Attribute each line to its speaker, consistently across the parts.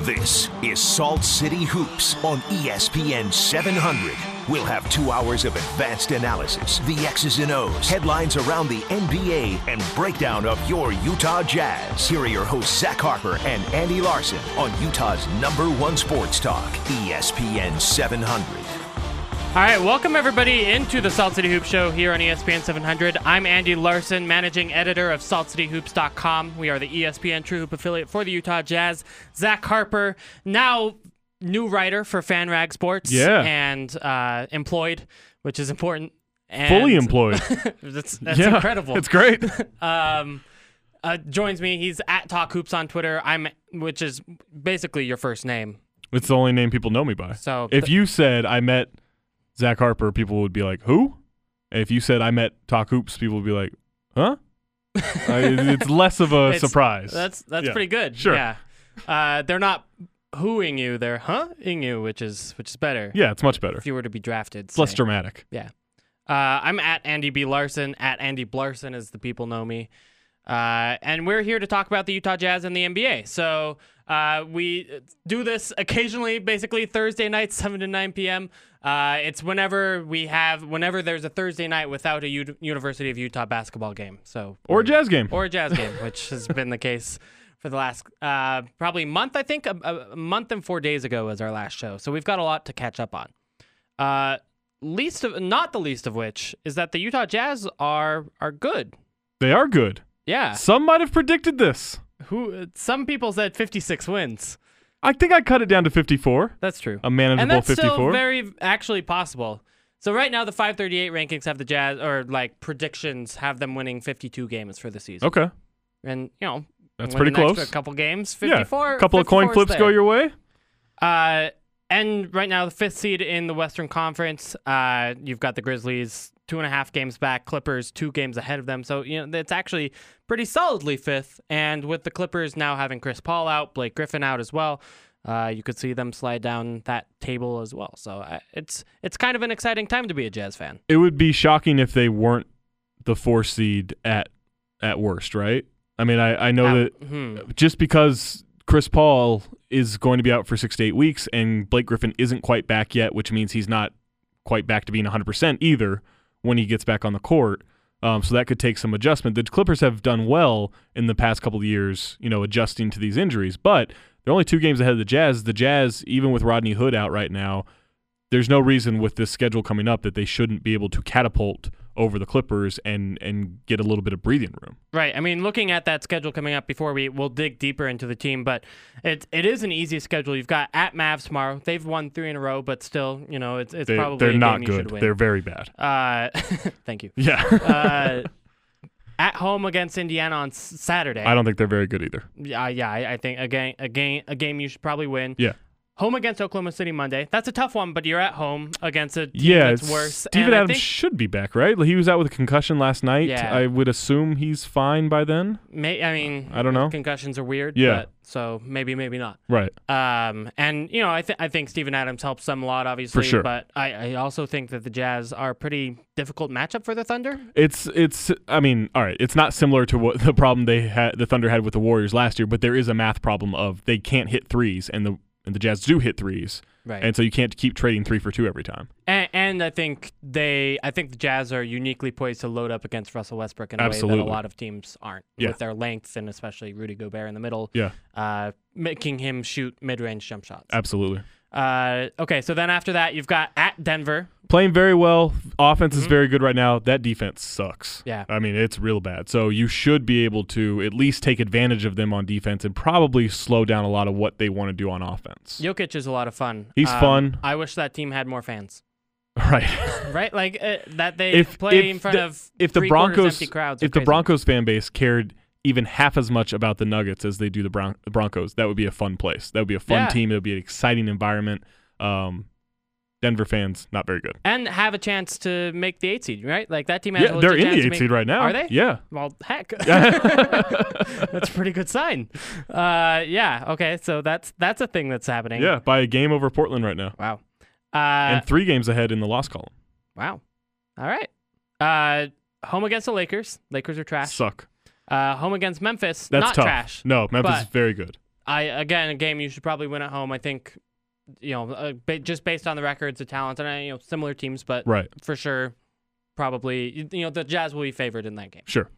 Speaker 1: This is Salt City Hoops on E ESPN 700. We'll have two hours of advanced analysis, the X's and O's, headlines around the NBA, and breakdown of your Utah Jazz. Here are your hosts, Zach Harper and Andy Larson, on Utah's number one sports talk, E ESPN 700.
Speaker 2: All right, welcome everybody into the Salt City Hoops show here on E ESPN 700. I'm Andy Larson, managing editor of saltcityhoops.com. We are the E ESPN True Hoop affiliate for the Utah Jazz. Zach Harper, now new writer for FanRag Sports,
Speaker 3: Yeah.
Speaker 2: and uh, employed, which is important. And
Speaker 3: fully employed.
Speaker 2: that's that's
Speaker 3: yeah,
Speaker 2: incredible.
Speaker 3: It's great.
Speaker 2: Um, uh, joins me. He's at Talk Hoops on Twitter. I'm, which is basically your first name.
Speaker 3: It's the only name people know me by.
Speaker 2: So
Speaker 3: if you said I met Zach Harper, people would be like, "Who?" And if you said I met Talk Hoops, people would be like, "Huh?" I- it's less of a
Speaker 2: It's-
Speaker 3: surprise.
Speaker 2: That's that's
Speaker 3: Yeah.
Speaker 2: pretty good.
Speaker 3: Sure.
Speaker 2: Yeah. Uh, they're not whoing you, they're huh-ing you, which is which is better.
Speaker 3: yeah, it's much better.
Speaker 2: If you were to be drafted.
Speaker 3: It's less
Speaker 2: say.
Speaker 3: dramatic.
Speaker 2: Yeah. Uh, I'm at Andy B. Larson, at Andy Blarson as the people know me. Uh, and we're here to talk about the Utah Jazz and the NBA. So uh, we do this occasionally, basically Thursday nights, 7 to 9 p.m. Uh, it's whenever we have, whenever there's a Thursday night without a U- University of Utah basketball game. So
Speaker 3: Or a jazz game.
Speaker 2: or a jazz game, which has been the case for the last uh, probably month. I think a, a- a month and four days ago was our last show, so we've got a lot to catch up on. Uh, least of, not the least of which is that the Utah Jazz are are good.
Speaker 3: they are good.
Speaker 2: Yeah,
Speaker 3: Some might have predicted this.
Speaker 2: who? Some people said 56 wins.
Speaker 3: I think I cut it down to 54.
Speaker 2: That's true.
Speaker 3: A manageable
Speaker 2: and that's
Speaker 3: 54.
Speaker 2: still very actually possible. So right now the 538 rankings have the Jazz or like predictions have them winning 52 games for the season.
Speaker 3: okay.
Speaker 2: And you know
Speaker 3: That's
Speaker 2: win an
Speaker 3: pretty
Speaker 2: extra
Speaker 3: close.
Speaker 2: couple games,
Speaker 3: Yeah.
Speaker 2: 54.
Speaker 3: A couple of coin
Speaker 2: 54 is
Speaker 3: flips
Speaker 2: there.
Speaker 3: go your way.
Speaker 2: Uh, and right now, the fifth seed in the Western Conference, uh, you've got the Grizzlies two and a half games back, Clippers two games ahead of them. So, you know, it's actually pretty solidly fifth. And with the Clippers now having Chris Paul out, Blake Griffin out as well. Uh, you could see them slide down that table as well, so uh, it's it's kind of an exciting time to be a jazz fan.
Speaker 3: It would be shocking if they weren't the four seed at at worst, right? I mean, I, I know
Speaker 2: Out-
Speaker 3: that
Speaker 2: hmm.
Speaker 3: just because Chris Paul is going to be out for six to eight weeks and Blake Griffin isn't quite back yet, which means he's not quite back to being 100% either when he gets back on the court. Um, so that could take some adjustment. The Clippers have done well in the past couple of years, you know, adjusting to these injuries, but they're only two games ahead of the Jazz. The Jazz, even with Rodney Hood out right now, there's no reason with this schedule coming up that they shouldn't be able to catapult over the Clippers and and get a little bit of breathing room.
Speaker 2: Right. I mean, looking at that schedule coming up before we will dig deeper into the team, but it it is an easy schedule. You've got at Mavs tomorrow. They've won three in a row, but still, you know, it's it's
Speaker 3: They,
Speaker 2: probably
Speaker 3: they're
Speaker 2: a
Speaker 3: not
Speaker 2: game you
Speaker 3: good.
Speaker 2: should win.
Speaker 3: They're very bad.
Speaker 2: uh, thank you.
Speaker 3: Yeah.
Speaker 2: Uh, at home against Indiana on s- Saturday.
Speaker 3: I don't think they're very good either.
Speaker 2: yeah, yeah. I, I think a game, a game, a game you should probably win.
Speaker 3: Yeah.
Speaker 2: Home against Oklahoma City Monday. That's a tough one, but you're at home against a team
Speaker 3: Yeah,
Speaker 2: that's
Speaker 3: it's-
Speaker 2: worse.
Speaker 3: Steven
Speaker 2: and I
Speaker 3: Adams
Speaker 2: think
Speaker 3: should be back, right? He was out with a concussion last night.
Speaker 2: Yeah.
Speaker 3: I would assume he's fine by then.
Speaker 2: may, I mean,
Speaker 3: I don't know.
Speaker 2: Concussions are weird.
Speaker 3: Yeah.
Speaker 2: But, so maybe, maybe not.
Speaker 3: Right.
Speaker 2: Um, and you know, I think I think Steven Adams helps them a lot, obviously.
Speaker 3: sure.
Speaker 2: But I, I also think that the Jazz are a pretty difficult matchup for the Thunder.
Speaker 3: It's it's I mean, all right, it's not similar to what the problem they had the Thunder had with the Warriors last year, but there is a math problem of they can't hit threes and the and the Jazz do hit threes.
Speaker 2: Right.
Speaker 3: And so you can't keep trading 3 for 2 every time.
Speaker 2: And, and I think they, I think the Jazz are uniquely poised to load up against Russell Westbrook in a way that
Speaker 3: Absolutely.
Speaker 2: a lot of teams aren't
Speaker 3: Yeah.
Speaker 2: with their length and especially Rudy Gobert in the middle,
Speaker 3: Yeah.
Speaker 2: uh, making him shoot mid-range jump shots.
Speaker 3: Absolutely.
Speaker 2: Uh, okay, so then after that, you've got at Denver.
Speaker 3: playing very well. Offense is very good right now. That defense sucks.
Speaker 2: Mm-hmm. Yeah.
Speaker 3: I mean, it's real bad. So you should be able to at least take advantage of them on defense and probably slow down a lot of what they want to do on offense.
Speaker 2: Jokic is a lot of fun. Um,
Speaker 3: He's fun.
Speaker 2: I wish that team had more fans.
Speaker 3: Right.
Speaker 2: right? Like uh, that they
Speaker 3: if
Speaker 2: play
Speaker 3: if
Speaker 2: in front
Speaker 3: the,
Speaker 2: of
Speaker 3: if the
Speaker 2: three-quarters
Speaker 3: Broncos
Speaker 2: empty crowds. are
Speaker 3: if the
Speaker 2: crazy.
Speaker 3: Broncos fan base cared even half as much about the Nuggets as they do the, Bron- the Broncos, that would be a fun place. That would be a fun
Speaker 2: Yeah.
Speaker 3: team. That would be an exciting environment. Um, Denver fans not very good.
Speaker 2: and have a chance to make the eight seed, right? Like that team has
Speaker 3: Yeah,
Speaker 2: a
Speaker 3: they're
Speaker 2: legit
Speaker 3: in the
Speaker 2: chance to
Speaker 3: eight
Speaker 2: make-
Speaker 3: seed right now.
Speaker 2: Are they?
Speaker 3: Yeah.
Speaker 2: Well, heck, that's a pretty good sign. Uh, yeah. Okay. So that's that's a thing that's happening.
Speaker 3: Yeah, by a game over Portland right now.
Speaker 2: Wow. Uh,
Speaker 3: and three games ahead in the loss column.
Speaker 2: wow. All right. Uh, home against the Lakers. Lakers are trash.
Speaker 3: Suck.
Speaker 2: Uh, home against Memphis.
Speaker 3: That's
Speaker 2: not
Speaker 3: tough.
Speaker 2: trash.
Speaker 3: No, Memphis is
Speaker 2: but-
Speaker 3: very good.
Speaker 2: I again a game you should probably win at home. I think, you know, uh, ba- just based on the records, the talent, and uh, you know, similar teams, but
Speaker 3: Right.
Speaker 2: for sure, probably you- you know the Jazz will be favored in that game.
Speaker 3: Sure.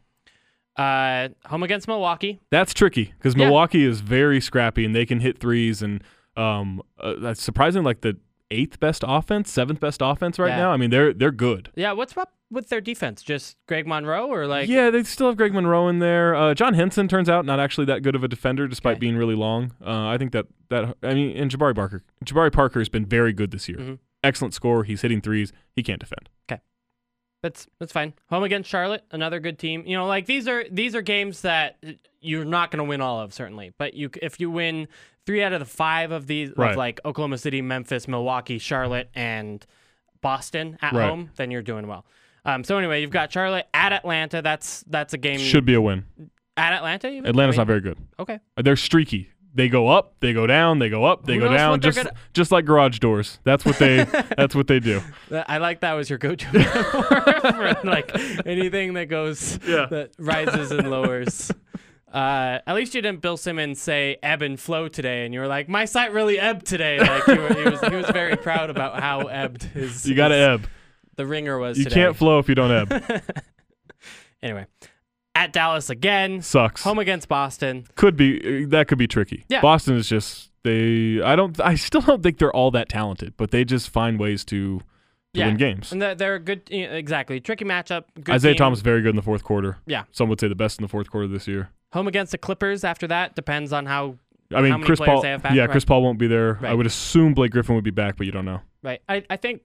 Speaker 2: Uh, home against Milwaukee.
Speaker 3: That's tricky because
Speaker 2: Yeah.
Speaker 3: Milwaukee is very scrappy and they can hit threes and um, uh, that's surprising like the eighth best offense, seventh best offense right
Speaker 2: Yeah.
Speaker 3: now. I mean, they're they're good.
Speaker 2: Yeah, what's up with their defense? Just Greg Monroe or like
Speaker 3: yeah, they still have Greg Monroe in there. Uh, John Henson turns out not actually that good of a defender, despite
Speaker 2: Okay.
Speaker 3: being really long. Uh, I think that that I mean, and Jabari Parker, Jabari Parker has been very good this year.
Speaker 2: Mhm.
Speaker 3: Excellent scorer. He's hitting threes. He can't defend.
Speaker 2: That's that's fine. Home against Charlotte, another good team. You know, like these are these are games that you're not going to win all of certainly, but you c- if you win three out of the five of these,
Speaker 3: Right.
Speaker 2: of like Oklahoma City, Memphis, Milwaukee, Charlotte, and Boston at
Speaker 3: Right.
Speaker 2: home, then you're doing well. Um, so anyway, you've got Charlotte at Atlanta. That's that's a game
Speaker 3: Should be a win.
Speaker 2: at Atlanta. Even?
Speaker 3: Atlanta's
Speaker 2: Mm. I
Speaker 3: not
Speaker 2: mean,
Speaker 3: very good.
Speaker 2: okay.
Speaker 3: They're streaky. They go up, they go down, they go up, they
Speaker 2: Who
Speaker 3: go
Speaker 2: knows
Speaker 3: down,
Speaker 2: what they're
Speaker 3: just
Speaker 2: gonna-
Speaker 3: just like garage doors. That's what they that's what they do.
Speaker 2: Th- I like that was your go-to for, like anything that goes
Speaker 3: Yeah.
Speaker 2: that rises and lowers. Uh, at least you didn't Bill Simmons say ebb and flow today, and you were like, my site really ebbed today. Like you were, he was, he was very proud about how ebbed his.
Speaker 3: You got to
Speaker 2: his-
Speaker 3: ebb.
Speaker 2: The ringer was.
Speaker 3: You
Speaker 2: today.
Speaker 3: can't flow if you don't ebb.
Speaker 2: anyway, at Dallas again,
Speaker 3: Sucks.
Speaker 2: home against Boston.
Speaker 3: Could be uh, that could be tricky.
Speaker 2: Yeah.
Speaker 3: Boston is just they. I don't. I still don't think they're all that talented, but they just find ways to, to
Speaker 2: Yeah.
Speaker 3: win games.
Speaker 2: And they're, they're a good, yeah, exactly tricky matchup. Good
Speaker 3: Isaiah
Speaker 2: team.
Speaker 3: Thomas very good in the fourth quarter.
Speaker 2: Yeah.
Speaker 3: Some would say the best in the fourth quarter this year.
Speaker 2: home against the Clippers. After that, depends on how
Speaker 3: I mean,
Speaker 2: many
Speaker 3: Chris
Speaker 2: players
Speaker 3: Paul.
Speaker 2: they have back,
Speaker 3: yeah,
Speaker 2: right.
Speaker 3: Chris Paul won't be there. I
Speaker 2: Right.
Speaker 3: would assume Blake Griffin would be back, but you don't know.
Speaker 2: Right. I, I think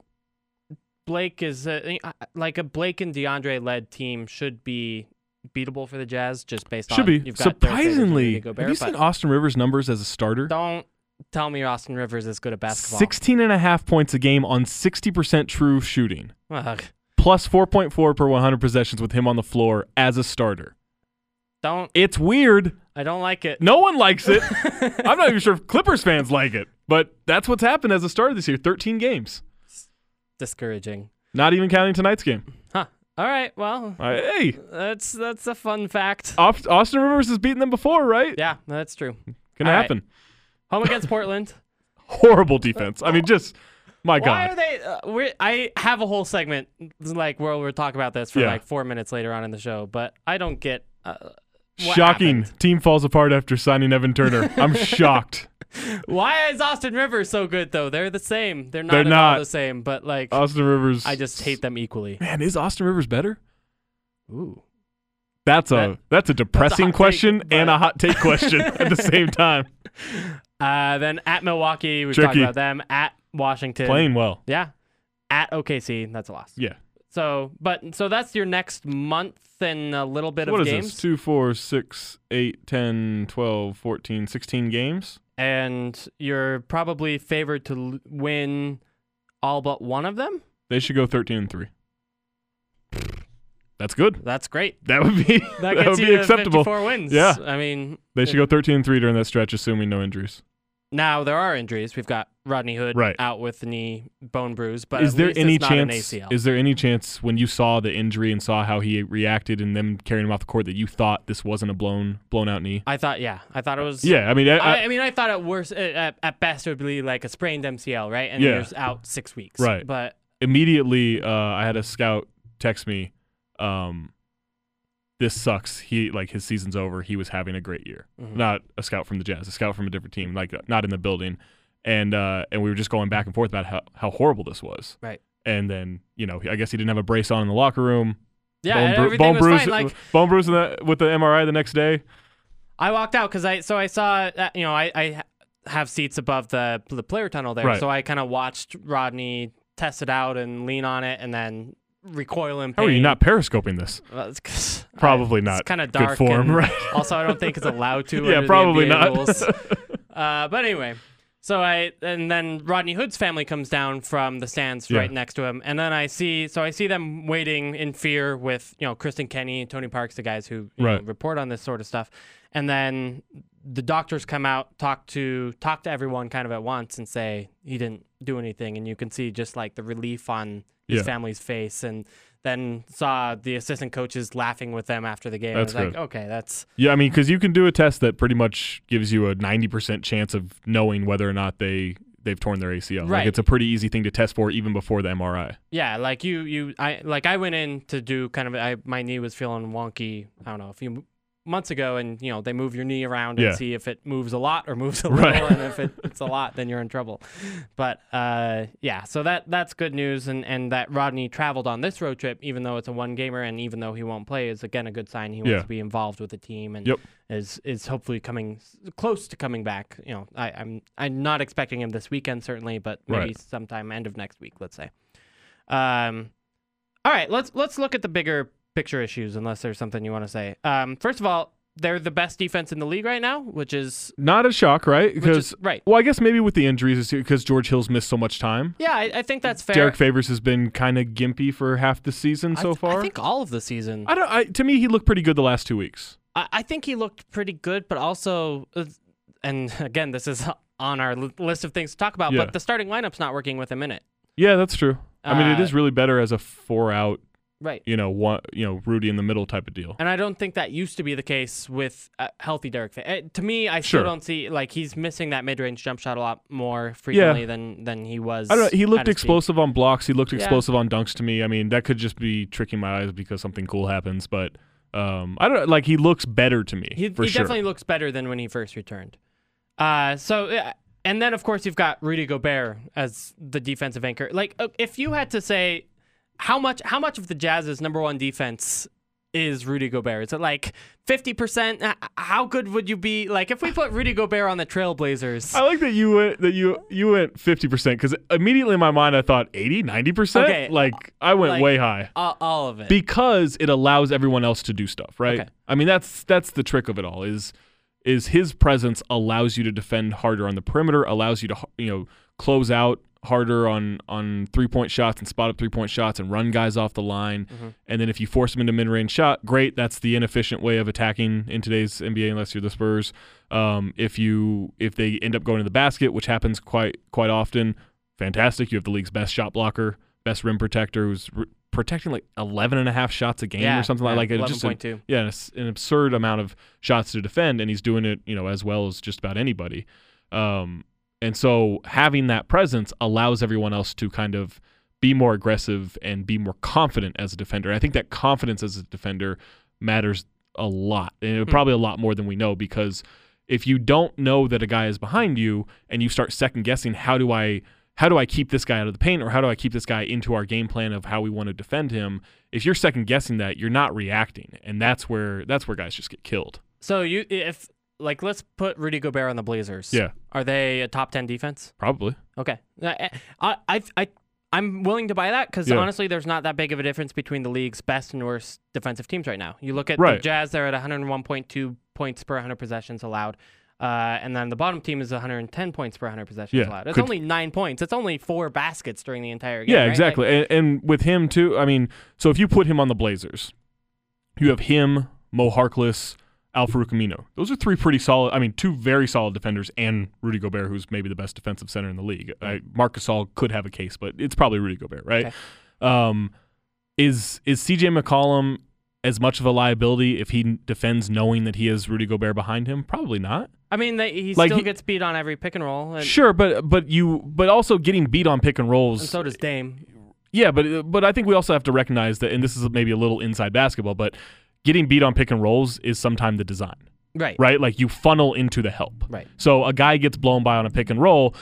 Speaker 2: Blake is uh, uh, like a Blake and DeAndre led team should be beatable for the Jazz just based on
Speaker 3: Should be
Speaker 2: you've got their favorites and
Speaker 3: surprisingly.
Speaker 2: Rudy Gobert,
Speaker 3: have you
Speaker 2: but
Speaker 3: seen Austin Rivers numbers as a starter?
Speaker 2: Don't tell me Austin Rivers is good at basketball.
Speaker 3: 16 and a half points a game on 60% true shooting,
Speaker 2: Ugh.
Speaker 3: plus 4.4 per 100 possessions with him on the floor as a starter.
Speaker 2: Don't
Speaker 3: It's weird.
Speaker 2: I don't like it.
Speaker 3: No one likes it. I'm not even sure if Clippers fans like it, but that's what's happened as a starter this year 13 games,
Speaker 2: Discouraging.
Speaker 3: not even counting tonight's game.
Speaker 2: Huh. All right. Well,
Speaker 3: I- hey,
Speaker 2: that's that's a fun fact.
Speaker 3: Aust- Austin Rivers has beaten them before, right?
Speaker 2: Yeah, that's true.
Speaker 3: Can
Speaker 2: all right.
Speaker 3: happen.
Speaker 2: Home against Portland.
Speaker 3: Horrible defense. I mean, just,
Speaker 2: Why
Speaker 3: my God.
Speaker 2: are they? Uh, we're, I have a whole segment like where we're talking about this for
Speaker 3: Yeah.
Speaker 2: like four minutes later on in the show, but I don't get. Uh, what
Speaker 3: Shocking.
Speaker 2: happened?
Speaker 3: Team falls apart after signing Evan Turner. I'm shocked.
Speaker 2: Why is Austin Rivers so good though? They're the same. They're not,
Speaker 3: They're
Speaker 2: at all
Speaker 3: not. Uh,
Speaker 2: the same, but like
Speaker 3: Austin Rivers.
Speaker 2: I just hate them equally.
Speaker 3: Man, is Austin Rivers better?
Speaker 2: Ooh.
Speaker 3: That's a
Speaker 2: That-
Speaker 3: that's a depressing
Speaker 2: hot take,
Speaker 3: question and a
Speaker 2: but-
Speaker 3: hot take question at the same time.
Speaker 2: Uh, then at Milwaukee, we talked
Speaker 3: Tricky.
Speaker 2: about them. At Washington,
Speaker 3: Playing well.
Speaker 2: yeah. At OKC, that's a loss.
Speaker 3: Yeah.
Speaker 2: So, but so that's your next month and a little bit
Speaker 3: What
Speaker 2: of
Speaker 3: is
Speaker 2: games,
Speaker 3: this? 2, four, six, eight, 10, 12, 14, 16 games?
Speaker 2: and you're probably favored to l- win all but one of them.
Speaker 3: They should go 13 and 3. That's good.
Speaker 2: That's great.
Speaker 3: That would be
Speaker 2: That,
Speaker 3: that,
Speaker 2: gets
Speaker 3: would
Speaker 2: you
Speaker 3: be
Speaker 2: to
Speaker 3: acceptable.
Speaker 2: 54 wins.
Speaker 3: Yeah.
Speaker 2: I mean,
Speaker 3: They should go 13 and 3 during that stretch assuming no injuries.
Speaker 2: Now there are injuries. We've got Rodney Hood
Speaker 3: Right.
Speaker 2: out with the knee bone bruise, but
Speaker 3: is
Speaker 2: at
Speaker 3: there
Speaker 2: least
Speaker 3: any
Speaker 2: it's
Speaker 3: chance
Speaker 2: Not an ACL.
Speaker 3: is there any chance when you saw the injury and saw how he reacted and them carrying him off the court that you thought this wasn't a blown blown out knee?
Speaker 2: I thought, yeah, I thought it was.
Speaker 3: Yeah, I mean I,
Speaker 2: I, I mean, I thought at worst, uh, at, at best, it would be like a sprained MCL, right? And
Speaker 3: Yeah.
Speaker 2: you're out six weeks.
Speaker 3: Right.
Speaker 2: But
Speaker 3: immediately uh, I had a scout text me, um, "This sucks. He like his season's over. He was having a great year.
Speaker 2: Mhm.
Speaker 3: Not a scout from the Jazz, a scout from a different team, like not in the building." And uh, and we were just going back and forth about how, how horrible this was.
Speaker 2: Right.
Speaker 3: And then you know I guess he didn't have a brace on in the locker room.
Speaker 2: yeah,
Speaker 3: bone,
Speaker 2: and
Speaker 3: bru-
Speaker 2: everything
Speaker 3: bone
Speaker 2: was
Speaker 3: bruise, uh,
Speaker 2: fine. Like
Speaker 3: bone bruise in the, with the MRI the next day.
Speaker 2: I walked out because I so I saw uh, you know I, I ha- have seats above the the player tunnel there,
Speaker 3: Right.
Speaker 2: so I kind of watched Rodney test it out and lean on it, and then recoil in pain.
Speaker 3: How are you not periscoping this?
Speaker 2: Well, it's 'cause I-
Speaker 3: Probably not
Speaker 2: It's kind of
Speaker 3: good
Speaker 2: dark.
Speaker 3: form,
Speaker 2: and
Speaker 3: right?
Speaker 2: Also, I don't think it's allowed to.
Speaker 3: Yeah,
Speaker 2: under
Speaker 3: probably
Speaker 2: the NBA
Speaker 3: not.
Speaker 2: Rules. Uh, but anyway, so I and then Rodney Hood's family comes down from the stands
Speaker 3: Yeah.
Speaker 2: right next to him, and then I see so I see them waiting in fear with you know Kristen Kenny, Tony Parks, the guys who you know,
Speaker 3: Right.
Speaker 2: report on this sort of stuff, and then the doctors come out talk to talk to everyone kind of at once and say he didn't do anything and you can see just like the relief on his
Speaker 3: Yeah.
Speaker 2: family's face and Then saw the assistant coaches laughing with them after the game.
Speaker 3: That's
Speaker 2: I was
Speaker 3: good.
Speaker 2: like, okay, that's
Speaker 3: Yeah, I mean, because you can do a test that pretty much gives you a ninety percent chance of knowing whether or not they they've torn their ACL. Like
Speaker 2: Right.
Speaker 3: it's a pretty easy thing to test for even before the MRI.
Speaker 2: yeah. Like you, you, I like I went in to do kind of. I my knee was feeling wonky. I don't know a few months ago, and you know they move your knee around and
Speaker 3: Yeah.
Speaker 2: see if it moves a lot or moves a little,
Speaker 3: Right.
Speaker 2: and if it, it's a lot, then you're in trouble. But uh, yeah, so that that's good news, and and that Rodney traveled on this road trip, even though it's a one gamer, and even though he won't play, is again a good sign. He wants
Speaker 3: Yeah.
Speaker 2: to be involved with the team, and
Speaker 3: Yep.
Speaker 2: is is hopefully coming s- close to coming back. You know, I, I'm I'm not expecting him this weekend certainly, but maybe
Speaker 3: Right.
Speaker 2: sometime end of next week, let's say. Um, all right, let's let's look at the bigger picture issues, unless there's something you want to say. Um, first of all, they're the best defense in the league right now, which is
Speaker 3: Not a shock, right?
Speaker 2: which
Speaker 3: Because
Speaker 2: is right.
Speaker 3: well, I guess maybe with the injuries, because George Hill's missed so much time.
Speaker 2: Yeah, I, I think that's fair.
Speaker 3: Derek Favors has been kind of gimpy for half the season
Speaker 2: I
Speaker 3: so
Speaker 2: th-
Speaker 3: far.
Speaker 2: I think all of the season.
Speaker 3: I don't. I, to me, he looked pretty good the last two weeks.
Speaker 2: I, I think he looked pretty good, but also, uh, and again, this is on our l- list of things to talk about.
Speaker 3: Yeah.
Speaker 2: But the starting lineup's not working with him in it.
Speaker 3: Yeah, that's true. I mean, it
Speaker 2: Uh,
Speaker 3: is really better as a four out,
Speaker 2: Right.
Speaker 3: you know, one, you know, Rudy in the middle type of deal.
Speaker 2: And I don't think that used to be the case with uh, healthy Derek. Fa- uh, to me, I still
Speaker 3: Sure.
Speaker 2: don't see like he's missing that mid-range jump shot a lot more frequently than than he was.
Speaker 3: I don't know. He
Speaker 2: at
Speaker 3: looked
Speaker 2: his peak.
Speaker 3: explosive on blocks. He looked
Speaker 2: Yeah.
Speaker 3: explosive on dunks to me. I mean, that could just be tricking my eyes because something cool happens. But um, I don't like. He looks better to me
Speaker 2: He,
Speaker 3: for
Speaker 2: he
Speaker 3: sure.
Speaker 2: definitely looks better than when he first returned. Uh, so, uh, and then of course you've got Rudy Gobert as the defensive anchor. Like, uh, if you had to say how much how much of the Jazz's number one defense is Rudy Gobert? Is it like fifty percent? How good would you be? Like, if we put Rudy Gobert on the Trailblazers.
Speaker 3: I like that you went that you you went fifty percent because immediately in my mind I thought 80, 90
Speaker 2: Okay,
Speaker 3: percent. Like I went
Speaker 2: like-
Speaker 3: way high
Speaker 2: all, all of it.
Speaker 3: because it allows everyone else to do stuff, right?
Speaker 2: Okay.
Speaker 3: I mean that's that's the trick of it all is is his presence allows you to defend harder on the perimeter, allows you to you know close out harder on on three point shots and spot up three point shots and run guys off the line,
Speaker 2: Mm-hmm.
Speaker 3: and then if you force them into mid range shot, great. That's the inefficient way of attacking in today's NBA unless you're the Spurs. Um, if you if they end up going to the basket, which happens quite quite often, fantastic. You have the league's best shot blocker, best rim protector, who's r protecting like 11 and a half shots a game
Speaker 2: Yeah,
Speaker 3: or something
Speaker 2: yeah,
Speaker 3: like that. It's just a-
Speaker 2: 11.2.
Speaker 3: yeah, an, abs- an absurd amount of shots to defend, and he's doing it, you know, as well as just about anybody. Um, and so having that presence allows everyone else to kind of be more aggressive and be more confident as a defender. And I think that confidence as a defender matters a lot, and probably a lot more than we know because if you don't know that a guy is behind you and you start second guessing, how do I how do I keep this guy out of the paint or how do I keep this guy into our game plan of how we want to defend him? If you're second guessing that, you're not reacting, and that's where that's where guys just get killed.
Speaker 2: So you if like let's put Rudy Gobert on the Blazers.
Speaker 3: Yeah.
Speaker 2: Are they a top 10 defense?
Speaker 3: Probably.
Speaker 2: Okay. I I I, I I'm willing to buy that cuz
Speaker 3: Yeah.
Speaker 2: honestly there's not that big of a difference between the league's best and worst defensive teams right now. You look at the
Speaker 3: Right.
Speaker 2: Jazz they're at 101.2 points per 100 possessions allowed. Uh, and then the bottom team is 110 points per 100 possessions
Speaker 3: Yeah.
Speaker 2: allowed. It's
Speaker 3: Could-
Speaker 2: only 9 points. It's only 4 baskets during the entire game.
Speaker 3: Yeah,
Speaker 2: right? Like,
Speaker 3: exactly. and, and with him too, I mean, so if you put him on the Blazers, you have him, Mo Harkless, Al Farouk Amino. Those are three pretty solid. I mean, two very solid defenders, and Rudy Gobert, who's maybe the best defensive center in the league. I, Marc Gasol could have a case, but it's probably Rudy Gobert, right?
Speaker 2: Okay.
Speaker 3: Um, is is CJ McCollum as much of a liability if he defends knowing that he has Rudy Gobert behind him? Probably not.
Speaker 2: I mean, they, he
Speaker 3: Like,
Speaker 2: still
Speaker 3: he-
Speaker 2: gets beat on every pick and roll and,
Speaker 3: Sure, but but you but also getting beat on pick and rolls
Speaker 2: and so does Dame.
Speaker 3: yeah, but but I think we also have to recognize that, and this is maybe a little inside basketball, but getting beat on pick and rolls is sometimes the design,
Speaker 2: Right.
Speaker 3: right? Like you funnel into the help.
Speaker 2: Right.
Speaker 3: So a guy gets blown by on a pick and roll.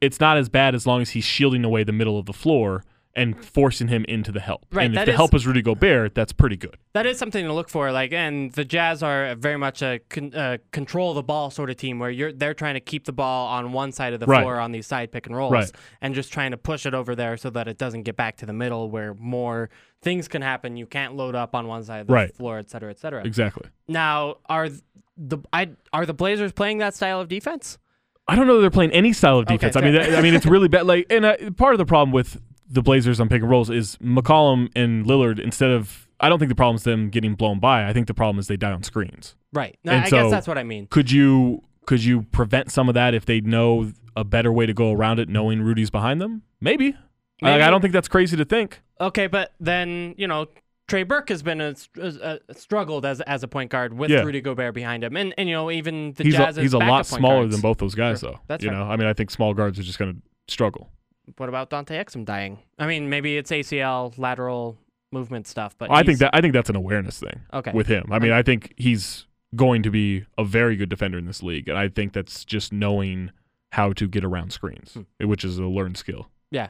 Speaker 3: It's not as bad as long as he's shielding away the middle of the floor and forcing him into the help.
Speaker 2: Right,
Speaker 3: And if
Speaker 2: that
Speaker 3: the
Speaker 2: is-
Speaker 3: help is Rudy Gobert, that's pretty good.
Speaker 2: That is something to look for. Like, and the Jazz are very much a con- uh, control the ball sort of team where you're they're trying to keep the ball on one side of the
Speaker 3: Right.
Speaker 2: floor on these side pick and rolls,
Speaker 3: Right.
Speaker 2: and just trying to push it over there so that it doesn't get back to the middle where more things can happen. You can't load up on one side of the
Speaker 3: Right.
Speaker 2: floor, et cetera, et cetera.
Speaker 3: Exactly.
Speaker 2: Now, are th- the I, are the Blazers playing that style of defense?
Speaker 3: I don't know that they're playing any style of defense. I mean,
Speaker 2: fair.
Speaker 3: that, I mean, it's really bad. Like, and uh, part of the problem with the Blazers on pick and rolls is McCollum and Lillard. Instead of, I don't think the problem is them getting blown by. I think the problem is they die on screens.
Speaker 2: Right. No,
Speaker 3: And
Speaker 2: I guess
Speaker 3: so-
Speaker 2: that's what I mean.
Speaker 3: Could you could you prevent some of that if they know a better way to go around it, knowing Rudy's behind them? Maybe. Like,
Speaker 2: Maybe.
Speaker 3: I don't think that's crazy to think.
Speaker 2: Okay, but then you know Trey Burke has been a, a, a struggled as as a point guard with
Speaker 3: Yeah.
Speaker 2: Rudy Gobert behind him, and and you know even the
Speaker 3: he's
Speaker 2: Jazz
Speaker 3: a, he's a lot smaller than both those guys,
Speaker 2: Sure.
Speaker 3: though.
Speaker 2: That's
Speaker 3: you
Speaker 2: fair.
Speaker 3: know, I mean, I think small guards are just going to struggle.
Speaker 2: What about Dante Exum dying? I mean, maybe it's ACL lateral movement stuff, but
Speaker 3: I think
Speaker 2: he's-
Speaker 3: that I think that's an awareness thing.
Speaker 2: Okay.
Speaker 3: With him, I mean, I think he's going to be a very good defender in this league, and I think that's just knowing how to get around
Speaker 2: Hmm.
Speaker 3: screens, which is a learned skill.
Speaker 2: yeah,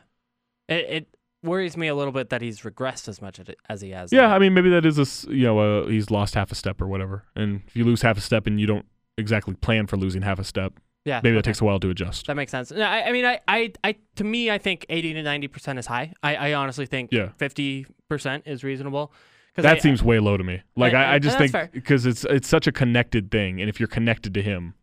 Speaker 2: it, it worries me a little bit that he's regressed as much as- as he has.
Speaker 3: Yeah, I mean, maybe that is a s- you know uh, he's lost half a step or whatever, and if you lose half a step and you don't exactly plan for losing half a step,
Speaker 2: yeah.
Speaker 3: maybe that
Speaker 2: okay.
Speaker 3: takes a while to adjust.
Speaker 2: That makes sense. No, I, I mean, I, I, I, to me, I think eighty to ninety percent is high. I, I honestly think
Speaker 3: Yeah.
Speaker 2: fifty percent is reasonable. 'Cause
Speaker 3: That
Speaker 2: I-
Speaker 3: seems way low to me. Like
Speaker 2: I-
Speaker 3: I, I,
Speaker 2: I-
Speaker 3: just
Speaker 2: that's
Speaker 3: think
Speaker 2: fair.
Speaker 3: because it's it's such a connected thing, and if you're connected to him,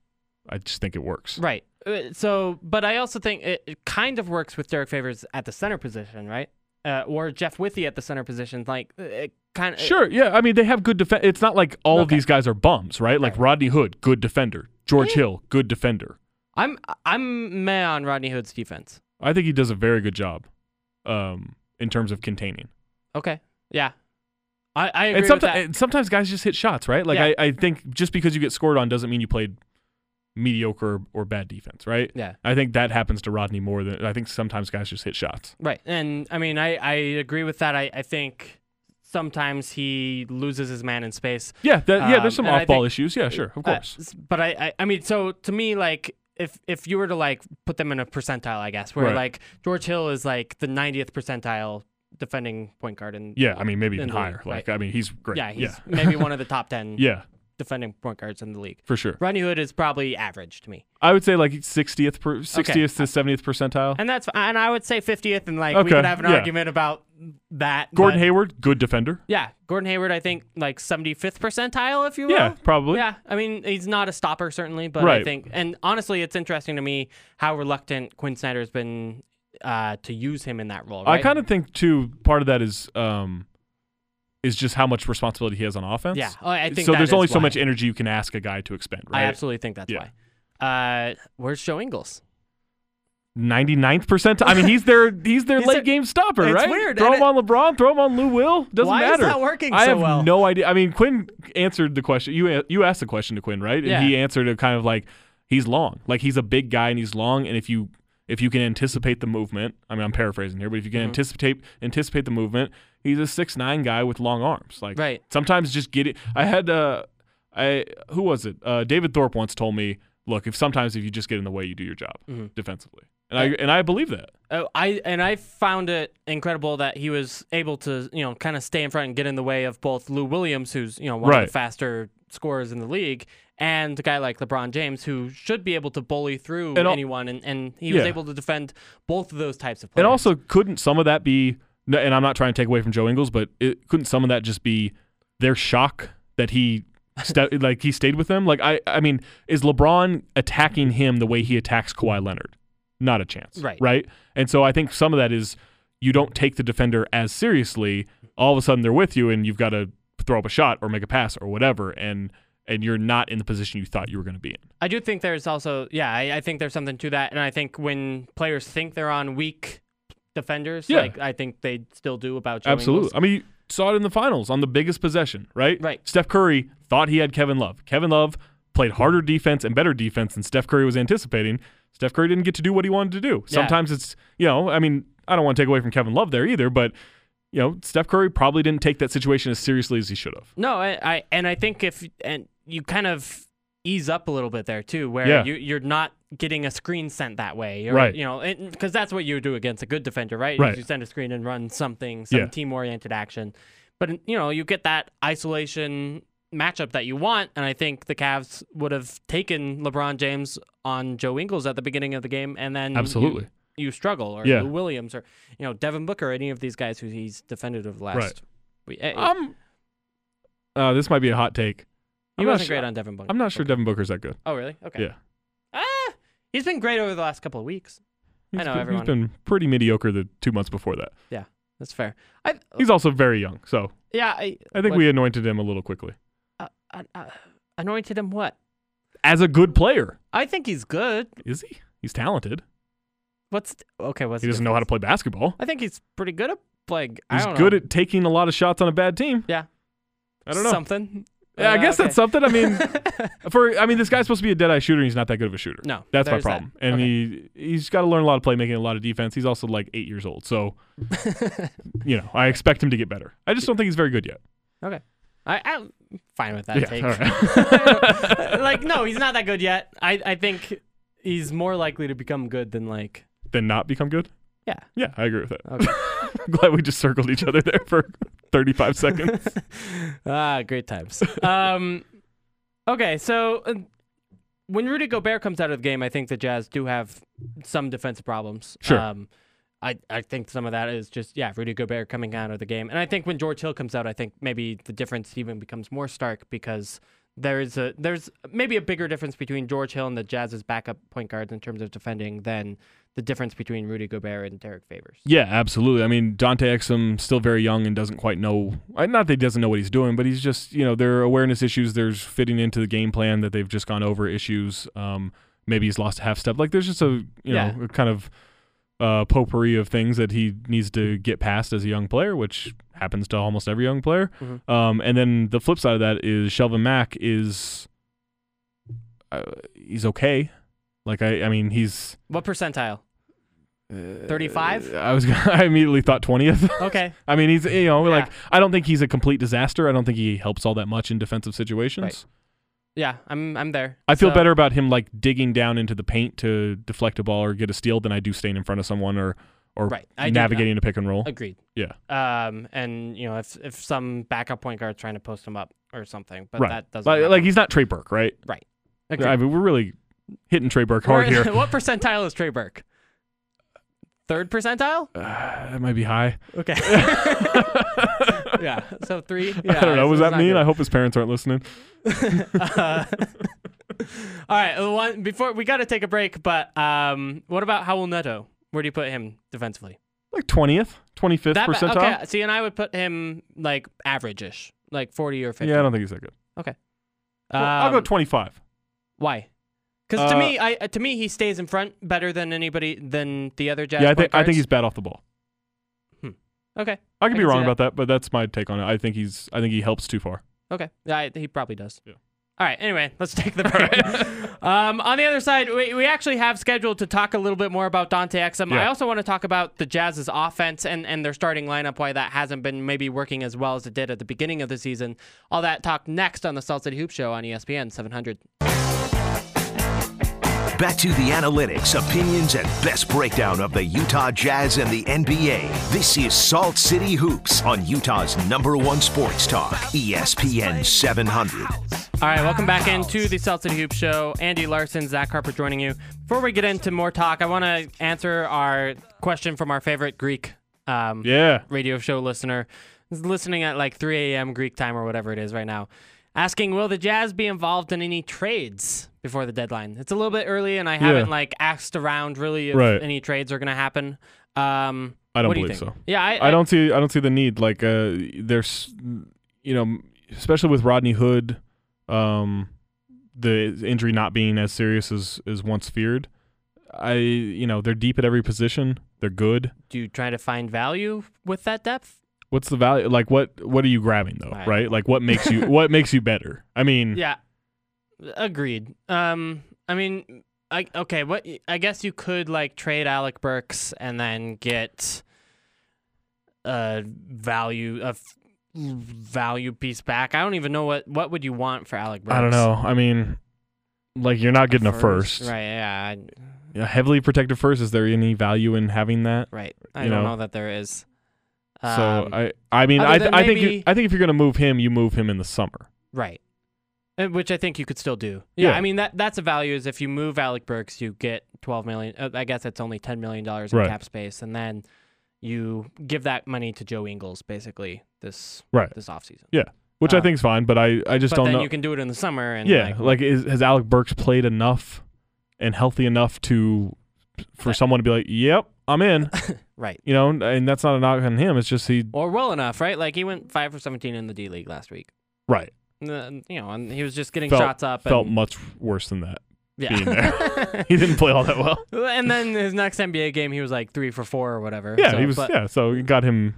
Speaker 3: I just think it works.
Speaker 2: right. Uh, So, but I also think it, it kind of works with Derek Favors at the center position, right? Uh, or Jeff Withey at the center position, like uh, it kind of
Speaker 3: Sure, yeah. I mean, they have good defense. It's not like all of
Speaker 2: Okay.
Speaker 3: these guys are bums, right? Like Rodney Hood, good defender. George Hill, good defender.
Speaker 2: I'm I'm meh on Rodney Hood's defense.
Speaker 3: I think he does a very good job um, in terms of containing.
Speaker 2: Okay. Yeah. I I agree
Speaker 3: And
Speaker 2: with
Speaker 3: sometimes,
Speaker 2: that.
Speaker 3: and sometimes guys just hit shots, right? Like
Speaker 2: Yeah.
Speaker 3: I, I think just because you get scored on doesn't mean you played mediocre or, or bad defense, right?
Speaker 2: Yeah.
Speaker 3: I think that happens to Rodney more than I think sometimes guys just hit shots.
Speaker 2: Right. And I mean, I, I agree with that. I, I think sometimes he loses his man in space.
Speaker 3: Yeah, that, yeah.
Speaker 2: Um,
Speaker 3: There's some
Speaker 2: and I
Speaker 3: off ball
Speaker 2: think-
Speaker 3: issues. Yeah, sure, of
Speaker 2: Uh,
Speaker 3: course.
Speaker 2: s- but I, I, I mean, so to me, like, if if you were to like put them in a percentile, I guess, where
Speaker 3: Right.
Speaker 2: like George Hill is like the 90th percentile defending point guard, and
Speaker 3: yeah, I mean maybe
Speaker 2: in
Speaker 3: even
Speaker 2: the league,
Speaker 3: higher. Like
Speaker 2: right.
Speaker 3: I mean he's great.
Speaker 2: yeah, he's
Speaker 3: yeah,
Speaker 2: maybe one of the top 10
Speaker 3: yeah,
Speaker 2: defending point guards in the league.
Speaker 3: for sure.
Speaker 2: Rodney Hood is probably average to me,
Speaker 3: I would say like 60th, per, 60th to 70th percentile.
Speaker 2: and that's and I would say 50th, and like we
Speaker 3: Okay,
Speaker 2: could have an
Speaker 3: yeah.
Speaker 2: argument about that.
Speaker 3: Gordon
Speaker 2: but-
Speaker 3: Hayward, good defender.
Speaker 2: Yeah, Gordon Hayward, I think like 75th percentile, if you will.
Speaker 3: Yeah, probably.
Speaker 2: Yeah, I mean he's not a stopper certainly, but I
Speaker 3: Right.
Speaker 2: think and honestly, it's interesting to me how reluctant Quinn Snyder has been uh, to use him in that role.
Speaker 3: I
Speaker 2: Right?
Speaker 3: kind of think too. Part of that is um, is just how much responsibility he has on offense.
Speaker 2: Yeah, oh, I think
Speaker 3: so.
Speaker 2: that
Speaker 3: There's
Speaker 2: is
Speaker 3: only so
Speaker 2: why.
Speaker 3: much energy you can ask a guy to expend. Right.
Speaker 2: I absolutely think that's
Speaker 3: Yeah.
Speaker 2: why. Uh, where's Joe Ingles?
Speaker 3: 99th percentile. I mean, he's their he's their
Speaker 2: He's
Speaker 3: late
Speaker 2: a-
Speaker 3: game stopper,
Speaker 2: it's
Speaker 3: right?
Speaker 2: weird,
Speaker 3: Throw
Speaker 2: and
Speaker 3: him on LeBron. Throw him on Lou Will. Doesn't
Speaker 2: Why is
Speaker 3: matter.
Speaker 2: that working
Speaker 3: I
Speaker 2: so
Speaker 3: have
Speaker 2: well?
Speaker 3: no idea. I mean, Quinn answered the question. You a- you asked the question to Quinn, right? And
Speaker 2: Yeah.
Speaker 3: he answered it kind of like he's long. Like he's a big guy and he's long. And if you if you can anticipate the movement, I mean, I'm paraphrasing here, but if you can anticipate anticipate the movement, he's a six nine guy with long arms. Like
Speaker 2: Right.
Speaker 3: sometimes just get it. I had uh, I who was it? Uh, David Thorpe once told me, look, if sometimes if you just get in the way, you do your job defensively, and I and I believe that.
Speaker 2: Oh, I and I found it incredible that he was able to, you know, kind of stay in front and get in the way of both Lou Williams, who's you know one of
Speaker 3: Right.
Speaker 2: the faster scorers in the league, and a guy like LeBron James, who should be able to bully through
Speaker 3: And al-
Speaker 2: anyone, and, and he
Speaker 3: Yeah.
Speaker 2: was able to defend both of those types of players.
Speaker 3: And also, couldn't some of that be? no, And I'm not trying to take away from Joe Ingles, but it, couldn't some of that just be their shock that he, sta- like he stayed with them? Like I, I mean, is LeBron attacking him the way he attacks Kawhi Leonard? Not a chance.
Speaker 2: Right.
Speaker 3: Right. And so I think some of that is you don't take the defender as seriously. All of a sudden they're with you, and you've got to throw up a shot or make a pass or whatever, and and you're not in the position you thought you were going to be in.
Speaker 2: I do think there's also, yeah, I, I think there's something to that, and I think when players think they're on weak defenders,
Speaker 3: Yeah.
Speaker 2: like I think they still do about Joe
Speaker 3: Absolutely.
Speaker 2: Ingles.
Speaker 3: I mean, you saw it in the finals on the biggest possession, right?
Speaker 2: Right.
Speaker 3: Steph Curry thought he had Kevin Love. Kevin Love played harder defense and better defense than Steph Curry was anticipating. Steph Curry didn't get to do what he wanted to do.
Speaker 2: Yeah.
Speaker 3: Sometimes it's, you know, I mean, I don't want to take away from Kevin Love there either, but, you know, Steph Curry probably didn't take that situation as seriously as he should have.
Speaker 2: No, I, I and I think if and you kind of ease up a little bit there too, where
Speaker 3: Yeah.
Speaker 2: you you're not getting a screen sent that way, You're-
Speaker 3: Right.
Speaker 2: You know, because that's what you do against a good defender, right?
Speaker 3: Right.
Speaker 2: Is You send a screen and run something, some
Speaker 3: Yeah.
Speaker 2: team-oriented action, but you know you get that isolation matchup that you want, and I think the Cavs would have taken LeBron James on Joe Ingles at the beginning of the game, and then you-
Speaker 3: Absolutely.
Speaker 2: You, struggle, or
Speaker 3: Yeah.
Speaker 2: Lou Williams, or you know Devin Booker, any of these guys who he's defended of last.
Speaker 3: Right.
Speaker 2: We, eh,
Speaker 3: Um, uh, this might be a hot take.
Speaker 2: he
Speaker 3: I'm not
Speaker 2: wasn't
Speaker 3: sure-
Speaker 2: great on Devin Booker.
Speaker 3: I'm not sure Devin Booker's that good.
Speaker 2: Oh, really? Okay.
Speaker 3: Yeah.
Speaker 2: Ah, he's been great over the last couple of weeks.
Speaker 3: He's
Speaker 2: I know
Speaker 3: been-
Speaker 2: everyone.
Speaker 3: He's been pretty mediocre the two months before that.
Speaker 2: yeah, that's fair. I
Speaker 3: He's also very young, so
Speaker 2: yeah. I,
Speaker 3: I think
Speaker 2: what-
Speaker 3: we anointed him a little quickly.
Speaker 2: uh, uh, uh, anointed him. What?
Speaker 3: As a good player.
Speaker 2: I think he's good.
Speaker 3: Is he? He's talented.
Speaker 2: What's okay? What's
Speaker 3: He
Speaker 2: the
Speaker 3: doesn't know how to
Speaker 2: difference?
Speaker 3: play basketball.
Speaker 2: I think he's pretty good at like I
Speaker 3: He's
Speaker 2: don't
Speaker 3: good
Speaker 2: know.
Speaker 3: at taking a lot of shots on a bad team.
Speaker 2: yeah.
Speaker 3: I don't know.
Speaker 2: something.
Speaker 3: Yeah, I
Speaker 2: Uh,
Speaker 3: guess
Speaker 2: okay.
Speaker 3: that's something. I mean, for I mean, this guy's supposed to be a dead eye shooter. and He's not that good of a shooter.
Speaker 2: No,
Speaker 3: that's my
Speaker 2: there's that.
Speaker 3: problem. And
Speaker 2: Okay.
Speaker 3: he he's got to learn a lot of playmaking, a lot of defense. He's also like eight years old, so you know, I expect him to get better. I just don't think he's very good yet.
Speaker 2: Okay. I, I'm fine with that
Speaker 3: Yeah,
Speaker 2: take.
Speaker 3: all
Speaker 2: like, no, he's not that good yet. I, I think he's more likely to become good than like.
Speaker 3: Then not become good.
Speaker 2: Yeah.
Speaker 3: Yeah, I agree with that.
Speaker 2: Okay.
Speaker 3: I'm glad we just circled each other there for 35 seconds.
Speaker 2: ah, great times. Um, okay, so uh, when Rudy Gobert comes out of the game, I think the Jazz do have some defensive problems.
Speaker 3: Sure.
Speaker 2: Um, I, I think some of that is just yeah Rudy Gobert coming out of the game, and I think when George Hill comes out, I think maybe the difference even becomes more stark because there is a there's maybe a bigger difference between George Hill and the Jazz's backup point guards in terms of defending than the difference between Rudy Gobert and Derek Favors.
Speaker 3: Yeah, absolutely. I mean, Dante Exum still very young and doesn't quite know. I- Not that he doesn't know what he's doing, but he's just you know there are awareness issues. There's fitting into the game plan that they've just gone over issues. Um, maybe he's lost a half step. Like there's just a you
Speaker 2: Yeah.
Speaker 3: know a kind of uh, potpourri of things that he needs to get past as a young player, which happens to almost every young player.
Speaker 2: Mhm.
Speaker 3: Um, and then the flip side of that is Shelvin Mack is uh, he's okay. Like I, I mean, he's
Speaker 2: What percentile? Thirty-five.
Speaker 3: Uh, I was gonna, I immediately thought twentieth.
Speaker 2: Okay.
Speaker 3: I mean, he's you know
Speaker 2: Yeah.
Speaker 3: like I don't think he's a complete disaster. I don't think he helps all that much in defensive situations.
Speaker 2: Right. Yeah, I'm I'm there.
Speaker 3: I feel
Speaker 2: So-
Speaker 3: better about him like digging down into the paint to deflect a ball or get a steal than I do staying in front of someone or or
Speaker 2: Right. I do-
Speaker 3: navigating a pick and roll.
Speaker 2: Agreed.
Speaker 3: Yeah.
Speaker 2: Um, and you know, if if some backup point guard's trying to post him up or something, but
Speaker 3: right.
Speaker 2: that doesn't
Speaker 3: like,
Speaker 2: happen.
Speaker 3: like he's not Trey Burke, right?
Speaker 2: Agreed.
Speaker 3: I mean, we're really hitting Trey Burke hard
Speaker 2: Where-
Speaker 3: here.
Speaker 2: what percentile is Trey Burke? Third percentile?
Speaker 3: Uh, that might be high.
Speaker 2: Okay. yeah. So three. Yeah,
Speaker 3: I don't know.
Speaker 2: so
Speaker 3: Was
Speaker 2: it's
Speaker 3: that
Speaker 2: not
Speaker 3: mean?
Speaker 2: good.
Speaker 3: I hope his parents aren't listening.
Speaker 2: Uh, all right. uh, One, before we got to take a break, but um, what about Howell Neto? Where do you put him defensively?
Speaker 3: Like twentieth, twenty fifth
Speaker 2: That ba-
Speaker 3: percentile.
Speaker 2: Okay. See, and I would put him like average-ish, like forty or fifty.
Speaker 3: Yeah, I don't think he's that good. Well, I'll
Speaker 2: Um,
Speaker 3: go twenty five.
Speaker 2: Why? Because to
Speaker 3: Uh,
Speaker 2: me, I to me he stays in front better than anybody than the other Jazz.
Speaker 3: Yeah, I think
Speaker 2: point
Speaker 3: I think he's
Speaker 2: guards.
Speaker 3: bad off the ball.
Speaker 2: okay.
Speaker 3: I could
Speaker 2: I
Speaker 3: be
Speaker 2: can see
Speaker 3: wrong
Speaker 2: that.
Speaker 3: about that, but that's my take on it. I think he's I think he helps too far.
Speaker 2: Okay, yeah, I, he probably does.
Speaker 3: Yeah.
Speaker 2: All right. Anyway, let's take the break. um, on the other side, we, we actually have scheduled to talk a little bit more about Dante Exum.
Speaker 3: Yeah.
Speaker 2: I also want to talk about the Jazz's offense and, and their starting lineup, why that hasn't been maybe working as well as it did at the beginning of the season. All that talk next on the Salt City Hoop Show on E ESPN 700.
Speaker 1: Back to the analytics, opinions, and best breakdown of the Utah Jazz and the NBA. This is Salt City Hoops on Utah's number one sports talk, E ESPN 700.
Speaker 2: All right, welcome back into the Salt City Hoop Show. Andy Larson, Zach Harper joining you. Before we get into more talk, I want to answer our question from our favorite Greek um,
Speaker 3: Yeah.
Speaker 2: radio show listener. He's listening at like 3 a.m. Greek time or whatever it is right now. Asking, will the Jazz be involved in any trades before the deadline? It's a little bit early, and I haven't like asked around really if
Speaker 3: Right.
Speaker 2: any trades are going to happen. Um,
Speaker 3: I don't
Speaker 2: what do you
Speaker 3: believe
Speaker 2: think?
Speaker 3: so.
Speaker 2: Yeah, I,
Speaker 3: I don't see I don't see the need. Like uh there's you know, especially with Rodney Hood, um the injury not being as serious as, as once feared. I you know, they're deep at every position. They're good.
Speaker 2: do you try to find value with that depth?
Speaker 3: What's the value like what what are you grabbing though,
Speaker 2: I-
Speaker 3: right? Like what makes you what makes you better? I mean
Speaker 2: Yeah. Agreed. Um I mean I okay, what I guess you could like trade Alec Burks and then get a value a f- value piece back. I don't even know what what would you want for Alec Burks.
Speaker 3: I don't know. I mean like you're not getting a first.
Speaker 2: Right, yeah. I,
Speaker 3: A heavily protected first. Is there any value in having that?
Speaker 2: right. I
Speaker 3: You
Speaker 2: don't
Speaker 3: know.
Speaker 2: know that there is.
Speaker 3: So
Speaker 2: Um,
Speaker 3: I, I mean,
Speaker 2: other
Speaker 3: I,
Speaker 2: than
Speaker 3: I think, you,
Speaker 2: maybe-
Speaker 3: I think if you're gonna move him, you move him in the summer.
Speaker 2: Right. Uh, Which I think you could still do. Yeah,
Speaker 3: Yeah.
Speaker 2: I mean that that's a value is if you move Alec Burks, you get twelve million. Uh, I guess that's only ten million dollars in
Speaker 3: Right.
Speaker 2: cap space, and then you give that money to Joe Ingles basically this
Speaker 3: Right.
Speaker 2: this offseason.
Speaker 3: which
Speaker 2: Uh,
Speaker 3: I think is fine. But I, I just
Speaker 2: But
Speaker 3: don't
Speaker 2: then
Speaker 3: know.
Speaker 2: you can do it in the summer, and
Speaker 3: yeah,
Speaker 2: like,
Speaker 3: like, is, has Alec Burks played enough and healthy enough to, for someone to be like, "Yep, I'm in,"
Speaker 2: right,
Speaker 3: you know? And that's not a knock on him. It's just he,
Speaker 2: or well enough, right? Like he went five for seventeen in the D League last week.
Speaker 3: right,
Speaker 2: Uh, you know, and he was just getting
Speaker 3: Felt-
Speaker 2: shots up.
Speaker 3: felt
Speaker 2: and,
Speaker 3: much worse than that.
Speaker 2: yeah.
Speaker 3: being there. He didn't play all that well.
Speaker 2: and then his next NBA game, he was like three for four or whatever.
Speaker 3: Yeah,
Speaker 2: So,
Speaker 3: he was.
Speaker 2: but-
Speaker 3: yeah, so it got him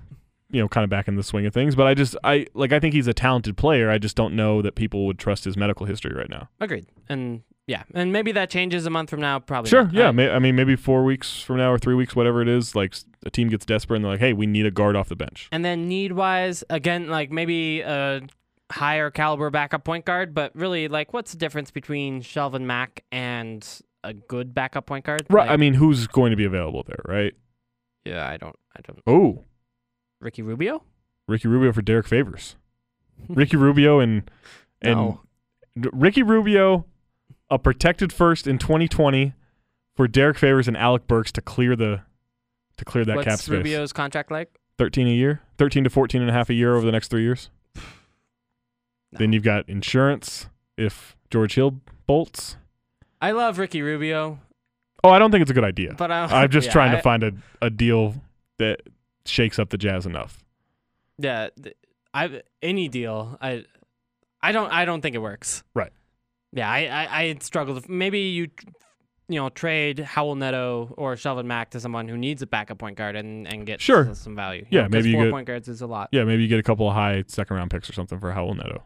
Speaker 3: you know kind of back in the swing of things. But I just I like I think he's a talented player. I just don't know that people would trust his medical history right now.
Speaker 2: Agreed. And yeah, and maybe that changes a month from now. Probably.
Speaker 3: Sure.
Speaker 2: not.
Speaker 3: Yeah.
Speaker 2: I-
Speaker 3: may, I mean, maybe four weeks from now or three weeks, whatever it is, like s- a team gets desperate and they're like, hey, we need a guard off the bench.
Speaker 2: And then need wise, again, like maybe a higher caliber backup point guard, but really, like, what's the difference between Shelvin Mack and a good backup point guard?
Speaker 3: Right. I
Speaker 2: Like,
Speaker 3: mean, who's going to be available there, right?
Speaker 2: yeah, I don't, I don't.
Speaker 3: Oh,
Speaker 2: Ricky Rubio.
Speaker 3: Ricky Rubio for Derek Favors. Ricky Rubio and and
Speaker 2: No.
Speaker 3: Ricky Rubio, a protected first in 2020 for Derek Favors and Alec Burks to clear the to clear that
Speaker 2: what's
Speaker 3: cap space.
Speaker 2: Rubio's contract like?
Speaker 3: 13 a year, 13 to 14 and a half a year over the next three years. Then you've got insurance if George Hill bolts.
Speaker 2: I love Ricky Rubio,
Speaker 3: Oh, I don't think it's a good idea.
Speaker 2: but I,
Speaker 3: I'm just
Speaker 2: yeah,
Speaker 3: trying
Speaker 2: I-
Speaker 3: to find a, a deal that shakes up the Jazz enough.
Speaker 2: Yeah, th- I any deal. I, I don't. I don't think it works.
Speaker 3: Right.
Speaker 2: Yeah, I, I, I struggle. to- Maybe you, tr- you know, trade Howell Neto or Shelvin Mack to someone who needs a backup point guard and and get
Speaker 3: Sure.
Speaker 2: s- some value.
Speaker 3: Yeah,
Speaker 2: know, 'cause
Speaker 3: maybe you
Speaker 2: four
Speaker 3: get-
Speaker 2: point guards is a lot.
Speaker 3: Yeah, maybe you get a couple of high second round picks or something for Howell Neto.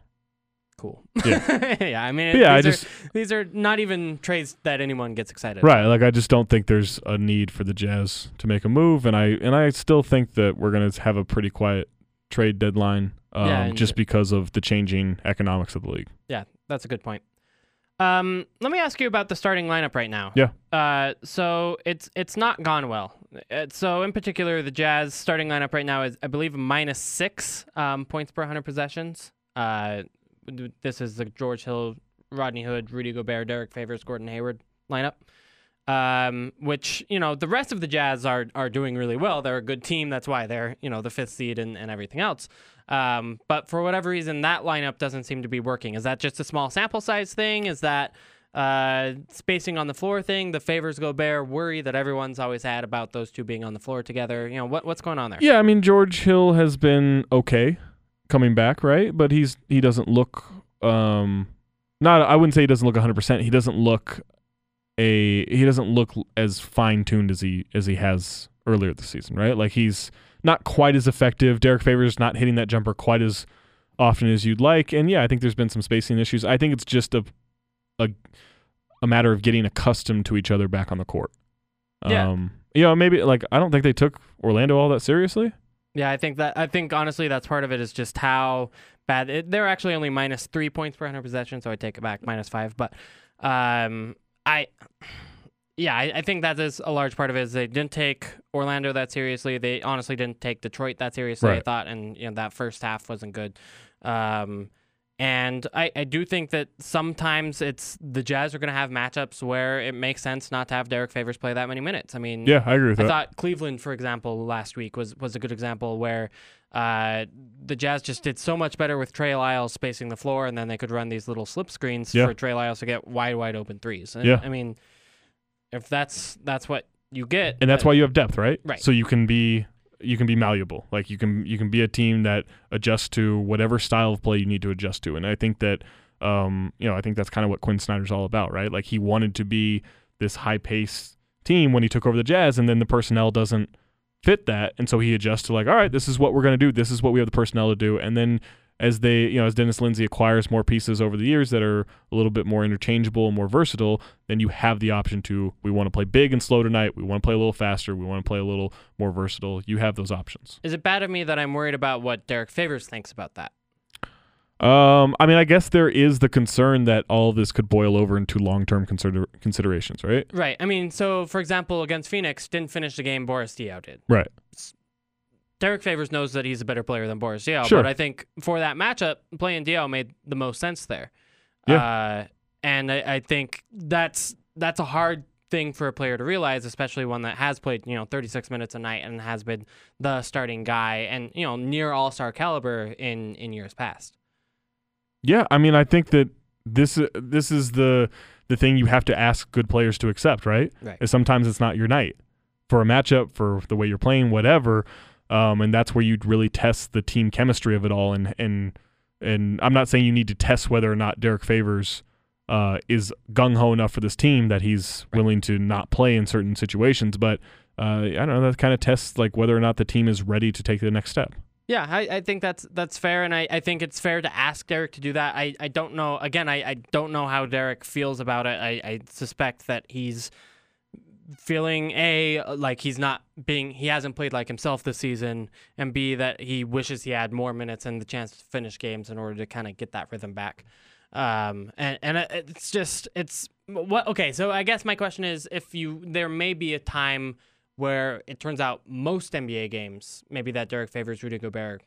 Speaker 2: Cool.
Speaker 3: Yeah.
Speaker 2: yeah, I mean,
Speaker 3: But yeah, I
Speaker 2: these are-
Speaker 3: just
Speaker 2: these are not even trades that anyone gets excited.
Speaker 3: right, like I just don't think there's a need for the Jazz to make a move, and I and I still think that we're gonna have a pretty quiet trade deadline, um,
Speaker 2: Yeah, and-
Speaker 3: just because of the changing economics of the league.
Speaker 2: Yeah, that's a good point. Um, let me ask you about the starting lineup right now.
Speaker 3: Yeah.
Speaker 2: Uh, so it's it's not gone well. Uh, so in particular, the Jazz starting lineup right now is, I believe, minus six um, points per hundred possessions. Uh, th- this is the George Hill, Rodney Hood, Rudy Gobert, Derek Favors, Gordon Hayward lineup. Um, which you know the rest of the Jazz are are doing really well. They're a good team. That's why they're you know the fifth seed and, and everything else. Um, but for whatever reason, that lineup doesn't seem to be working. Is that just a small sample size thing? Is that uh, spacing on the floor thing? The favors go bear worry that everyone's always had about those two being on the floor together. You know what what's going on there?
Speaker 3: Yeah, I mean George Hill has been okay coming back, right? But he's he doesn't look um not I wouldn't say he doesn't look 100%. He doesn't look a he doesn't look l- as fine-tuned as he as he has earlier this season, right? Like he's not quite as effective. Derek Favors not hitting that jumper quite as often as you'd like. And yeah, I think there's been some spacing issues. I think it's just a a a matter of getting accustomed to each other back on the court.
Speaker 2: Yeah.
Speaker 3: Um you know, maybe like I don't think they took Orlando all that seriously.
Speaker 2: Yeah, I think that I think honestly that's part of it is just how bad it, they're actually only minus three points per hundred possession, so I take it back minus five. But um, I, yeah, I, I think that is a large part of it is they didn't take Orlando that seriously. They honestly didn't take Detroit that seriously. I
Speaker 3: Right.
Speaker 2: thought, and you know that first half wasn't good. Um, and I, I do think that sometimes it's the Jazz are going to have matchups where it makes sense not to have Derek Favors play that many minutes. I mean,
Speaker 3: Yeah, I agree with
Speaker 2: I
Speaker 3: that.
Speaker 2: thought Cleveland, for example, last week was was a good example where uh, the Jazz just did so much better with Trey Lyles spacing the floor, and then they could run these little slip screens
Speaker 3: Yeah.
Speaker 2: for Trey Lyles to get wide, wide open threes. And,
Speaker 3: Yeah.
Speaker 2: I mean, if that's that's what you get,
Speaker 3: and that's why you have depth, right?
Speaker 2: Right.
Speaker 3: So you can be you can be malleable. Like you can you can be a team that adjusts to whatever style of play you need to adjust to. And I think that um, you know, I think that's kind of what Quinn Snyder's all about, right? Like he wanted to be this high paced team when he took over the Jazz and then the personnel doesn't fit that. And so he adjusts to like, all right, this is what we're gonna do, this is what we have the personnel to do. And then as they you know, as Dennis Lindsay acquires more pieces over the years that are a little bit more interchangeable and more versatile, then you have the option to we want to play big and slow tonight, we want to play a little faster, we want to play a little more versatile. You have those options.
Speaker 2: is it bad of me that I'm worried about what Derek Favors thinks about that?
Speaker 3: Um, I mean, I guess there is the concern that all of this could boil over into long-term consider- considerations, right?
Speaker 2: Right. I mean, so for example, against Phoenix, didn't finish the game. Boris Diaw did.
Speaker 3: Right.
Speaker 2: Derek Favors knows that he's a better player than Boris Diaw,
Speaker 3: Sure.
Speaker 2: but I think for that matchup, playing Diaw made the most sense there.
Speaker 3: Yeah.
Speaker 2: Uh, and I, I think that's that's a hard thing for a player to realize, especially one that has played you know 36 minutes a night and has been the starting guy and you know near All Star caliber in in years past.
Speaker 3: Yeah, I mean, I think that this uh, this is the the thing you have to ask good players to accept, right?
Speaker 2: Right.
Speaker 3: Is sometimes it's not your night for a matchup, for the way you're playing, whatever, um, and that's where you'd really test the team chemistry of it all. And and and I'm not saying you need to test whether or not Derek Favors uh, is gung ho enough for this team that he's willing to not play in certain situations, but uh, I don't know. That kind of tests like whether or not the team is ready to take the next step.
Speaker 2: Yeah, I, I think that's that's fair, and I, I think it's fair to ask Derek to do that. I, I don't know. Again, I, I don't know how Derek feels about it. I, I suspect that he's feeling a like he's not being he hasn't played like himself this season, and b that he wishes he had more minutes and the chance to finish games in order to kind of get that rhythm back. Um, and and it- it's just it's what okay. So I guess my question is if you there may be a time where it turns out most NBA games, maybe that Derek favors Rudy Gobert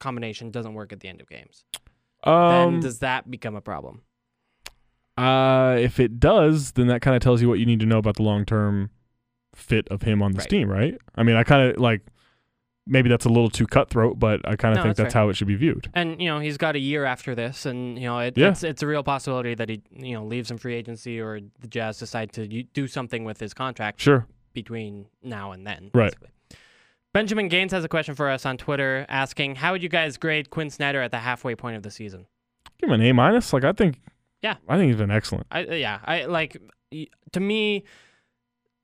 Speaker 2: combination doesn't work at the end of games. then
Speaker 3: Um,
Speaker 2: does that become a problem?
Speaker 3: uh, if it does, then that kind of tells you what you need to know about the long term fit of him on this
Speaker 2: Right.
Speaker 3: team, right? I mean, I kind of like maybe that's a little too cutthroat, but I kind of
Speaker 2: No,
Speaker 3: think
Speaker 2: that's
Speaker 3: that's
Speaker 2: fair.
Speaker 3: how it should be viewed.
Speaker 2: And you know he's got a year after this, and you know it,
Speaker 3: Yeah.
Speaker 2: it's it's a real possibility that he you know leaves in free agency or the Jazz decide to u- do something with his contract
Speaker 3: Sure.
Speaker 2: between now and then.
Speaker 3: Right.
Speaker 2: basically. Benjamin Gaines has a question for us on Twitter asking, "How would you guys grade Quinn Snyder at the halfway point of the season?"
Speaker 3: Give him an A minus. Like I think.
Speaker 2: Yeah.
Speaker 3: I think he's been excellent.
Speaker 2: I uh, yeah, I like y- to me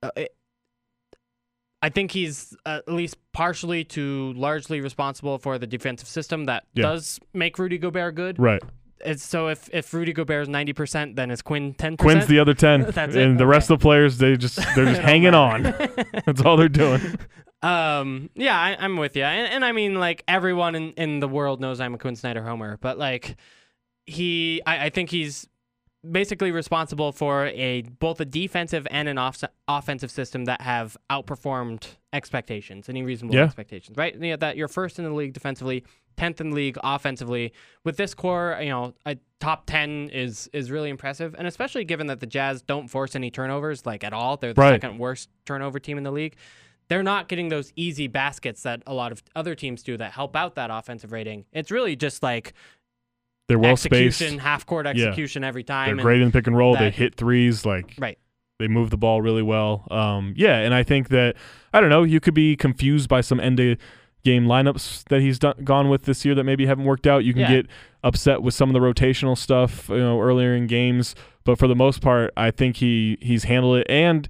Speaker 2: uh, it, I think he's uh, at least partially to largely responsible for the defensive system that
Speaker 3: Yeah.
Speaker 2: does make Rudy Gobert good.
Speaker 3: Right.
Speaker 2: It's, so if if Rudy Gobert is 90%, then is Quinn 10%?
Speaker 3: Quinn's the other ten,
Speaker 2: That's it?
Speaker 3: and the rest of the players they just they're just hanging on. That's all they're doing.
Speaker 2: Um, yeah, I, I'm with you, and, and I mean, like everyone in, in the world knows I'm a Quinn Snyder homer, but like he, I, I think he's basically responsible for a both a defensive and an off, offensive system that have outperformed expectations, any reasonable
Speaker 3: Yeah.
Speaker 2: expectations, right? You know, that you're first in the league defensively, tenth in the league offensively. With this core, you know, a top ten is is really impressive, and especially given that the Jazz don't force any turnovers like at all. They're the
Speaker 3: Right.
Speaker 2: second worst turnover team in the league they're not getting those easy baskets that a lot of other teams do that help out that offensive rating. It's really just like
Speaker 3: They're well
Speaker 2: execution,
Speaker 3: spaced.
Speaker 2: half court
Speaker 3: Yeah.
Speaker 2: execution every
Speaker 3: They're
Speaker 2: time. and-
Speaker 3: great in the pick and roll. they
Speaker 2: that-
Speaker 3: hit threes. Like
Speaker 2: Right.
Speaker 3: they move the ball really well. Um, yeah, and I think that I don't know. You could be confused by some end of game lineups that he's done, gone with this year that maybe haven't worked out. You can
Speaker 2: Yeah.
Speaker 3: get upset with some of the rotational stuff, you know, earlier in games. But for the most part, I think he he's handled it and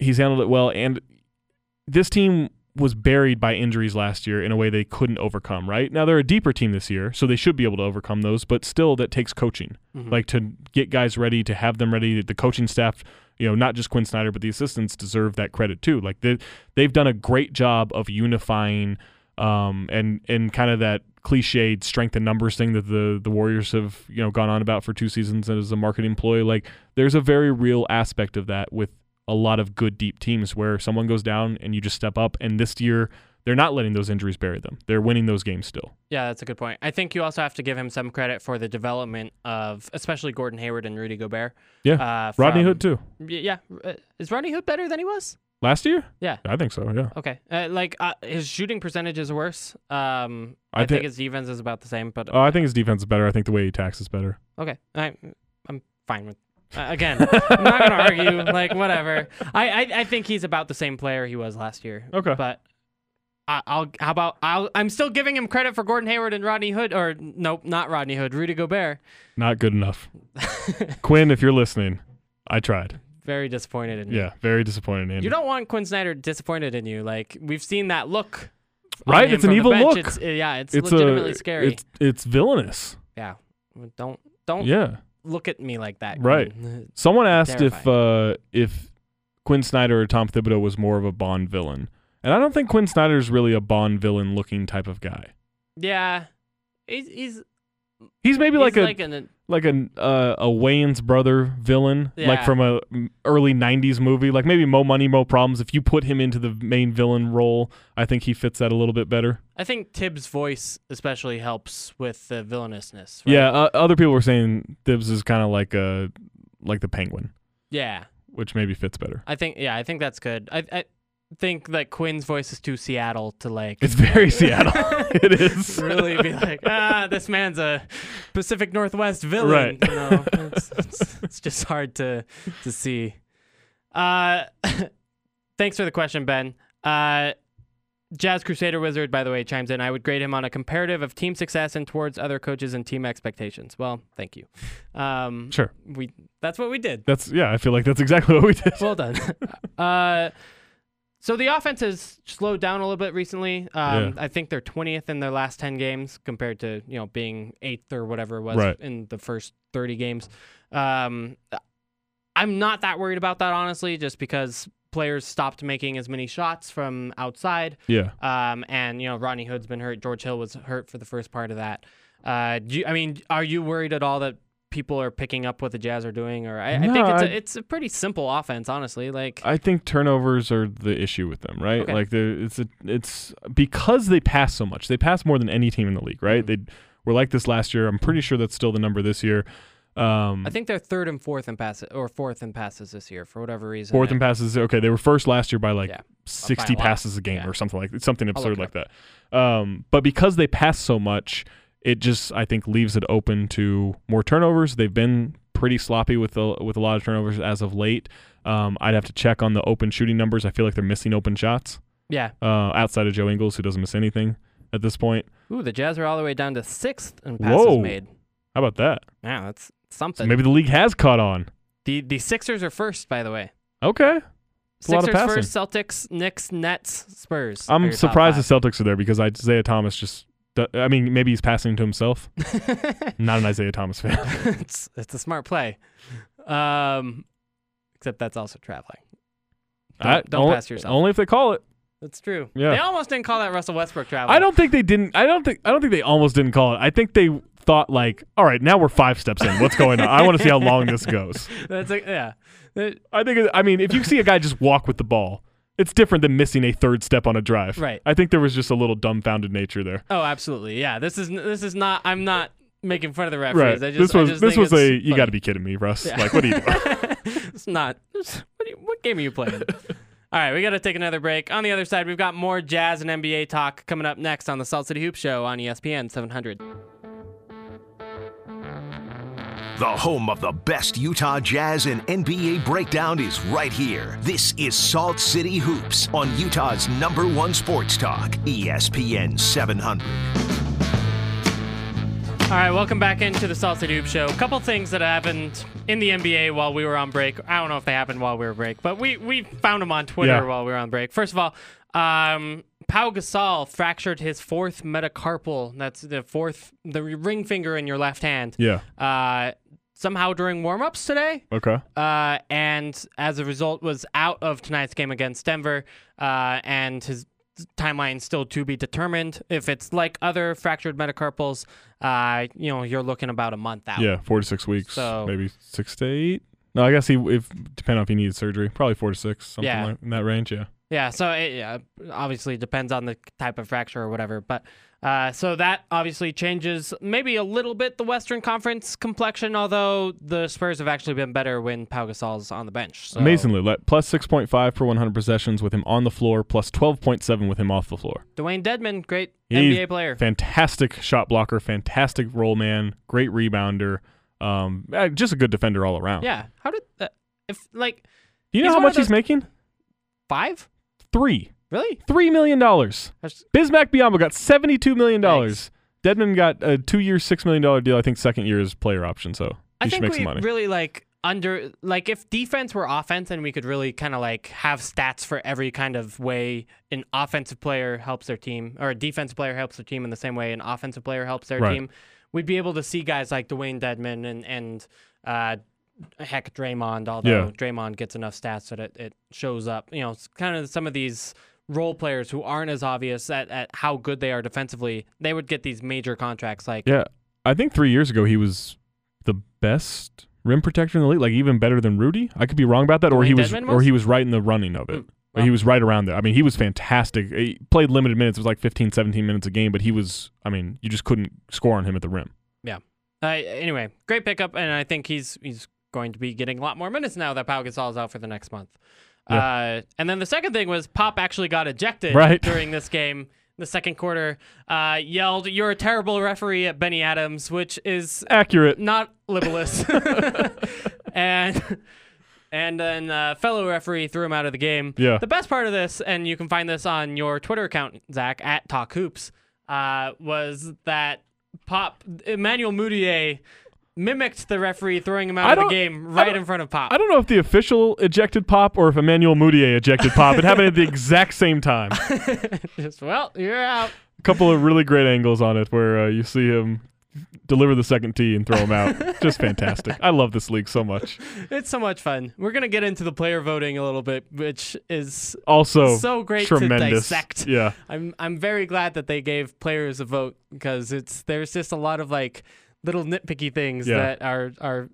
Speaker 3: he's handled it well. And this team was buried by injuries last year in a way they couldn't overcome. Right now, they're a deeper team this year, so they should be able to overcome those. But still, that takes coaching
Speaker 2: Mhm.
Speaker 3: like to get guys ready to have them ready the coaching staff you know not just quinn snyder but the assistants deserve that credit too like they, they've done a great job of unifying um, and and kind of that cliched strength and numbers thing that the the warriors have you know gone on about for two seasons as a marketing employee like there's a very real aspect of that with a lot of good deep teams where someone goes down and you just step up and this year they're not letting those injuries bury them they're winning those games still
Speaker 2: Yeah, that's a good point. I think you also have to give him some credit for the development of, especially Gordon Hayward and Rudy Gobert.
Speaker 3: yeah
Speaker 2: Uh,
Speaker 3: rodney
Speaker 2: from-
Speaker 3: hood too
Speaker 2: Y- Yeah, uh, is Rodney Hood better than he was?
Speaker 3: last year
Speaker 2: Yeah.
Speaker 3: i think so yeah
Speaker 2: Okay, uh, like uh, his shooting percentage is worse. Um,
Speaker 3: I
Speaker 2: I, think
Speaker 3: thi-
Speaker 2: his defense is about the same, but
Speaker 3: Oh, I think his defense is better. I think the way he tackles is better.
Speaker 2: Okay, I, I'm fine with. Uh, again, I'm not gonna argue. Like whatever. I, I I think he's about the same player he was last year.
Speaker 3: Okay.
Speaker 2: But I, I'll how about I'll I'm still giving him credit for Gordon Hayward and Rodney Hood or nope not Rodney Hood Rudy Gobert.
Speaker 3: Not good enough. Quinn, if you're listening, I tried.
Speaker 2: Very disappointed in you.
Speaker 3: Yeah, very disappointed. Andy.
Speaker 2: You don't want Quinn Snyder disappointed in you. Like we've seen that look. on
Speaker 3: Right,
Speaker 2: him
Speaker 3: it's an
Speaker 2: from the
Speaker 3: evil
Speaker 2: bench.
Speaker 3: look.
Speaker 2: It's, yeah, it's, legitimately scary.
Speaker 3: uh,
Speaker 2: Oh.
Speaker 3: It's it's villainous.
Speaker 2: yeah. Don't don't
Speaker 3: Yeah.
Speaker 2: look at me like that.
Speaker 3: Right.
Speaker 2: Quinn.
Speaker 3: Someone asked if uh, if Quinn Snyder or Tom Thibodeau was more of a Bond villain, and I don't think Quinn Snyder's really a Bond villain looking type of guy.
Speaker 2: Yeah. He's he's,
Speaker 3: He's maybe
Speaker 2: he's
Speaker 3: like
Speaker 2: like,
Speaker 3: a
Speaker 2: an
Speaker 3: like an uh, a Wayans brother villain, like
Speaker 2: Yeah.
Speaker 3: from a mm, early '90s movie, like maybe Mo Money Mo Problems. If you put him into the main villain role, I think he fits that a little bit better.
Speaker 2: I think Tibbs' voice especially helps with the villainousness. Right?
Speaker 3: Yeah, uh, other people were saying Thibs is kind of like a like the Penguin,
Speaker 2: Yeah.
Speaker 3: which maybe fits better.
Speaker 2: I think yeah, I think that's good. I I think that Quinn's voice is too Seattle to like
Speaker 3: It's very Seattle. it is.
Speaker 2: really be like, ah, this man's a Pacific Northwest villain.
Speaker 3: Right.
Speaker 2: You know, it's, it's, it's just hard to to see. Uh, thanks for the question, Ben. Uh, Jazz Crusader Wizard, by the way, chimes in. I would grade him on a comparative of team success and towards other coaches and team expectations. Well, thank you. Um,
Speaker 3: Sure.
Speaker 2: We that's what we did.
Speaker 3: That's yeah. I feel like that's exactly what we did.
Speaker 2: Well done. uh, So the offense has slowed down a little bit recently. Um, I think they're 20th in their last 10 games compared to you know being eighth or whatever it was
Speaker 3: Right.
Speaker 2: in the first 30 games. Um, I'm not that worried about that honestly, just because players stopped making as many shots from outside.
Speaker 3: Yeah.
Speaker 2: Um, and you know Rodney Hood's been hurt. George Hill was hurt for the first part of that. Uh, do you, I mean, are you worried at all that people are picking up what the Jazz are doing? Or I, I
Speaker 3: No,
Speaker 2: think it's
Speaker 3: I-
Speaker 2: a, it's a pretty simple offense, honestly. Like
Speaker 3: I think turnovers are the issue with them, right?
Speaker 2: Okay.
Speaker 3: Like the it's a, it's because they pass so much. They pass more than any team in the league, right?
Speaker 2: Mm-hmm.
Speaker 3: They were like this last year. I'm pretty sure that's still the number this year. Um,
Speaker 2: I think they're third and fourth in passes or fourth in passes this year for whatever reason.
Speaker 3: fourth in passes. Okay, they were first last year by like
Speaker 2: Yeah,
Speaker 3: sixty
Speaker 2: lot.
Speaker 3: passes a game
Speaker 2: Yeah.
Speaker 3: or something like something
Speaker 2: I'll look
Speaker 3: absurd
Speaker 2: it
Speaker 3: like that. Um, but because they pass so much, it just I think leaves it open to more turnovers. They've been pretty sloppy with the, with a lot of turnovers as of late. Um, I'd have to check on the open shooting numbers. I feel like they're missing open shots
Speaker 2: yeah.
Speaker 3: uh, outside of Joe Ingles, who doesn't miss anything at this point.
Speaker 2: Ooh, the Jazz are all the way down to sixth in passes
Speaker 3: Whoa.
Speaker 2: made.
Speaker 3: How about that?
Speaker 2: Yeah, that's
Speaker 3: So
Speaker 2: something.
Speaker 3: maybe the league has caught on.
Speaker 2: the the Sixers are first, by the way.
Speaker 3: Okay, It's a lot of
Speaker 2: Sixers first, Celtics, Knicks, Nets, Spurs. are your
Speaker 3: I'm
Speaker 2: top
Speaker 3: surprised the
Speaker 2: five.
Speaker 3: Celtics are there because Isaiah Thomas just. I mean, maybe he's passing to himself. Not an Isaiah Thomas fan.
Speaker 2: it's it's a smart play. Um, except that's also traveling. Don't-
Speaker 3: I-
Speaker 2: don't
Speaker 3: only,
Speaker 2: pass yourself.
Speaker 3: Only if they call it.
Speaker 2: That's true.
Speaker 3: Yeah.
Speaker 2: They almost didn't call that Russell Westbrook traveling.
Speaker 3: I don't think they didn't. I don't think. I don't think they almost didn't call it. I think they thought like, all right, now we're five steps in. What's going on? I want to see how long this goes.
Speaker 2: That's like, yeah. That-
Speaker 3: I think. it- I mean, if you see a guy just walk with the ball, it's different than missing a third step on a drive.
Speaker 2: Right.
Speaker 3: I think there was just a little dumbfounded nature there.
Speaker 2: Oh, absolutely. Yeah. This is this is not. I'm not making fun of the referees.
Speaker 3: Right.
Speaker 2: I just,
Speaker 3: this
Speaker 2: I
Speaker 3: was
Speaker 2: just
Speaker 3: this
Speaker 2: think
Speaker 3: was
Speaker 2: it's
Speaker 3: a you got
Speaker 2: funny.
Speaker 3: to be kidding me, Russ. Like what are you doing?
Speaker 2: it's not. it's- What, do you- what game are you playing? All right, we got to take another break. On the other side, we've got more jazz and NBA talk coming up next on the Salt City Hoop Show on E ESPN 700.
Speaker 1: The home of the best Utah Jazz and NBA breakdown is right here. This is Salt City Hoops on Utah's number one sports talk, E ESPN 700.
Speaker 2: All right, welcome back into the Salt City Hoop Show. A couple things that happened in the NBA while we were on break. I don't know if they happened while we were break, but we we found them on Twitter
Speaker 3: Yeah.
Speaker 2: while we were on break. First of all, um, Pau Gasol fractured his fourth metacarpal. That's the fourth, the ring finger in your left hand.
Speaker 3: yeah.
Speaker 2: Uh, somehow during warm-ups today.
Speaker 3: Okay.
Speaker 2: uh, and as a result was out of tonight's game against Denver, uh, and his timeline still to be determined. If it's like other fractured metacarpals, uh, you know, you're looking about a month out.
Speaker 3: Yeah. Four to six weeks.
Speaker 2: So-
Speaker 3: maybe six to eight. No, I guess he if depending on if he needed surgery, probably four to six, something
Speaker 2: Yeah.
Speaker 3: like in that range. Yeah.
Speaker 2: Yeah, so it yeah, obviously depends on the type of fracture or whatever, but uh, so that obviously changes maybe a little bit the Western Conference complexion. Although the Spurs have actually been better when Pau Gasol's on the bench. So.
Speaker 3: Amazingly, le- plus 6.5 per 100 possessions with him on the floor, plus 12.7 with him off the floor.
Speaker 2: Dwayne Dedman, great
Speaker 3: He's
Speaker 2: NBA player.
Speaker 3: Fantastic shot blocker, fantastic roll man, great rebounder, um, eh, just a good defender all around.
Speaker 2: Yeah, how did that, if like
Speaker 3: Do you know
Speaker 2: He's
Speaker 3: how
Speaker 2: one of
Speaker 3: much he's
Speaker 2: those-
Speaker 3: making?
Speaker 2: five?
Speaker 3: Three.
Speaker 2: Really?
Speaker 3: Three million dollars.
Speaker 2: That's-
Speaker 3: Bismack Biyombo got seventy-two million
Speaker 2: Yikes.
Speaker 3: dollars. Deadman got a two-year, six million dollar deal. I think second year is player option, so he
Speaker 2: I
Speaker 3: should
Speaker 2: think
Speaker 3: make
Speaker 2: we
Speaker 3: some money.
Speaker 2: really like under like if defense were offense and we could really kind of like have stats for every kind of way an offensive player helps their team or a defensive player helps their team in the same way an offensive player helps their
Speaker 3: Right.
Speaker 2: team. We'd be able to see guys like Dwayne Dedman and and uh, heck Draymond, although
Speaker 3: Yeah.
Speaker 2: Draymond gets enough stats that it, it shows up. You know, it's kind of some of these role players who aren't as obvious at, at how good they are defensively, they would get these major contracts like
Speaker 3: yeah, I think three years ago he was the best rim protector in the league, like even better than Rudy. I could be wrong about that, or
Speaker 2: Dwayne
Speaker 3: he was,
Speaker 2: Dedman
Speaker 3: or
Speaker 2: was? Hmm,
Speaker 3: he was right in the running of it.
Speaker 2: wow.
Speaker 3: He was right around there. I mean, he was fantastic. He played limited minutes. It was like 15, 17 minutes a game, but he was. I mean, you just couldn't score on him at the rim.
Speaker 2: Uh, anyway, great pickup, and I think he's he's going to be getting a lot more minutes now that Pau Gasol is out for the next month. Uh, and then the second thing was Pop actually got ejected
Speaker 3: Right.
Speaker 2: during this game, the second quarter. Uh, yelled, "You're a terrible referee" at Benny Adams, which is
Speaker 3: Accurate.
Speaker 2: not libelous. and and then uh, fellow referee threw him out of the game.
Speaker 3: Yeah.
Speaker 2: The best part of this, and you can find this on your Twitter account, Zach at Talk Hoops, uh, was that Pop Emmanuel Moutier mimicked the referee throwing him
Speaker 3: I
Speaker 2: out of
Speaker 3: don't-
Speaker 2: the game
Speaker 3: I
Speaker 2: right
Speaker 3: don't-
Speaker 2: in front of Pop.
Speaker 3: I don't know if the official ejected Pop or if Emmanuel Mudiay ejected Pop. It happened at the exact same time. A
Speaker 2: Just, well, you're out.
Speaker 3: couple of really great angles on it where uh, you see him deliver the second tee and throw him out. Just fantastic. I love this league so much.
Speaker 2: It's so much fun. We're gonna get into the player voting a little bit, which is
Speaker 3: Also,
Speaker 2: So great to
Speaker 3: Oh, tremendous.
Speaker 2: dissect.
Speaker 3: Yeah.
Speaker 2: I'm I'm very glad that they gave players a vote because it's there's just a lot of like little nitpicky things
Speaker 3: Yeah.
Speaker 2: that are are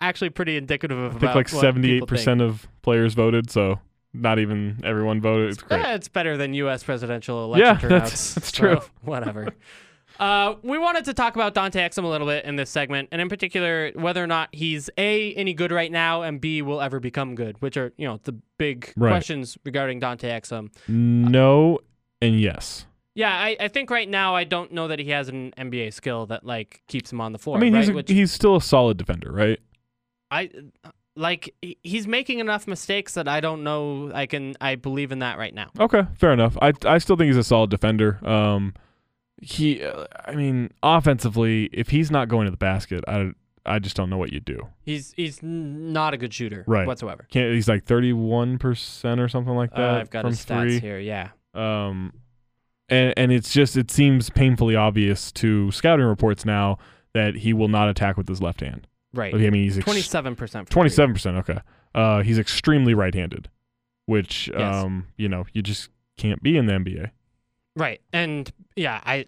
Speaker 2: actually pretty indicative of
Speaker 3: I think
Speaker 2: about what
Speaker 3: like
Speaker 2: people
Speaker 3: seventy-eight
Speaker 2: think.
Speaker 3: percent of players voted, so not even everyone voted. It's great.
Speaker 2: Yeah, Eh, it's better than U.S. presidential election
Speaker 3: Yeah,
Speaker 2: turnouts.
Speaker 3: that's- that's true.
Speaker 2: so whatever. uh, we wanted to talk about Dante Exum a little bit in this segment, and in particular, whether or not he's a any good right now, and b will ever become good, which are you know the big
Speaker 3: Right.
Speaker 2: questions regarding Dante Exum.
Speaker 3: No and yes.
Speaker 2: Yeah, I, I think right now I don't know that he has an NBA skill that like keeps him on the floor.
Speaker 3: I mean,
Speaker 2: right?
Speaker 3: he's a,
Speaker 2: Which
Speaker 3: he's still a solid defender, right?
Speaker 2: I like he- he's making enough mistakes that I don't know I can I believe in that right now.
Speaker 3: Okay, fair enough. I I still think he's a solid defender. Um, he, uh, I mean, offensively, if he's not going to the basket, I I just don't know what you do.
Speaker 2: He's he's n- not a good shooter
Speaker 3: Right.
Speaker 2: whatsoever.
Speaker 3: Can't he's like thirty-one percent or something like
Speaker 2: Uh,
Speaker 3: that
Speaker 2: I've got
Speaker 3: from
Speaker 2: his stats
Speaker 3: three.
Speaker 2: here. Yeah.
Speaker 3: Um, and and it's just it seems painfully obvious to scouting reports now that he will not attack with his left hand.
Speaker 2: Right.
Speaker 3: Okay, I mean he's ex-
Speaker 2: Twenty-seven percent.
Speaker 3: Twenty-seven percent. Okay. Uh, he's extremely right-handed, which
Speaker 2: Yes.
Speaker 3: um, you know, you just can't be in the NBA.
Speaker 2: Right, and yeah, I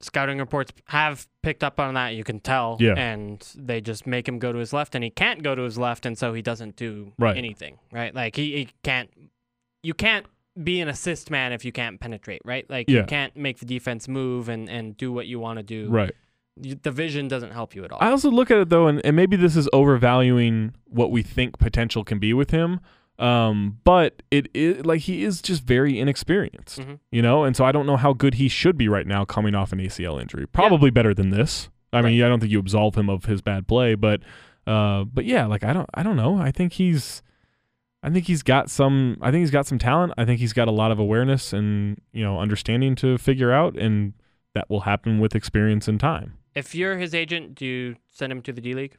Speaker 2: scouting reports have picked up on that. You can tell.
Speaker 3: Yeah.
Speaker 2: And they just make him go to his left, and he can't go to his left, and so he doesn't do
Speaker 3: Right.
Speaker 2: anything. Right. Like he, he can't. You can't be an assist man if you can't penetrate. Right. Like you
Speaker 3: Yeah.
Speaker 2: can't make the defense move and and do what you want to do.
Speaker 3: Right.
Speaker 2: You, the vision doesn't help you at all.
Speaker 3: I also look at it though, and, and maybe this is overvaluing what we think potential can be with him. Um, but it is like he is just very inexperienced,
Speaker 2: Mhm.
Speaker 3: you know, and so I don't know how good he should be right now coming off an ACL injury. Probably better than this. I mean, I don't think you absolve him of his bad play, but uh, but yeah, like I don't I don't know. I think he's I think he's got some I think he's got some talent. I think he's got a lot of awareness and, you know, understanding to figure out and that will happen with experience and time.
Speaker 2: if you're his agent, do you send him to the D League?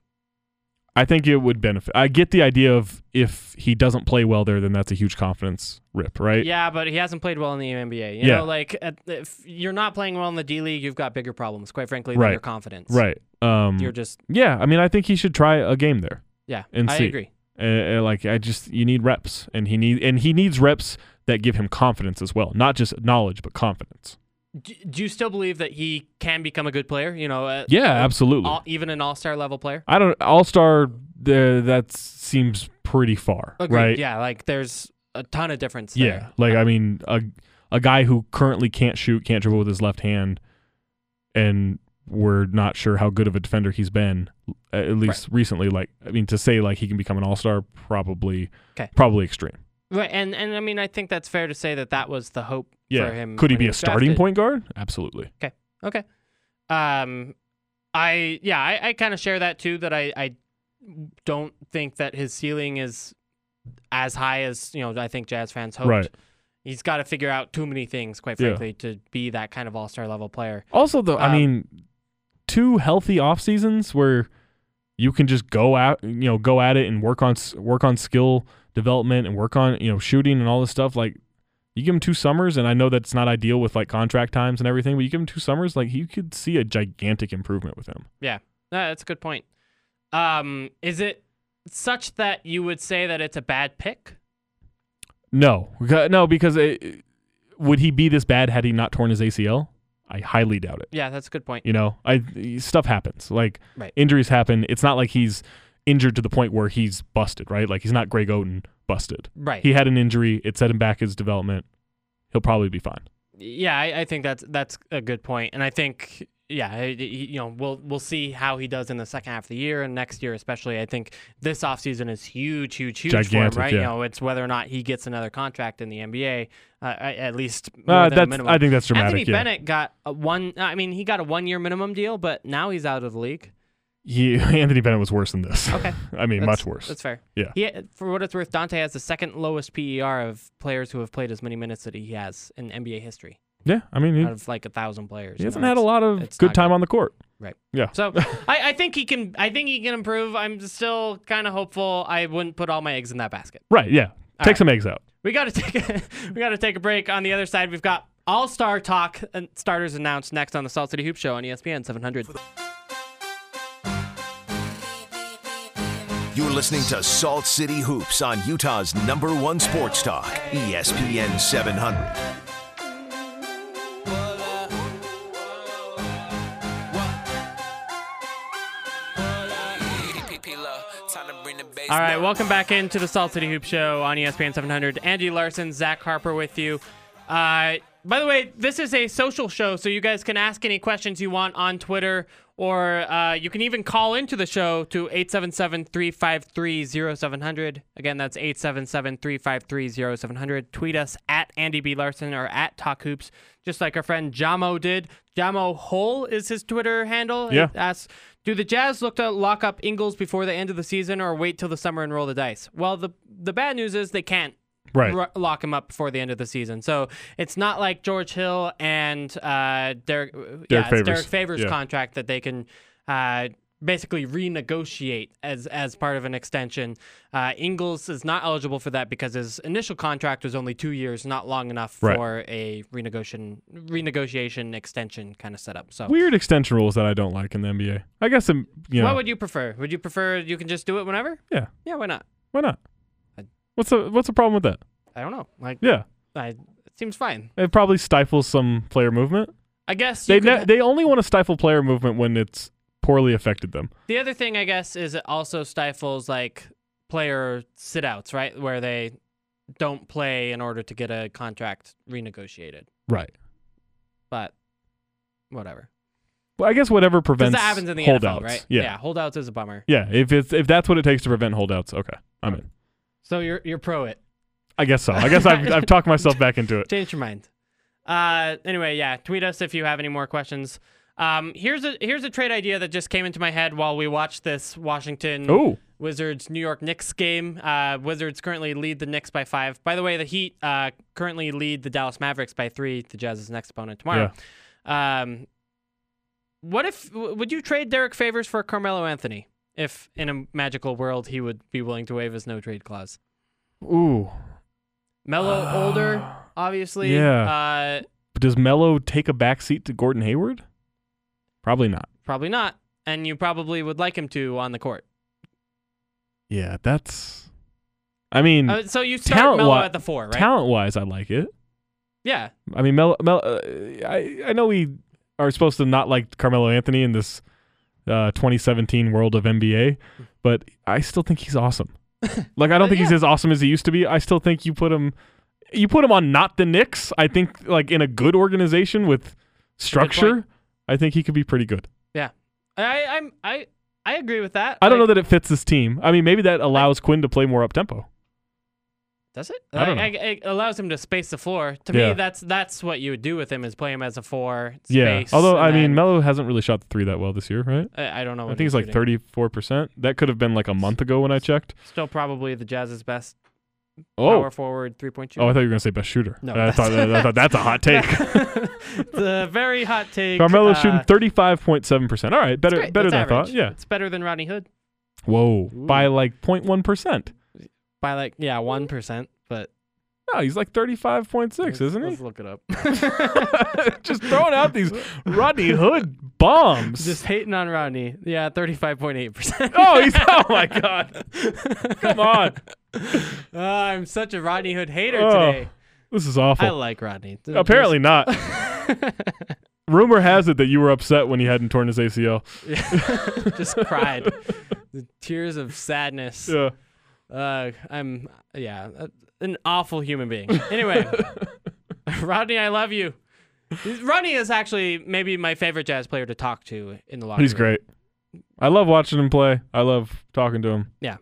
Speaker 3: I think it would benefit. I get the idea of if he doesn't play well there, then that's a huge confidence rip, right?
Speaker 2: Yeah, but he hasn't played well in the NBA. You
Speaker 3: Yeah.
Speaker 2: know, like at, if you're not playing well in the D League, you've got bigger problems, quite frankly, than
Speaker 3: Right.
Speaker 2: your confidence.
Speaker 3: Right. Um,
Speaker 2: You're just
Speaker 3: yeah. I mean, I think he should try a game there.
Speaker 2: yeah.
Speaker 3: And
Speaker 2: I
Speaker 3: see.
Speaker 2: agree.
Speaker 3: Uh, uh, like I just you need reps, and he need and he needs reps that give him confidence as well, not just knowledge but confidence.
Speaker 2: Do, do you still believe that he can become a good player? You know, uh,
Speaker 3: Yeah, absolutely.
Speaker 2: all, even an All Star level player.
Speaker 3: I don't all star. There, that seems pretty far,
Speaker 2: Agreed.
Speaker 3: right?
Speaker 2: Yeah, like there's a ton of difference.
Speaker 3: Yeah,
Speaker 2: there.
Speaker 3: like I mean, a a guy who currently can't shoot, can't dribble with his left hand, and we're not sure how good of a defender he's been, a- at least recently. Like, I mean, to say like he can become an all star, probably,
Speaker 2: 'Kay.
Speaker 3: probably extreme.
Speaker 2: Uh, Right, and and I mean, I think that's fair to say that that was the hope
Speaker 3: Yeah,
Speaker 2: for him.
Speaker 3: could he
Speaker 2: when
Speaker 3: be a
Speaker 2: was
Speaker 3: starting
Speaker 2: drafted.
Speaker 3: point guard? Absolutely.
Speaker 2: Okay. Um, I yeah, I, I kind of share that too. That I I don't think that his ceiling is as high as you know. I think Jazz fans hoped.
Speaker 3: Right.
Speaker 2: He's got to figure out too many things, quite
Speaker 3: Yeah.
Speaker 2: frankly, to be that kind of all star level player.
Speaker 3: Also, though,
Speaker 2: Um,
Speaker 3: I mean, two healthy off seasons where you can just go out, you know, go at it and work on s- work on skill development and work on you know shooting and all this stuff. Like, you give him two summers, and I know that's not ideal with like contract times and everything, but you give him two summers, like you could see a gigantic improvement with him.
Speaker 2: No, that's a good point. Um, is it such that you would say that it's a bad pick?
Speaker 3: No, Beca- no, because it, would he be this bad had he not torn his ACL? I highly doubt it.
Speaker 2: Yeah, that's a good point.
Speaker 3: You know, I stuff happens. Like
Speaker 2: Right.
Speaker 3: injuries happen. It's not like he's injured to the point where he's busted, right? Like he's not Greg Oden busted.
Speaker 2: Right.
Speaker 3: He had an injury. It set him back his development. He'll probably be fine.
Speaker 2: Yeah, I, I think that's that's a good point, and I think yeah, I- I- you know, we'll we'll see how he does in the second half of the year and next year, especially. I think this offseason is huge, huge, huge for
Speaker 3: Gigantic,
Speaker 2: him, right? You
Speaker 3: yeah.
Speaker 2: know, it's whether or not he gets another contract in the NBA, uh, I- at least more
Speaker 3: Uh,
Speaker 2: than a
Speaker 3: that's,
Speaker 2: minimum.
Speaker 3: I think that's dramatic.
Speaker 2: Anthony
Speaker 3: yeah.
Speaker 2: Bennett got a one. I mean, he got a one-year minimum deal, but now he's out of the league.
Speaker 3: He- Anthony Bennett was worse than this.
Speaker 2: Okay.
Speaker 3: I mean,
Speaker 2: That's-
Speaker 3: much worse.
Speaker 2: That's fair.
Speaker 3: Yeah.
Speaker 2: He, for what it's worth, E Dante has the second lowest PER of players who have played as many minutes that he has in NBA history.
Speaker 3: Yeah, I mean, he,
Speaker 2: out of like a thousand players.
Speaker 3: he
Speaker 2: you
Speaker 3: hasn't
Speaker 2: know,
Speaker 3: had a
Speaker 2: it's-
Speaker 3: lot of
Speaker 2: it's
Speaker 3: good
Speaker 2: not
Speaker 3: time on the court.
Speaker 2: Right.
Speaker 3: Yeah.
Speaker 2: So I, I think he can. I think he can improve. I'm still kind of hopeful. I wouldn't put all my eggs in that basket.
Speaker 3: Right. Yeah. Take
Speaker 2: right.
Speaker 3: some eggs out.
Speaker 2: We got to take a, we got to take a break. On the other side, we've got All Star Talk and starters announced next on the Salt City Hoop Show on E ESPN 700.
Speaker 1: You're listening to Salt City Hoops on Utah's number one sports talk, E ESPN 700.
Speaker 2: All right, welcome back into the Salt City Hoop Show on E ESPN 700. Andy Larson, Zach Harper with you. Uh, by the way, this is a social show, so you guys can ask any questions you want on Twitter, or uh, you can even call into the show to 877 353 0700. Again, that's 877 353 0700. Tweet us at Andy B. Larson or at Talk Hoops, just like our friend Jamo did. Jamo Hole is his Twitter handle.
Speaker 3: Yeah.
Speaker 2: It asks, do the Jazz look to lock up Ingles before the end of the season or wait till the summer and roll the dice? Well, the the bad news is they can't
Speaker 3: Right.
Speaker 2: ro- lock him up before the end of the season. So it's not like George Hill and uh, Derek, yeah, it's
Speaker 3: Favors.
Speaker 2: Derek Favors'
Speaker 3: Yeah.
Speaker 2: contract that they can uh, basically renegotiate as as part of an extension. Uh, Ingles is not eligible for that because his initial contract was only two years, not long enough
Speaker 3: Right.
Speaker 2: for a renegotiation renegotiation extension kind of setup. So.
Speaker 3: Weird extension rules that I don't like in the NBA. I guess um, you know.
Speaker 2: What would you prefer? Would you prefer you can just do it whenever?
Speaker 3: yeah.
Speaker 2: Yeah, why not?
Speaker 3: Why not?
Speaker 2: I-
Speaker 3: What's the what's the problem with that?
Speaker 2: I don't know. Like,
Speaker 3: Yeah.
Speaker 2: I, it seems fine.
Speaker 3: It probably stifles some player movement.
Speaker 2: I guess you
Speaker 3: They
Speaker 2: could-
Speaker 3: ne- they only want to stifle player movement when it's poorly affected them.
Speaker 2: the other thing I guess is it also stifles like player sit outs, right? Where they don't play in order to get a contract renegotiated.
Speaker 3: Right.
Speaker 2: But whatever.
Speaker 3: Well, I guess whatever
Speaker 2: 'Cause
Speaker 3: prevents
Speaker 2: that happens in the
Speaker 3: holdouts.
Speaker 2: NFL, right?
Speaker 3: Yeah.
Speaker 2: holdouts is a bummer.
Speaker 3: Yeah, if it's if that's what it takes to prevent holdouts, okay, I'm in.
Speaker 2: So you're you're pro it.
Speaker 3: I guess so. I guess I've I've talked myself back into it.
Speaker 2: Change your mind. Uh, anyway, yeah, tweet us if you have any more questions. Um, here's a here's a trade idea that just came into my head while we watched this Washington
Speaker 3: Oh,
Speaker 2: Wizards New York Knicks game. Uh, Wizards currently lead the Knicks by five. By the way, the Heat uh, currently lead the Dallas Mavericks by three. The Jazz's next opponent tomorrow. Um, what if w- would you trade Derek Favors for Carmelo Anthony? If in a magical world he would be willing to waive his no trade clause.
Speaker 3: ooh.
Speaker 2: Melo older, obviously.
Speaker 3: Yeah.
Speaker 2: Uh,
Speaker 3: But does Melo take a backseat to Gordon Hayward? Probably not.
Speaker 2: Probably not. And you probably would like him to on the court.
Speaker 3: Yeah, that's. I mean,
Speaker 2: Uh, so you start
Speaker 3: Hmm. Talent
Speaker 2: Melo
Speaker 3: wa-
Speaker 2: at the four, right?
Speaker 3: talent wise, I like it.
Speaker 2: yeah.
Speaker 3: I mean, Mel, Mel, uh, I I know we are supposed to not like Carmelo Anthony in this uh, 2017 world of NBA, but I still think he's awesome. like I don't think he's as awesome as he used to be. I still think you put him you put him on not the Knicks. I think like in a good organization with structure, I think he could be pretty good.
Speaker 2: I, I'm I I agree with that.
Speaker 3: I don't know
Speaker 2: Like,
Speaker 3: that it fits this team. I mean, maybe that allows Quinn to play more up tempo.
Speaker 2: does it?
Speaker 3: I don't
Speaker 2: Like, it allows him to space the floor. To
Speaker 3: Yeah.
Speaker 2: me, that's that's what you would do with him is play him as a four.
Speaker 3: Yeah.
Speaker 2: Space,
Speaker 3: Although
Speaker 2: and
Speaker 3: I
Speaker 2: then-
Speaker 3: mean,
Speaker 2: Oh,
Speaker 3: Melo hasn't really shot the three that well this year, right?
Speaker 2: I, I don't know.
Speaker 3: I think it's like 34%. That could have been like a month ago when I checked.
Speaker 2: Still probably the Jazz's best
Speaker 3: Oh,
Speaker 2: power forward three point
Speaker 3: Oh, I
Speaker 2: shooter.
Speaker 3: thought you were gonna say best shooter.
Speaker 2: No,
Speaker 3: I
Speaker 2: that's-
Speaker 3: thought, I thought that's a hot take.
Speaker 2: the very hot take.
Speaker 3: Carmelo's
Speaker 2: uh,
Speaker 3: shooting thirty five point seven percent. All right,
Speaker 2: it's
Speaker 3: better
Speaker 2: great.
Speaker 3: better
Speaker 2: That's
Speaker 3: than I
Speaker 2: average.
Speaker 3: thought. Yeah.
Speaker 2: it's better than Rodney Hood
Speaker 3: Whoa,
Speaker 2: Ooh.
Speaker 3: by like 0.1 percent.
Speaker 2: by like yeah one percent, but
Speaker 3: No, he's like thirty five point six,
Speaker 2: let's-
Speaker 3: isn't he?
Speaker 2: Let's look it up.
Speaker 3: Just throwing out these Rodney Hood bombs.
Speaker 2: Just hating on Rodney. Yeah, thirty-five point eight percent.
Speaker 3: oh, he's oh my god! Come on,
Speaker 2: Ah, I'm such a Rodney Hood hater
Speaker 3: Oh,
Speaker 2: today.
Speaker 3: this is awful.
Speaker 2: I like Rodney. Th-
Speaker 3: Apparently not. Rumor has it that you were upset when he hadn't torn his ACL.
Speaker 2: just, just cried. The tears of sadness.
Speaker 3: Yeah.
Speaker 2: Uh, I'm yeah, uh, an awful human being. Anyway, Rodney, I love you. Rodney is actually maybe my favorite jazz player to talk to in the locker
Speaker 3: He's
Speaker 2: room.
Speaker 3: great. I love watching him play. I love talking to him.
Speaker 2: Yeah.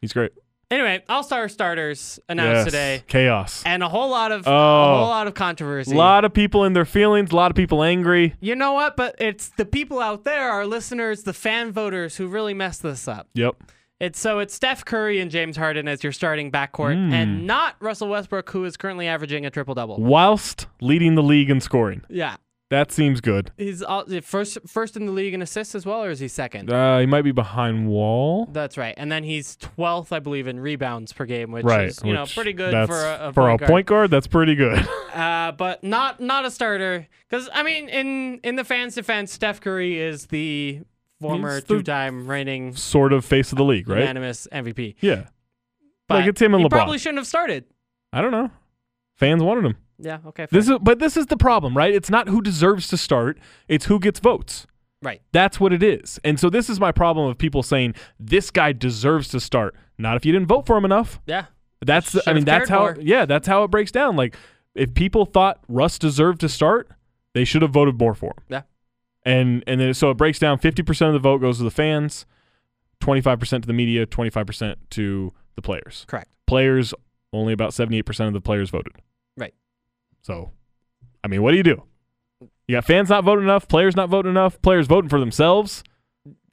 Speaker 3: He's great.
Speaker 2: Anyway, All-Star starters announced
Speaker 3: Yes.
Speaker 2: today
Speaker 3: Chaos.
Speaker 2: and a whole lot of a
Speaker 3: Oh.
Speaker 2: whole lot of controversy.
Speaker 3: A lot of people in their feelings, a lot of people angry.
Speaker 2: You know what? But it's the people out there, our listeners, the fan voters, who really messed this up.
Speaker 3: Yep.
Speaker 2: It's so it's Steph Curry and James Harden as your starting backcourt,
Speaker 3: Hmm.
Speaker 2: and not Russell Westbrook, who is currently averaging a triple double.
Speaker 3: whilst leading the league in scoring.
Speaker 2: Yeah,
Speaker 3: That seems good.
Speaker 2: he's all, first first in the league in assists as well, or is he second?
Speaker 3: Uh, he might be behind Wall.
Speaker 2: That's right. And then he's 12th, I believe, in rebounds per game, which
Speaker 3: right.
Speaker 2: is, you know,
Speaker 3: which
Speaker 2: pretty good
Speaker 3: that's-
Speaker 2: for a, a
Speaker 3: for
Speaker 2: point guard.
Speaker 3: point guard. That's pretty good.
Speaker 2: Uh, but not not a starter cuz I mean in in the fans defense, Steph Curry is the former
Speaker 3: He's the-
Speaker 2: two-time reigning
Speaker 3: sort of face of the league, right?
Speaker 2: unanimous MVP.
Speaker 3: Yeah.
Speaker 2: But
Speaker 3: Like, it's him and
Speaker 2: he
Speaker 3: LeBron.
Speaker 2: probably shouldn't have started.
Speaker 3: I don't know. Fans wanted him.
Speaker 2: Yeah, okay.
Speaker 3: This
Speaker 2: fair.
Speaker 3: is, but this is the problem, right? It's not who deserves to start; it's who gets votes.
Speaker 2: right.
Speaker 3: That's what it is. And so this is my problem of people saying this guy deserves to start. Not if you didn't vote for him enough.
Speaker 2: Yeah.
Speaker 3: That's the, I
Speaker 2: Should've
Speaker 3: mean that's
Speaker 2: cared
Speaker 3: how
Speaker 2: more.
Speaker 3: yeah that's how it breaks down. Like if people thought Russ deserved to start, they should have voted more for him.
Speaker 2: Yeah.
Speaker 3: And and then so it breaks down. Fifty percent of the vote goes to the fans, twenty five percent to the media, twenty five percent to the players.
Speaker 2: Correct.
Speaker 3: Players only about seventy eight percent of the players voted.
Speaker 2: Right.
Speaker 3: So, I mean, what do you do? You got fans not voting enough, players not voting enough, players voting for themselves.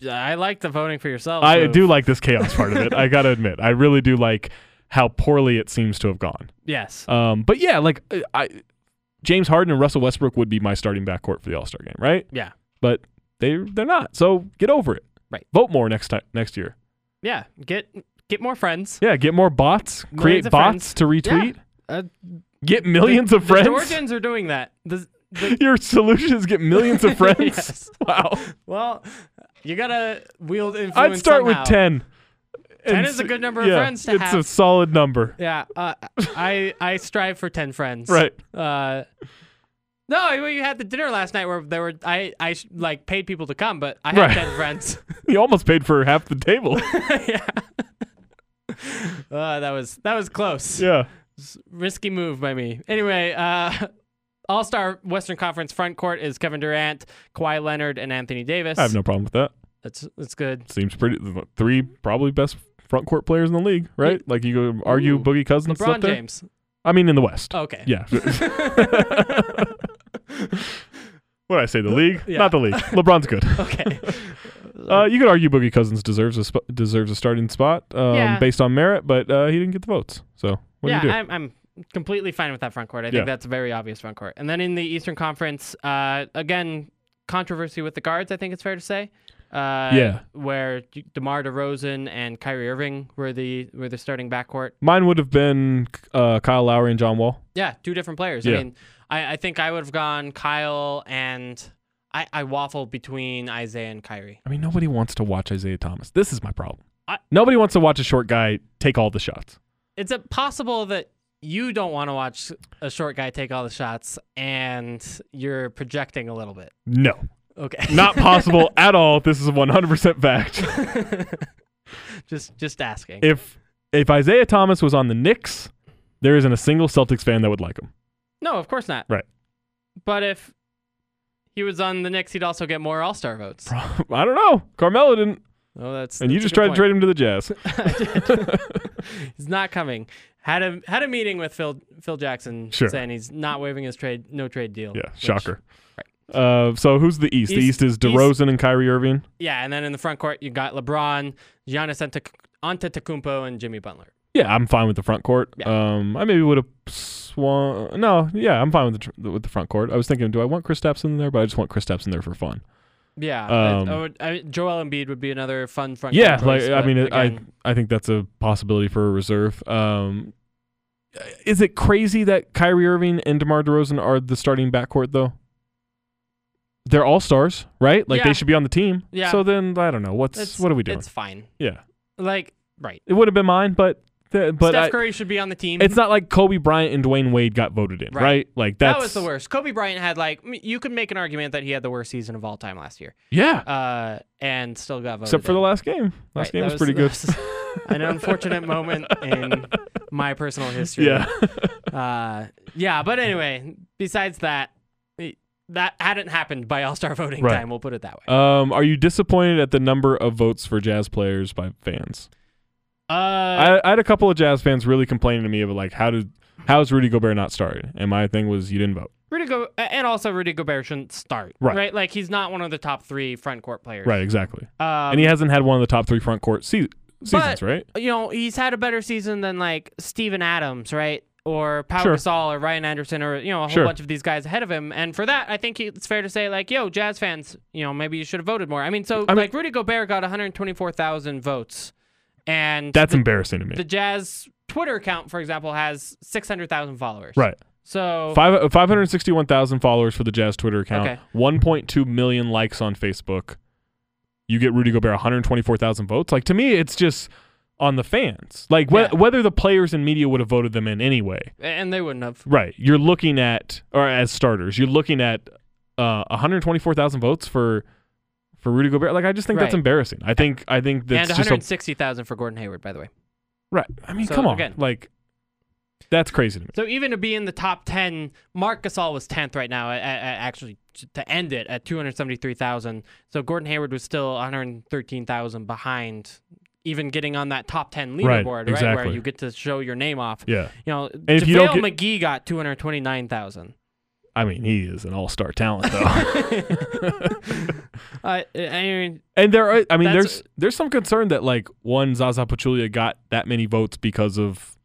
Speaker 2: I like the voting for yourself.
Speaker 3: I
Speaker 2: move.
Speaker 3: do like this chaos part of it. I gotta admit, I really do like how poorly it seems to have gone.
Speaker 2: Yes.
Speaker 3: Um, but yeah, like uh, I, James Harden and Russell Westbrook would be my starting backcourt for the All Star game, right?
Speaker 2: yeah.
Speaker 3: But they they're not. So get over it.
Speaker 2: Right.
Speaker 3: Vote more next time next year.
Speaker 2: Yeah, get get more friends.
Speaker 3: Yeah. Get more bots.
Speaker 2: Millions
Speaker 3: create
Speaker 2: of friends.
Speaker 3: bots to retweet.
Speaker 2: Uh,
Speaker 3: Get millions of
Speaker 2: The
Speaker 3: friends.
Speaker 2: Georgians are doing that. The, the,
Speaker 3: Your solutions get millions of friends.
Speaker 2: Yes.
Speaker 3: Wow.
Speaker 2: well, you gotta wield influence.
Speaker 3: I'd start
Speaker 2: somehow.
Speaker 3: with ten.
Speaker 2: 10
Speaker 3: And
Speaker 2: is
Speaker 3: s-
Speaker 2: a good number of
Speaker 3: yeah,
Speaker 2: friends to
Speaker 3: it's a
Speaker 2: have.
Speaker 3: solid number.
Speaker 2: Yeah, uh, I I strive for ten friends.
Speaker 3: Right.
Speaker 2: Uh, no, we had the dinner last night where there were I I sh- like paid people to come, but I had
Speaker 3: Right.
Speaker 2: ten friends.
Speaker 3: You almost paid for half the table.
Speaker 2: yeah. Uh, that was that was close.
Speaker 3: yeah.
Speaker 2: Risky move by me. Anyway, uh, All Star Western Conference front court is Kevin Durant, Kawhi Leonard, and Anthony Davis.
Speaker 3: I have no problem with that.
Speaker 2: That's that's good.
Speaker 3: seems pretty three probably best front court players in the league, right? Like you go argue
Speaker 2: Ooh,
Speaker 3: Boogie Cousins up
Speaker 2: LeBron
Speaker 3: there.
Speaker 2: James. Oh,
Speaker 3: I mean in the West.
Speaker 2: Okay.
Speaker 3: Yeah. what did I say? The league?
Speaker 2: Yeah.
Speaker 3: Not the league. LeBron's good.
Speaker 2: Okay.
Speaker 3: Uh, you could argue Boogie Cousins deserves a sp- deserves a starting spot um,
Speaker 2: Yeah.
Speaker 3: based on merit, but uh, he didn't get the votes. So what
Speaker 2: yeah,
Speaker 3: do you do?
Speaker 2: I'm, I'm completely fine with that front court. I
Speaker 3: Yeah.
Speaker 2: think that's a very obvious front court. And then in the Eastern Conference, uh, again, controversy with the guards. I think it's fair to say. Uh,
Speaker 3: Yeah.
Speaker 2: Where DeMar DeRozan and Kyrie Irving were the were the starting backcourt.
Speaker 3: Mine would have been uh, Kyle Lowry and John Wall.
Speaker 2: Yeah, two different players.
Speaker 3: Yeah.
Speaker 2: I mean, I, I think I would have gone Kyle and I, I waffled between Isaiah and Kyrie.
Speaker 3: I mean, nobody wants to watch Isaiah Thomas. This is my problem.
Speaker 2: I-
Speaker 3: nobody wants to watch a short guy take all the shots.
Speaker 2: It's it possible that you don't want to watch a short guy take all the shots and you're projecting a little bit.
Speaker 3: No.
Speaker 2: Okay.
Speaker 3: Not possible at all. This is a 100% fact.
Speaker 2: just just asking.
Speaker 3: If if Isaiah Thomas was on the Knicks, there isn't a single Celtics fan that would like him.
Speaker 2: no, of course not.
Speaker 3: Right.
Speaker 2: But if he was on the Knicks, he'd also get more All Star votes.
Speaker 3: I don't know. Carmelo didn't,
Speaker 2: Oh, that's
Speaker 3: and you just tried to trade him to the Jazz.
Speaker 2: trade. He's not coming. Had a had a meeting with Phil Phil Jackson
Speaker 3: Sure.
Speaker 2: saying he's not waiving his trade no trade deal.
Speaker 3: Yeah,
Speaker 2: which-
Speaker 3: shocker. Uh, so who's the East? the
Speaker 2: East-
Speaker 3: East is
Speaker 2: East-
Speaker 3: DeRozan and Kyrie Irving.
Speaker 2: yeah, and then in the front court you got LeBron, Giannis Antetokounmpo, Antetokounmpo, and Jimmy Butler.
Speaker 3: Yeah, I'm fine with the front court.
Speaker 2: Yeah.
Speaker 3: Um, I maybe would have swung. No, yeah, I'm fine with the tr- with the front court. I was thinking, do I want Chris Stapps in there? But I just want Chris Stapps in there for fun.
Speaker 2: Yeah, I-
Speaker 3: Um,
Speaker 2: I would- I- Joel Embiid would be another fun front.
Speaker 3: Yeah,
Speaker 2: court
Speaker 3: like
Speaker 2: choice,
Speaker 3: I
Speaker 2: but
Speaker 3: mean, it, I
Speaker 2: again,
Speaker 3: I think that's a possibility for a reserve. Um, is it crazy that Kyrie Irving and DeMar DeRozan are the starting backcourt though? They're all stars, right? Like they
Speaker 2: Yeah.
Speaker 3: should be on the team.
Speaker 2: Yeah.
Speaker 3: So then I don't know what's
Speaker 2: it's-
Speaker 3: what are we doing?
Speaker 2: It's fine.
Speaker 3: Yeah,
Speaker 2: Like right.
Speaker 3: it would have been mine, but th- but
Speaker 2: Steph
Speaker 3: I-
Speaker 2: Curry should be on the team.
Speaker 3: it's not like Kobe Bryant and Dwayne Wade got voted in, right?
Speaker 2: Right.
Speaker 3: Like that's
Speaker 2: that was the worst. Kobe Bryant had like m- you could make an argument that he had the worst season of all time last year,
Speaker 3: Yeah,
Speaker 2: uh, and still got voted.
Speaker 3: except for the
Speaker 2: in.
Speaker 3: last game. Last
Speaker 2: Right,
Speaker 3: game
Speaker 2: that
Speaker 3: was, pretty good.
Speaker 2: that was an unfortunate moment in my personal history.
Speaker 3: yeah,
Speaker 2: uh, yeah. But anyway, besides that, it- that hadn't happened by All Star voting
Speaker 3: Right.
Speaker 2: time. We'll put it that way.
Speaker 3: um, are you disappointed at the number of votes for Jazz players by fans?
Speaker 2: Uh,
Speaker 3: I, I had a couple of Jazz fans really complaining to me about like how did how is Rudy Gobert not started? And my thing was you didn't vote.
Speaker 2: Rudy Go- and also Rudy Gobert shouldn't start.
Speaker 3: Right.
Speaker 2: Like he's not one of the top three front court players.
Speaker 3: Right, exactly.
Speaker 2: Um,
Speaker 3: and he hasn't had one of the top three front court se- seasons, right?
Speaker 2: You know, he's had a better season than like Steven Adams, right? Or Pau
Speaker 3: Sure.
Speaker 2: Gasol or Ryan Anderson or you know a whole
Speaker 3: Sure.
Speaker 2: bunch of these guys ahead of him. And for that, I think he- it's fair to say like, yo, Jazz fans, you know, maybe you should have voted more. I mean, so
Speaker 3: I mean-
Speaker 2: like Rudy Gobert got 124,000 votes, and
Speaker 3: That's embarrassing to me.
Speaker 2: the Jazz Twitter account, for example, has 600,000 followers.
Speaker 3: right.
Speaker 2: So
Speaker 3: Five, 561,000 followers for the Jazz Twitter account,
Speaker 2: Oh. Okay.
Speaker 3: 1.2 million likes on Facebook. You get Rudy Gobert 124,000 votes. Like to me, it's just on the fans. Like wh-
Speaker 2: Yeah.
Speaker 3: whether the players and media would have voted them in anyway.
Speaker 2: and they wouldn't have.
Speaker 3: Right. You're looking at or as starters, you're looking at uh, 124,000 votes for for Rudy Gobert. Like I just think that's
Speaker 2: Right.
Speaker 3: embarrassing. I think I think that's
Speaker 2: and
Speaker 3: just a,
Speaker 2: 160,000 for Gordon Hayward, by the way.
Speaker 3: right. I mean,
Speaker 2: So,
Speaker 3: come on.
Speaker 2: again-
Speaker 3: Like that's crazy to me.
Speaker 2: So even to be in the top ten, Mark Gasol was tenth right now. At, at, actually, t- to end it at two hundred seventy-three thousand. So Gordon Hayward was still one hundred thirteen thousand behind, even getting on that top ten
Speaker 3: Right,
Speaker 2: leaderboard, right? Where
Speaker 3: exactly.
Speaker 2: you get to show your name off.
Speaker 3: Yeah.
Speaker 2: You know,
Speaker 3: if you don't
Speaker 2: JaVale McGee got two hundred twenty-nine thousand.
Speaker 3: I mean, he is an all-star talent though.
Speaker 2: Uh, I mean,
Speaker 3: And there are, I mean,
Speaker 2: That's-
Speaker 3: there's there's some concern that like one Zaza Pachulia got that many votes because of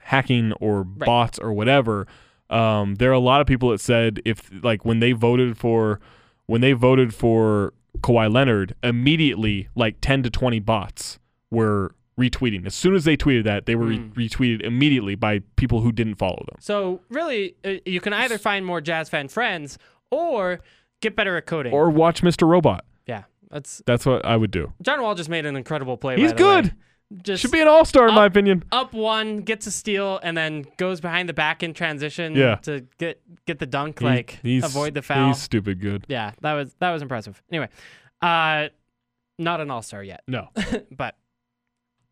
Speaker 3: hacking or bots or whatever. Um, there are a lot of people that said if like when they voted for when they voted for Kawhi Leonard, immediately like 10 to 20 bots were retweeting. As soon as they tweeted that, they were re-
Speaker 2: Hmm.
Speaker 3: retweeted immediately by people who didn't follow them.
Speaker 2: so really, uh, you can either find more jazz fan friends or get better at coding.
Speaker 3: Or watch Mr. Robot.
Speaker 2: yeah, that's
Speaker 3: That's what I would do.
Speaker 2: John Wall just made an incredible play.
Speaker 3: He's
Speaker 2: by the way.
Speaker 3: good.
Speaker 2: Just
Speaker 3: Should be an all-star in my opinion.
Speaker 2: up one, gets a steal, and then goes behind the back in transition
Speaker 3: Yeah.
Speaker 2: to get get the dunk,
Speaker 3: He-
Speaker 2: like
Speaker 3: he's-
Speaker 2: avoid the foul.
Speaker 3: He's stupid good.
Speaker 2: Yeah, that was that was impressive. Anyway, uh, not an all star yet,
Speaker 3: No.
Speaker 2: but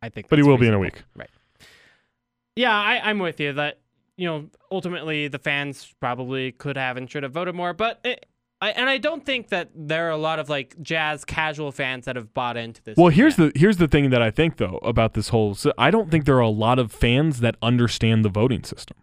Speaker 2: I think.
Speaker 3: But he
Speaker 2: that's
Speaker 3: will be in a
Speaker 2: reasonable.
Speaker 3: week.
Speaker 2: right? Yeah, I, I'm with you that you know ultimately the fans probably could have and should have voted more, but. It, I, and I don't think that there are a lot of like jazz casual fans that have bought into this.
Speaker 3: Well, here's
Speaker 2: yet.
Speaker 3: the here's the thing that I think though about this whole. So I don't think there are a lot of fans that understand the voting system.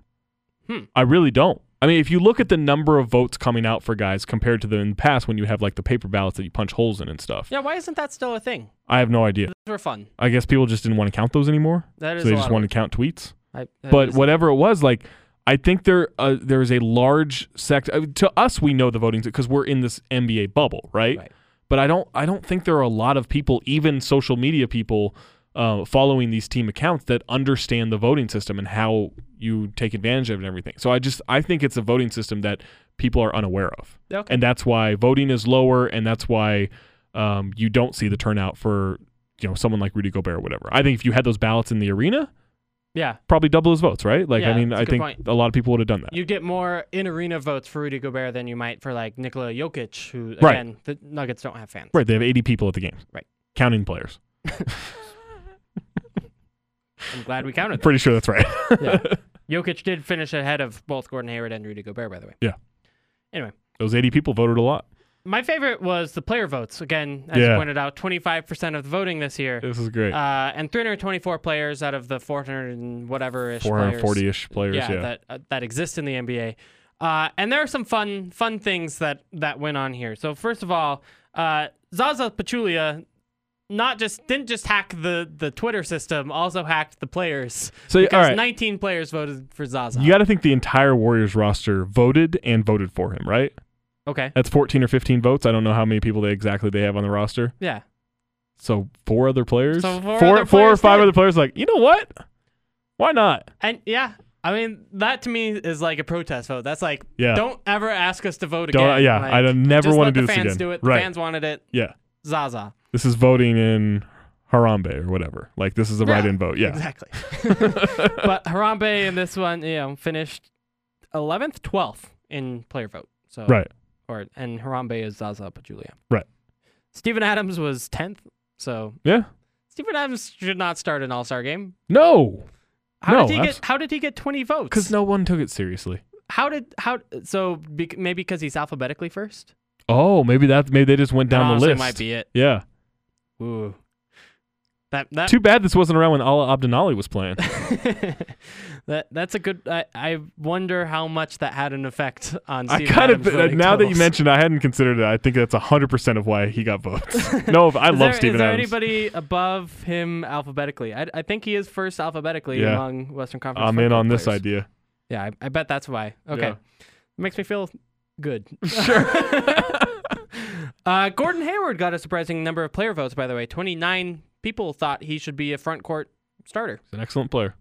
Speaker 2: Hmm.
Speaker 3: I really don't. I mean, if you look at the number of votes coming out for guys compared to the in the past when you have like the paper ballots that you punch holes in and stuff,
Speaker 2: yeah. Why isn't that still a thing?
Speaker 3: I have no idea.
Speaker 2: Those were fun.
Speaker 3: I guess people just didn't want to count those anymore,
Speaker 2: That is. a
Speaker 3: so they
Speaker 2: lot
Speaker 3: just
Speaker 2: of
Speaker 3: wanted to count tweets.
Speaker 2: I, that
Speaker 3: but
Speaker 2: is-
Speaker 3: whatever it was, like I think there uh, there is a large sect uh, to us. We know the voting because we're in this NBA bubble, right?
Speaker 2: Right.
Speaker 3: But I don't I don't think there are a lot of people, even social media people, uh, following these team accounts that understand the voting system and how you take advantage of it and everything. So I just I think it's a voting system that people are unaware of,
Speaker 2: Okay.
Speaker 3: and that's why voting is lower, and that's why um, you don't see the turnout for. You know, someone like Rudy Gobert or whatever. I think if you had those ballots in the arena,
Speaker 2: yeah.
Speaker 3: probably double his votes, right? Like,
Speaker 2: Yeah,
Speaker 3: I mean,
Speaker 2: that's a
Speaker 3: I
Speaker 2: good
Speaker 3: think
Speaker 2: point.
Speaker 3: a lot of people would have done that.
Speaker 2: You get more in arena votes for Rudy Gobert than you might for like Nikola Jokic, who
Speaker 3: Right.
Speaker 2: again the Nuggets don't have fans.
Speaker 3: right. They have 80 people at the game.
Speaker 2: Right.
Speaker 3: Counting players.
Speaker 2: I'm glad we counted. Them.
Speaker 3: Pretty sure that's right.
Speaker 2: Yeah. Jokic did finish ahead of both Gordon Hayward and Rudy Gobert, by the way.
Speaker 3: Yeah.
Speaker 2: Anyway,
Speaker 3: Those 80 people voted a lot.
Speaker 2: my favorite was the player votes. Again, as you
Speaker 3: Yeah.
Speaker 2: pointed out, 25% of the voting this year.
Speaker 3: This is great.
Speaker 2: Uh, and 324 players out of the 400 and whatever ish
Speaker 3: 440 ish players. Yeah.
Speaker 2: yeah, that uh, that exist in the NBA. Uh, and there are some fun fun things that that went on here. So first of all, uh, Zaza Pachulia not just didn't just hack the the Twitter system, also hacked the players.
Speaker 3: So, all
Speaker 2: because
Speaker 3: right.
Speaker 2: 19 players voted for Zaza.
Speaker 3: you got to think the entire Warriors roster voted and voted for him, right?
Speaker 2: okay.
Speaker 3: That's 14 or 15 votes. I don't know how many people they exactly they have on the roster.
Speaker 2: Yeah.
Speaker 3: So four other players,
Speaker 2: So four
Speaker 3: four,
Speaker 2: other
Speaker 3: four or
Speaker 2: players
Speaker 3: five
Speaker 2: did.
Speaker 3: other players. Like, you know what? Why not?
Speaker 2: And yeah, I mean that to me is like a protest vote. That's like
Speaker 3: Yeah.
Speaker 2: don't ever ask us to vote
Speaker 3: Don't-
Speaker 2: again.
Speaker 3: yeah,
Speaker 2: Like,
Speaker 3: I don't- never
Speaker 2: just
Speaker 3: wanna
Speaker 2: let
Speaker 3: do
Speaker 2: the
Speaker 3: this
Speaker 2: fans
Speaker 3: again.
Speaker 2: do it.
Speaker 3: Right.
Speaker 2: The fans wanted it.
Speaker 3: Yeah.
Speaker 2: Zaza.
Speaker 3: This is voting in Harambe or whatever. Like, this is a
Speaker 2: Yeah,
Speaker 3: write-in vote. Yeah.
Speaker 2: Exactly. but Harambe in this one, you know, finished 11th, 12th in player vote. So
Speaker 3: Right.
Speaker 2: or and Harambe is Zaza Pachulia.
Speaker 3: Right.
Speaker 2: Stephen Adams was 10th. So
Speaker 3: Yeah.
Speaker 2: Stephen Adams should not start an All-Star game.
Speaker 3: No.
Speaker 2: How
Speaker 3: No,
Speaker 2: did he
Speaker 3: abs-
Speaker 2: get how did he get 20 votes?
Speaker 3: Because no one took it seriously.
Speaker 2: How did how so bec maybe because he's alphabetically first? Ah,
Speaker 3: Oh, maybe that maybe they just went
Speaker 2: that
Speaker 3: down the
Speaker 2: honestly
Speaker 3: list.
Speaker 2: might be it.
Speaker 3: Yeah.
Speaker 2: Ooh. That that
Speaker 3: Too bad this wasn't around when Ala Abdenali was playing.
Speaker 2: that that's a good. I, I wonder how much that had an effect on.
Speaker 3: I
Speaker 2: Steven
Speaker 3: kind of
Speaker 2: Adams' voting
Speaker 3: now that you
Speaker 2: totals.
Speaker 3: mentioned, I hadn't considered it. I think that's hundred percent of why he got votes. no, I
Speaker 2: Is
Speaker 3: love
Speaker 2: there,
Speaker 3: Steven
Speaker 2: is there
Speaker 3: Adams.
Speaker 2: anybody above him alphabetically? I, I think he is first alphabetically
Speaker 3: Yeah.
Speaker 2: among Western Conference.
Speaker 3: I'm in
Speaker 2: football
Speaker 3: on this
Speaker 2: players.
Speaker 3: idea.
Speaker 2: Yeah, I, I bet that's why. Okay,
Speaker 3: Yeah.
Speaker 2: makes me feel good. Sure. uh, Gordon Hayward got a surprising number of player votes. By the way, 29 people thought he should be a front court starter.
Speaker 3: He's an excellent player.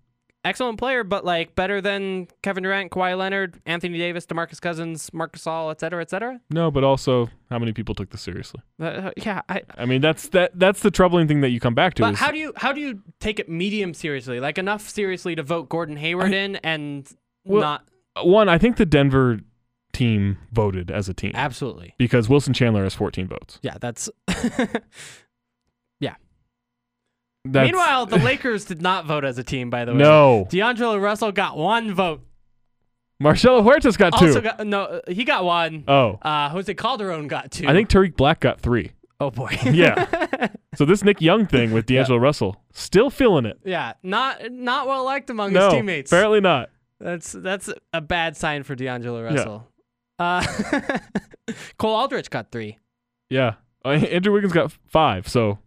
Speaker 2: excellent player, but like better than Kevin Durant, Kawhi Leonard, Anthony Davis, DeMarcus Cousins, Marcus All, et cetera, et cetera.
Speaker 3: No, but also, how many people took this seriously?
Speaker 2: Uh, yeah, I.
Speaker 3: I mean, that's that. That's the troubling thing that you come back to.
Speaker 2: But
Speaker 3: is
Speaker 2: how do you how do you take it medium seriously? Like enough seriously to vote Gordon Hayward in and
Speaker 3: Well-
Speaker 2: not
Speaker 3: one? I think the Denver team voted as a team
Speaker 2: absolutely.
Speaker 3: because Wilson Chandler has 14 votes.
Speaker 2: Yeah, that's.
Speaker 3: That's,
Speaker 2: Meanwhile, the Lakers did not vote as a team. By the way,
Speaker 3: no,
Speaker 2: D'Angelo Russell got one vote.
Speaker 3: Marcelo Huertas got two.
Speaker 2: Also, got, no, uh, he got one.
Speaker 3: oh,
Speaker 2: Uh, Jose Calderon got two.
Speaker 3: I think Tariq Black got three.
Speaker 2: Oh boy.
Speaker 3: Yeah. so this Nick Young thing with D'Angelo Russell still feeling it.
Speaker 2: yeah. Not not well liked among
Speaker 3: No,
Speaker 2: his teammates.
Speaker 3: apparently not.
Speaker 2: That's that's a bad sign for D'Angelo Russell. Uh, Cole Aldrich got three.
Speaker 3: Yeah. Uh, Andrew Wiggins got five, so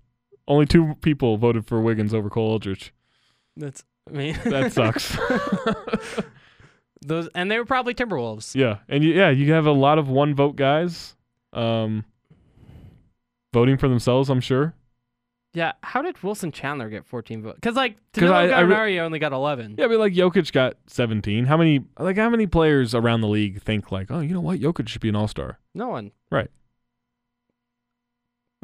Speaker 3: only two people voted for Wiggins over Cole Aldrich.
Speaker 2: That's I mean
Speaker 3: That sucks.
Speaker 2: those and they were probably Timberwolves.
Speaker 3: yeah. And you, yeah, you have a lot of one vote guys um, voting for themselves, I'm sure.
Speaker 2: Yeah. How did Wilson Chandler get 14 votes? Because like
Speaker 3: 'Cause I-
Speaker 2: Danilo
Speaker 3: I re-
Speaker 2: Gallinari only got 11.
Speaker 3: Yeah, but like Jokic got 17. How many like how many players around the league think like, "Oh, you know what? Jokic should be an all-star."
Speaker 2: No one.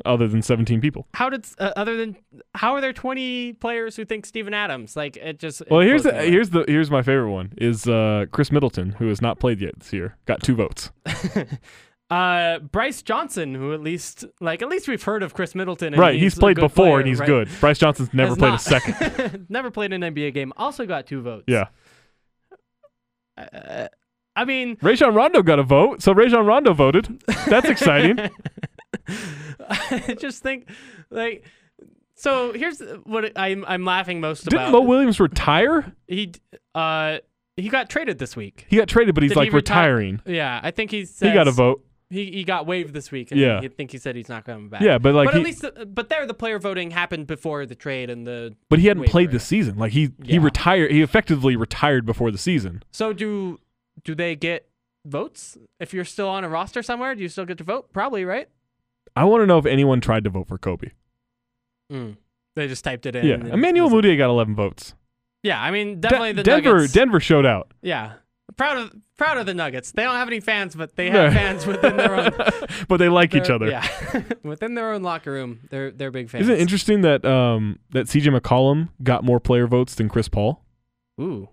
Speaker 3: Other than 17 people.
Speaker 2: How did uh, other than how are there 20 players who think Steven Adams? Like it just. it
Speaker 3: Well, here's
Speaker 2: blows
Speaker 3: the, uh,
Speaker 2: me away.
Speaker 3: here's the here's my favorite one is uh, Chris Middleton, who has not played yet this year, got two votes.
Speaker 2: Uh, Bryce Johnson, who at least like at least we've heard of Chris Middleton. And
Speaker 3: right, he's,
Speaker 2: a
Speaker 3: played
Speaker 2: good
Speaker 3: before
Speaker 2: player,
Speaker 3: and he's
Speaker 2: right?
Speaker 3: good. Bryce Johnson's never
Speaker 2: Has
Speaker 3: played a
Speaker 2: not.
Speaker 3: second.
Speaker 2: never played an NBA game. Also got two votes.
Speaker 3: Yeah.
Speaker 2: Uh, I mean,
Speaker 3: Rajon Rondo got a vote, so Rajon Rondo voted. That's exciting.
Speaker 2: I just think like so. Here's what I'm I'm laughing most
Speaker 3: Didn't
Speaker 2: about.
Speaker 3: Mo Williams retire?
Speaker 2: he d- uh he got traded this week.
Speaker 3: He got traded, but he's
Speaker 2: Did he
Speaker 3: like
Speaker 2: retire?
Speaker 3: retiring.
Speaker 2: Yeah, I think he says
Speaker 3: He got a vote.
Speaker 2: He, he got waived this week. And
Speaker 3: Yeah.
Speaker 2: I think he said he's not coming back.
Speaker 3: Yeah, but like
Speaker 2: but at
Speaker 3: he,
Speaker 2: least the, but there the player voting happened before the trade and the
Speaker 3: but he hadn't
Speaker 2: waiver,
Speaker 3: played
Speaker 2: yeah.
Speaker 3: this season. Like he he
Speaker 2: Yeah.
Speaker 3: retired. He effectively retired before the season.
Speaker 2: So do do they get votes if you're still on a roster somewhere? Do you still get to vote? Probably, right?
Speaker 3: I want to know if anyone tried to vote for Kobe.
Speaker 2: Mm. They just typed it in.
Speaker 3: Yeah,
Speaker 2: and it
Speaker 3: Emmanuel
Speaker 2: was-
Speaker 3: Mudiay got 11 votes.
Speaker 2: Yeah, I mean
Speaker 3: De-
Speaker 2: definitely the
Speaker 3: Denver
Speaker 2: Nuggets.
Speaker 3: Denver showed out.
Speaker 2: yeah, proud of proud of the Nuggets. They don't have any fans, but they have
Speaker 3: No.
Speaker 2: fans within their own
Speaker 3: but they like each
Speaker 2: their-
Speaker 3: other.
Speaker 2: Yeah, within their own locker room, they're they're big fans.
Speaker 3: Isn't it interesting that um that CJ McCollum got more player votes than Chris Paul?
Speaker 2: Ooh,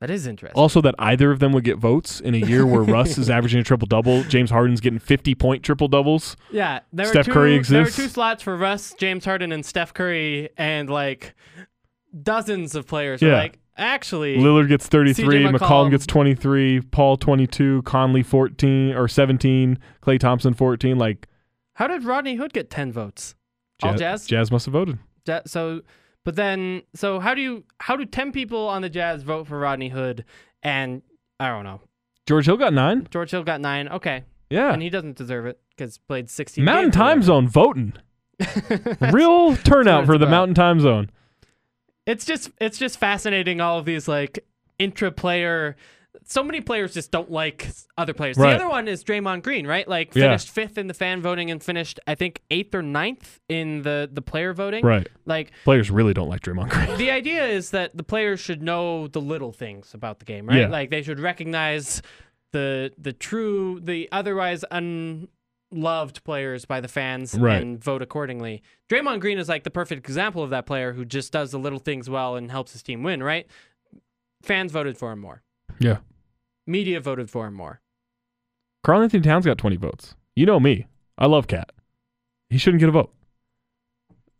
Speaker 2: that is interesting.
Speaker 3: Also, that either of them would get votes in a year where Russ is averaging a triple double, James Harden's getting 50 point triple doubles.
Speaker 2: yeah, there
Speaker 3: Steph
Speaker 2: were two,
Speaker 3: Curry
Speaker 2: There were
Speaker 3: exists?
Speaker 2: two slots for Russ, James Harden, and Steph Curry, and like dozens of players. Were
Speaker 3: Yeah.
Speaker 2: like actually,
Speaker 3: Lillard gets 33,
Speaker 2: CJ
Speaker 3: McCollum.
Speaker 2: McCollum.
Speaker 3: gets 23, Paul 22, Conley 14 or 17, Clay Thompson 14. Like
Speaker 2: How did Rodney Hood get 10 votes? All
Speaker 3: Ja-
Speaker 2: Jazz?
Speaker 3: Jazz must have voted.
Speaker 2: Ja- so but then so how do you how do 10 people on the Jazz vote for Rodney Hood and I don't know.
Speaker 3: George Hill got nine.
Speaker 2: George Hill got 9. Okay.
Speaker 3: Yeah,
Speaker 2: And he doesn't deserve it cuz played 16
Speaker 3: Mountain
Speaker 2: games or
Speaker 3: Time Zone voting.
Speaker 2: whatever.
Speaker 3: Real
Speaker 2: what
Speaker 3: turnout for
Speaker 2: it's
Speaker 3: the
Speaker 2: about.
Speaker 3: Mountain Time Zone.
Speaker 2: it's just it's just fascinating all of these like intra player so many players just don't like other players.
Speaker 3: Right.
Speaker 2: The other one is Draymond Green, right? Like
Speaker 3: Yeah.
Speaker 2: finished fifth in the fan voting and finished, I think, eighth or ninth in the the player voting.
Speaker 3: Right.
Speaker 2: Like
Speaker 3: Players really don't like Draymond Green.
Speaker 2: the idea is that the players should know the little things about the game, right?
Speaker 3: Yeah.
Speaker 2: Like they should recognize the the true, the otherwise unloved players by the fans
Speaker 3: Right.
Speaker 2: and vote accordingly. Draymond Green is like the perfect example of that player who just does the little things well and helps his team win, right? Fans voted for him more.
Speaker 3: Yeah.
Speaker 2: Media voted for him more.
Speaker 3: Carl Anthony Towns got 20 votes. You know me. I love Cat. He shouldn't get a vote,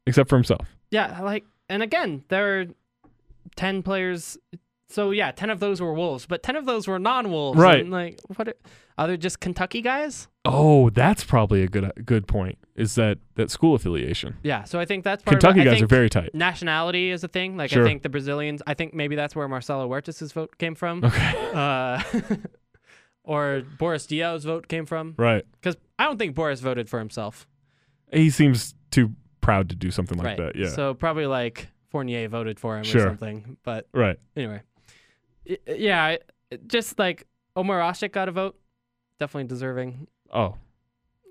Speaker 3: except for himself.
Speaker 2: Yeah, like and again, there are 10 players So yeah, ten of those were Wolves, but ten of those were non-Wolves.
Speaker 3: Right.
Speaker 2: And, like what? Are, are they just Kentucky guys?
Speaker 3: Oh, that's probably a good good point. Is that that school affiliation?
Speaker 2: Yeah. So I think that's part
Speaker 3: Kentucky
Speaker 2: of, it. I
Speaker 3: guys are
Speaker 2: think
Speaker 3: very tight.
Speaker 2: Nationality is a thing. Like
Speaker 3: Sure.
Speaker 2: I think the Brazilians. I think maybe that's where Marcelo Huertas' vote came from,
Speaker 3: Okay.
Speaker 2: uh, or Boris Dio's vote came from.
Speaker 3: Right.
Speaker 2: Because I don't think Boris voted for himself.
Speaker 3: He seems too proud to do something like
Speaker 2: right.
Speaker 3: that. Yeah.
Speaker 2: So probably like Fournier voted for him
Speaker 3: Sure.
Speaker 2: or something. But
Speaker 3: right.
Speaker 2: anyway, Y- yeah, I- just like Omar Ashik got a vote, definitely deserving.
Speaker 3: Oh.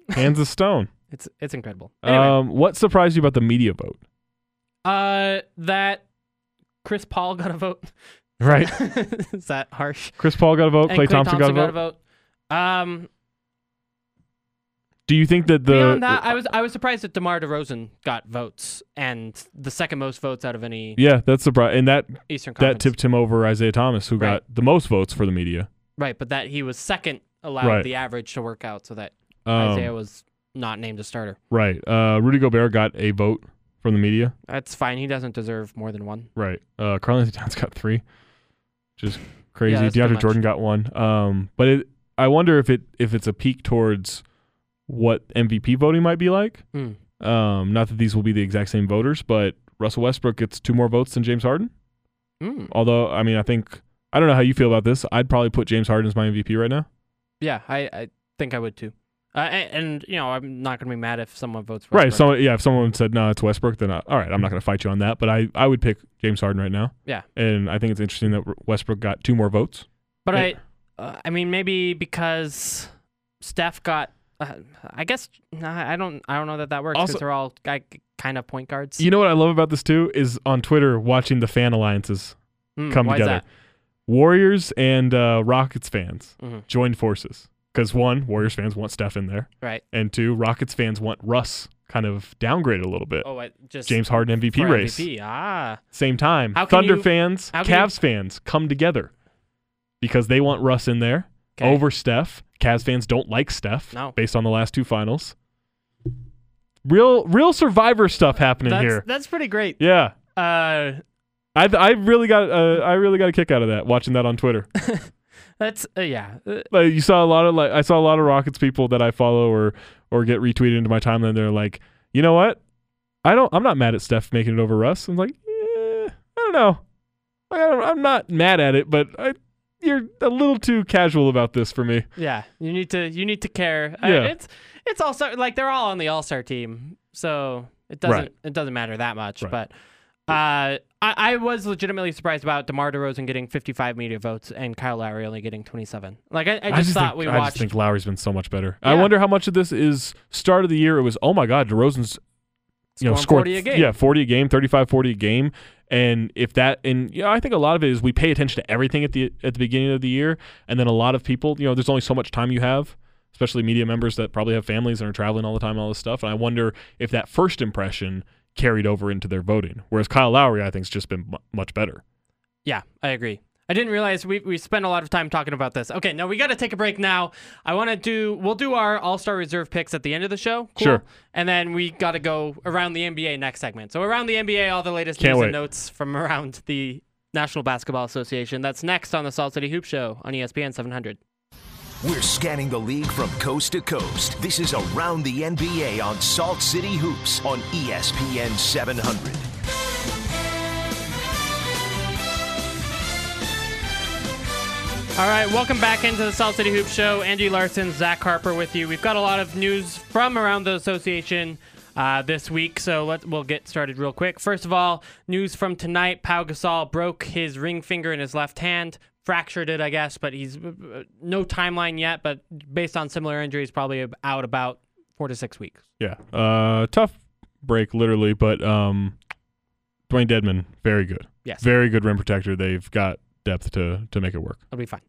Speaker 3: Hands of stone.
Speaker 2: It's it's incredible. Anyway,
Speaker 3: Um, what surprised you about the media vote?
Speaker 2: uh, that Chris Paul got a vote.
Speaker 3: Right.
Speaker 2: Is that harsh?
Speaker 3: Chris Paul got a vote.
Speaker 2: And
Speaker 3: Oh, Clay Thompson, got a vote.
Speaker 2: Um,
Speaker 3: Do you think that the
Speaker 2: beyond that, I was I was surprised that DeMar DeRozan got votes and the second most votes out of any
Speaker 3: yeah, that's surprising. And that
Speaker 2: Eastern Conference.
Speaker 3: that tipped him over Isaiah Thomas, who
Speaker 2: Right.
Speaker 3: got the most votes for the media.
Speaker 2: Right, but that he was second allowed
Speaker 3: Right.
Speaker 2: the average to work out so that
Speaker 3: Um,
Speaker 2: Isaiah was not named a starter.
Speaker 3: Right. Uh, Rudy Gobert got a vote from the media.
Speaker 2: That's fine. He doesn't deserve more than one.
Speaker 3: Right. Uh, Carl Anthony Towns got three, which is crazy.
Speaker 2: that's a bit
Speaker 3: DeAndre
Speaker 2: much.
Speaker 3: Jordan got one. Um, but it, I wonder if it if it's a peak towards what MVP voting might be like.
Speaker 2: Mm.
Speaker 3: Um, not that these will be the exact same voters, but Russell Westbrook gets two more votes than James Harden.
Speaker 2: Mm.
Speaker 3: Although, I mean, I think I don't know how you feel about this. I'd probably put James Harden as my MVP right now.
Speaker 2: Yeah, I, I think I would too. Uh, and, and, you know, I'm not gonna be mad if someone votes for
Speaker 3: Right.
Speaker 2: Westbrook.
Speaker 3: So yeah, if someone said no, it's Westbrook, then I, all right, I'm not going to fight you on that. But I, I would pick James Harden right now.
Speaker 2: Yeah.
Speaker 3: And I think it's interesting that Westbrook got two more votes.
Speaker 2: but
Speaker 3: Yeah.
Speaker 2: I, uh, I mean, maybe because Steph got. Uh, I guess nah, I don't. I don't know that that works because
Speaker 3: Also-
Speaker 2: they're all guy, kind of point guards.
Speaker 3: You know what I love about this too is on Twitter watching the fan alliances
Speaker 2: Mm,
Speaker 3: come
Speaker 2: why is
Speaker 3: together. Warriors and uh, Rockets fans
Speaker 2: that? Mhm,
Speaker 3: joined forces because one, Warriors fans want Steph in there,
Speaker 2: Right.
Speaker 3: and two, Rockets fans want Russ kind of downgraded a little bit.
Speaker 2: Oh, I just
Speaker 3: James Harden MVP
Speaker 2: for
Speaker 3: race.
Speaker 2: MVP. Ah,
Speaker 3: Same time,
Speaker 2: How can
Speaker 3: Thunder
Speaker 2: you-
Speaker 3: fans,
Speaker 2: how can you-
Speaker 3: Cavs fans come together because they want Russ in there
Speaker 2: 'kay.
Speaker 3: over Steph. Cavs fans don't like Steph
Speaker 2: No.
Speaker 3: based on the last two finals. Real, real survivor stuff happening
Speaker 2: That's
Speaker 3: here.
Speaker 2: that's pretty great.
Speaker 3: Yeah.
Speaker 2: Uh,
Speaker 3: I I really got uh, I really got a kick out of that watching that on Twitter.
Speaker 2: that's uh, yeah. Uh,
Speaker 3: like you saw a lot of like I saw a lot of Rockets people that I follow or or get retweeted into my timeline. They're like, you know what? I don't. I'm not mad at Steph making it over Russ. I'm like, eh, I don't know. I don't, I'm not mad at it, but I, you're a little too casual about this for me.
Speaker 2: Yeah, you need to you need to care. Uh,
Speaker 3: Yeah.
Speaker 2: it's it's also like they're all on the All Star team, so it doesn't
Speaker 3: Right.
Speaker 2: it doesn't matter that much.
Speaker 3: Right.
Speaker 2: But uh, I, I was legitimately surprised about Demar Derozan getting 55 media votes and Kyle Lowry only getting 27. Like I, I, just, thought
Speaker 3: think,
Speaker 2: we
Speaker 3: I just
Speaker 2: watched.
Speaker 3: think Lowry's been so much better. I
Speaker 2: Yeah.
Speaker 3: wonder how much of this is start of the year. It was oh my god, DeRozan's you know
Speaker 2: Scoring
Speaker 3: scored
Speaker 2: 40 a game.
Speaker 3: yeah 40 a game 35 40 a game and if that and you know, i think a lot of it is we pay attention to everything at the at the beginning of the year and then a lot of people you know there's only so much time you have especially media members that probably have families and are traveling all the time and all this stuff and i wonder if that first impression carried over into their voting whereas kyle lowry i think's just been mu- much better
Speaker 2: Yeah, I agree. I didn't realize we we spent a lot of time talking about this. Okay, no, we got to take a break now. I want to do we'll do our All Star Reserve picks at the end of the show. Cool.
Speaker 3: Sure.
Speaker 2: And then we got to go around the NBA next segment. So around the NBA, all the latest
Speaker 3: Can't
Speaker 2: news
Speaker 3: wait.
Speaker 2: and notes from around the National Basketball Association. That's next on the Salt City Hoop Show on E ESPN 700.
Speaker 1: We're scanning the league from coast to coast. This is Around the NBA on Salt City Hoops on E ESPN 700.
Speaker 2: All right, welcome back into the Salt City Hoop Show. Andy Larson, Zach Harper with you. We've got a lot of news from around the association uh, this week, so let we'll get started real quick. First of all, news from tonight: Pau Gasol broke his ring finger in his left hand, fractured it, I guess, but he's uh, no timeline yet. But based on similar injuries, probably ab- out about four to six weeks.
Speaker 3: yeah uh tough break literally but um dwayne deadman very good
Speaker 2: Yes.
Speaker 3: very good rim protector they've got depth to to make it work
Speaker 2: It'll be fine.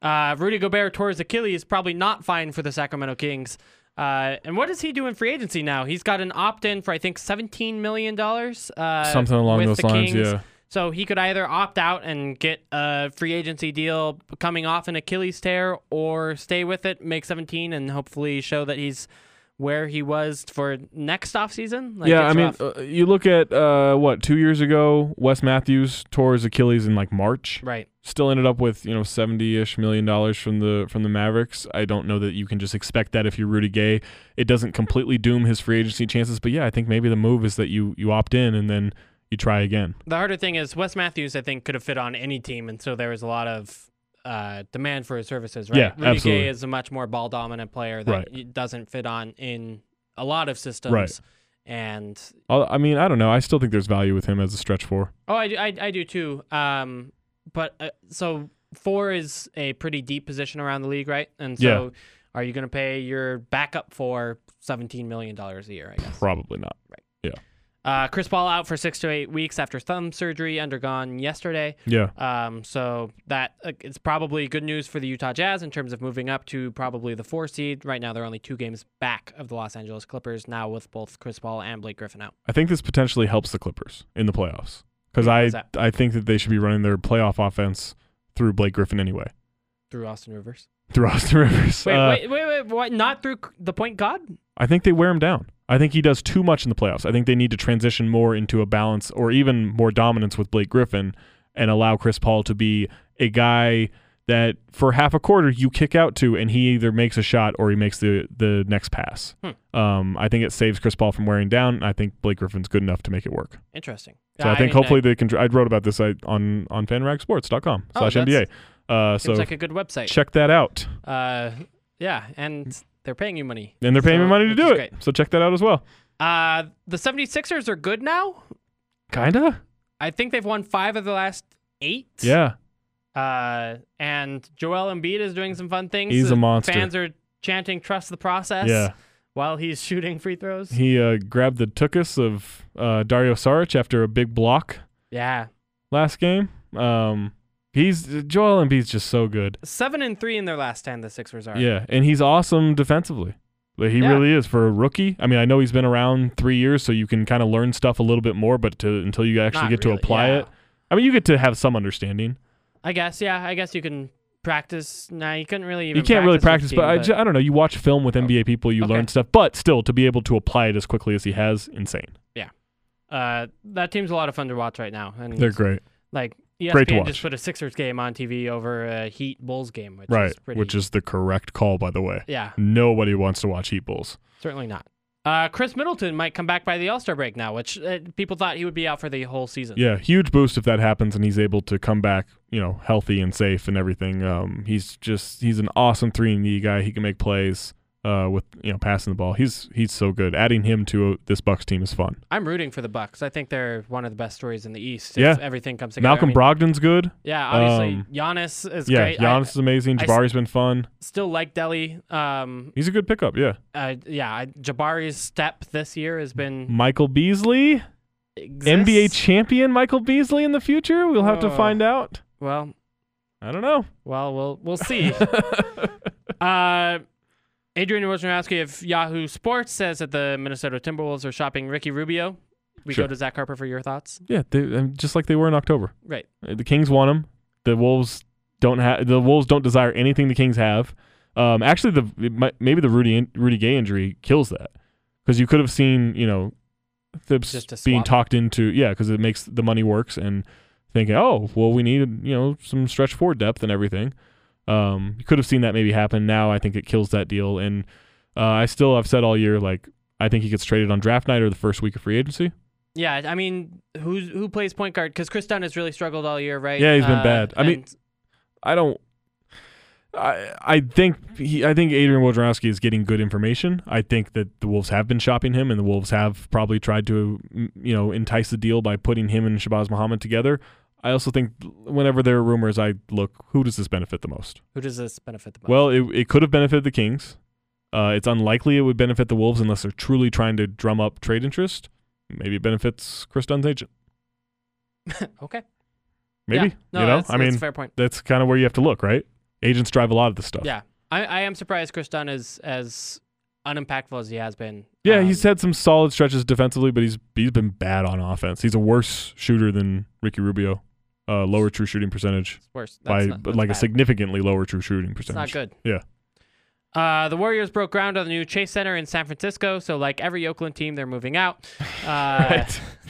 Speaker 2: Uh, Rudy Gobert tore his Achilles, probably not fine for the Sacramento Kings. Uh, and what does he do in free agency now? He's got an opt-in for I think seventeen million dollars. Uh,
Speaker 3: Something along
Speaker 2: with
Speaker 3: those
Speaker 2: the
Speaker 3: lines,
Speaker 2: Kings.
Speaker 3: yeah.
Speaker 2: So he could either opt out and get a free agency deal coming off an Achilles tear, or stay with it, make seventeen, and hopefully show that he's where he was for next offseason? Like,
Speaker 3: yeah,
Speaker 2: it's
Speaker 3: I mean,
Speaker 2: rough.
Speaker 3: uh, you look at uh, what two years ago, Wes Matthews tore his Achilles in like March.
Speaker 2: right.
Speaker 3: Still ended up with you know seventy ish million dollars from the from the Mavericks. I don't know that you can just expect that if you're Rudy Gay. It doesn't completely doom his free agency chances, but yeah, I think maybe the move is that you you opt in and then you try again.
Speaker 2: The harder thing is Wes Matthews, I think, could have fit on any team, and so there was a lot of uh, demand for his services. Right?
Speaker 3: Yeah,
Speaker 2: Rudy
Speaker 3: absolutely.
Speaker 2: Gay is a much more ball dominant player that
Speaker 3: Right.
Speaker 2: y- doesn't fit on in a lot of systems.
Speaker 3: Right.
Speaker 2: And
Speaker 3: I'll- I mean, I don't know. I still think there's value with him as a stretch four.
Speaker 2: oh, I, do- I, I do too. Um, but uh, so four is a pretty deep position around the league, right? And so
Speaker 3: Yeah.
Speaker 2: are you going to pay your backup for seventeen million dollars a year? I guess.
Speaker 3: Probably not.
Speaker 2: Uh, Chris Paul out for six to eight weeks after thumb surgery undergone yesterday.
Speaker 3: Yeah.
Speaker 2: Um, so that uh, it's probably good news for the Utah Jazz in terms of moving up to probably the four seed. Right now, they're only two games back of the Los Angeles Clippers. Now with both Chris Paul and Blake Griffin out.
Speaker 3: I think this potentially helps the Clippers in the playoffs because I
Speaker 2: How's that?
Speaker 3: I think that they should be running their playoff offense through Blake Griffin anyway,
Speaker 2: Through Austin Rivers.
Speaker 3: through Austin Rivers.
Speaker 2: Wait,
Speaker 3: Uh,
Speaker 2: wait, wait, wait, what? Not through c- the point guard?
Speaker 3: I think they wear him down. I think he does too much in the playoffs. I think they need to transition more into a balance or even more dominance with Blake Griffin and allow Chris Paul to be a guy that for half a quarter you kick out to and he either makes a shot or he makes the the next pass.
Speaker 2: Hmm.
Speaker 3: Um, I think it saves Chris Paul from wearing down. and I think Blake Griffin's good enough to make it work.
Speaker 2: Interesting. uh,
Speaker 3: So I, think hopefully they can. I wrote about this I, on on fanragsports.com
Speaker 2: Oh,
Speaker 3: slash NBA. Uh, so
Speaker 2: seems like a good website.
Speaker 3: check that out,
Speaker 2: Uh, yeah, and they're paying you money.
Speaker 3: and they're paying
Speaker 2: So,
Speaker 3: me money to
Speaker 2: which is
Speaker 3: do it.
Speaker 2: great.
Speaker 3: So check that out as well.
Speaker 2: Uh, the 76ers are good now.
Speaker 3: Kinda.
Speaker 2: I think they've won five of the last eight.
Speaker 3: Yeah.
Speaker 2: Uh, and Joel Embiid is doing some fun things.
Speaker 3: He's a
Speaker 2: The
Speaker 3: monster.
Speaker 2: Fans are chanting "Trust the process."
Speaker 3: Yeah.
Speaker 2: While he's shooting free throws.
Speaker 3: He uh, grabbed the tuchus of uh, Dario Saric after a big block
Speaker 2: yeah.
Speaker 3: last game. Um, he's Joel Embiid's just so good.
Speaker 2: Seven and three in their last ten. The Sixers are.
Speaker 3: Yeah, and he's awesome defensively. Like, he
Speaker 2: Yeah.
Speaker 3: really is for a rookie. I mean, I know he's been around three years, so you can kind of learn stuff a little bit more, but to, until you actually
Speaker 2: Not
Speaker 3: get
Speaker 2: really,
Speaker 3: to apply
Speaker 2: yeah.
Speaker 3: it, I mean, you get to have some understanding.
Speaker 2: I guess. Yeah. I guess you can practice. Nah, you couldn't really. Even
Speaker 3: you can't really
Speaker 2: practice
Speaker 3: practice,
Speaker 2: with
Speaker 3: but, I,
Speaker 2: team, Oh.
Speaker 3: ju- I don't know. You watch film with NBA people, you
Speaker 2: Okay.
Speaker 3: learn stuff, but still to be able to apply it as quickly as he has, insane.
Speaker 2: uh, that team's a lot of fun to watch right now. And
Speaker 3: They're great,
Speaker 2: Like E ESPN
Speaker 3: Great to
Speaker 2: just
Speaker 3: watch.
Speaker 2: put a Sixers game on TV over a Heat Bulls game, which
Speaker 3: right?
Speaker 2: is pretty.
Speaker 3: Which is the correct call, by the way.
Speaker 2: yeah,
Speaker 3: Nobody wants to watch Heat Bulls.
Speaker 2: certainly not. Uh, Chris Middleton might come back by the All Star break now, which uh, people thought he would be out for the whole season.
Speaker 3: Yeah, huge boost if that happens and he's able to come back, you know, healthy and safe and everything. Um, he's just he's an awesome three and D guy. He can make plays uh, with you know passing the ball. He's he's so good. Adding him to uh this Bucks team is fun.
Speaker 2: I'm rooting for the Bucks. I think they're one of the best stories in the East.
Speaker 3: Yeah.
Speaker 2: if everything comes together.
Speaker 3: Malcolm
Speaker 2: I mean,
Speaker 3: Brogdon's good.
Speaker 2: Yeah, obviously
Speaker 3: um,
Speaker 2: Giannis is
Speaker 3: yeah,
Speaker 2: great.
Speaker 3: Giannis
Speaker 2: I
Speaker 3: is amazing.
Speaker 2: I s-
Speaker 3: Jabari's been fun.
Speaker 2: still like Delhi. Um,
Speaker 3: He's a good pickup. Yeah,
Speaker 2: uh, yeah, I- Jabari's step this year has been
Speaker 3: Michael Beasley, NBA
Speaker 2: exists.
Speaker 3: champion Michael Beasley in the future. We'll have to
Speaker 2: Oh.
Speaker 3: find out.
Speaker 2: Well,
Speaker 3: I don't know.
Speaker 2: well, we'll we'll see. Uh, Adrian Wojnarowski of Yahoo Sports says that the Minnesota Timberwolves are shopping Ricky Rubio. We
Speaker 3: Sure.
Speaker 2: go to Zach Harper for your thoughts.
Speaker 3: yeah, they, um, just like they were in October.
Speaker 2: Right.
Speaker 3: Uh, The Kings want him. The Wolves don't have. The Wolves don't desire anything the Kings have. Um, actually, the it might, maybe the Rudy in- Rudy Gay injury kills that because you could have seen you know
Speaker 2: Just a
Speaker 3: Thibs being
Speaker 2: swap.
Speaker 3: talked into yeah because it makes the money works and thinking oh well we need you know some stretch forward depth and everything. Um, you could have seen that maybe happen. Now I think it kills that deal and uh, I still I've said all year like I think he gets traded on draft night or the first week of free agency.
Speaker 2: Yeah, I mean, who's who plays point guard? Because Chris Dunn has really struggled all year, right? Uh,
Speaker 3: Yeah, he's been bad. I mean-
Speaker 2: and-
Speaker 3: I don't. I I think he, I think Adrian Wojnarowski is getting good information. I think that the Wolves have been shopping him, and the Wolves have probably tried to mm, you know entice the deal by putting him and Shabazz Muhammad together. I also think whenever there are rumors, I look who does this benefit the most.
Speaker 2: who does this benefit the most?
Speaker 3: Well, it it could have benefited the Kings. Uh, it's unlikely it would benefit the Wolves unless they're truly trying to drum up trade interest. Maybe it benefits Chris Dunn's agent.
Speaker 2: okay.
Speaker 3: Maybe
Speaker 2: Yeah. No,
Speaker 3: you know.
Speaker 2: that's,
Speaker 3: I
Speaker 2: that's
Speaker 3: mean,
Speaker 2: a fair point.
Speaker 3: that's kind of where you have to look, right? Agents drive a lot of this stuff.
Speaker 2: Yeah, I, I am surprised Chris Dunn is as unimpactful as he has been.
Speaker 3: Yeah,
Speaker 2: Um,
Speaker 3: he's had some solid stretches defensively, but he's he's been bad on offense. He's a worse shooter than Ricky Rubio. Uh, lower true shooting percentage
Speaker 2: it's worse. That's
Speaker 3: by
Speaker 2: not-
Speaker 3: but
Speaker 2: that's
Speaker 3: like a
Speaker 2: bad.
Speaker 3: significantly lower true shooting
Speaker 2: It's not
Speaker 3: percentage.
Speaker 2: good.
Speaker 3: Yeah.
Speaker 2: Uh, the Warriors broke ground on the new Chase Center in San Francisco, so like every Oakland team, they're moving out. Uh,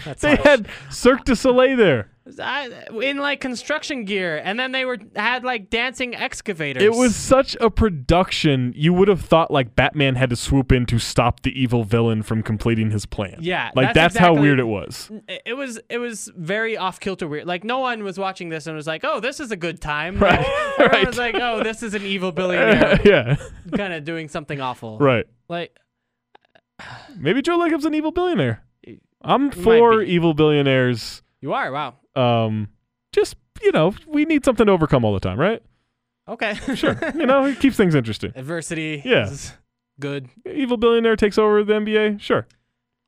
Speaker 2: That's
Speaker 3: They
Speaker 2: all.
Speaker 3: had Cirque du Soleil there.
Speaker 2: I- in like construction gear, and then they were had like dancing excavators.
Speaker 3: It was such a production. You would have thought like Batman had to swoop in to stop the evil villain from completing his plan.
Speaker 2: Yeah,
Speaker 3: like
Speaker 2: that's
Speaker 3: that's, how
Speaker 2: exactly-
Speaker 3: weird it was.
Speaker 2: it it was it was very off kilter weird. Like no one was watching this and was like, "Oh, this is a good time."
Speaker 3: Right,
Speaker 2: Like, everyone
Speaker 3: right.
Speaker 2: was like, "Oh, this is an evil billionaire
Speaker 3: yeah,
Speaker 2: kind of doing something awful."
Speaker 3: right.
Speaker 2: Like
Speaker 3: Maybe Joe Lacob's an evil billionaire. I'm for
Speaker 2: be.
Speaker 3: evil billionaires.
Speaker 2: you are. Wow.
Speaker 3: Um, just you know, we need something to overcome all the time, right?
Speaker 2: Okay.
Speaker 3: Sure. you know, it keeps things interesting.
Speaker 2: Adversity.
Speaker 3: Yeah.
Speaker 2: is good.
Speaker 3: Evil billionaire takes over the NBA. Sure.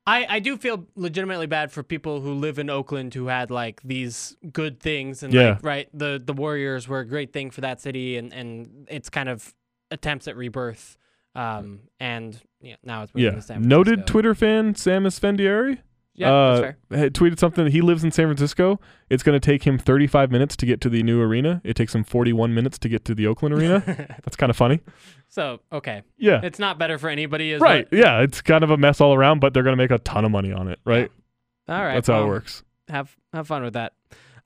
Speaker 2: I, I do feel legitimately bad for people who live in Oakland who had like these good things and
Speaker 3: Yeah.
Speaker 2: like right the the Warriors were a great thing for that city and and it's kind of attempts at rebirth um and yeah now it's moving
Speaker 3: Yeah.
Speaker 2: to San
Speaker 3: Noted
Speaker 2: Francisco.
Speaker 3: Twitter fan Sam Esfendiari.
Speaker 2: yeah
Speaker 3: uh,
Speaker 2: that's fair
Speaker 3: had tweeted something. He lives in San Francisco. It's going to take him 35 minutes to get to the new arena. It takes him 41 minutes to get to the Oakland arena. That's kind of funny.
Speaker 2: so okay
Speaker 3: uh, Yeah.
Speaker 2: it's not better for anybody is
Speaker 3: right. Yeah. It's kind of a mess all around, but they're going to make a ton of money on it. Right.
Speaker 2: what- all right
Speaker 3: That's how it
Speaker 2: well,
Speaker 3: works.
Speaker 2: have have fun with that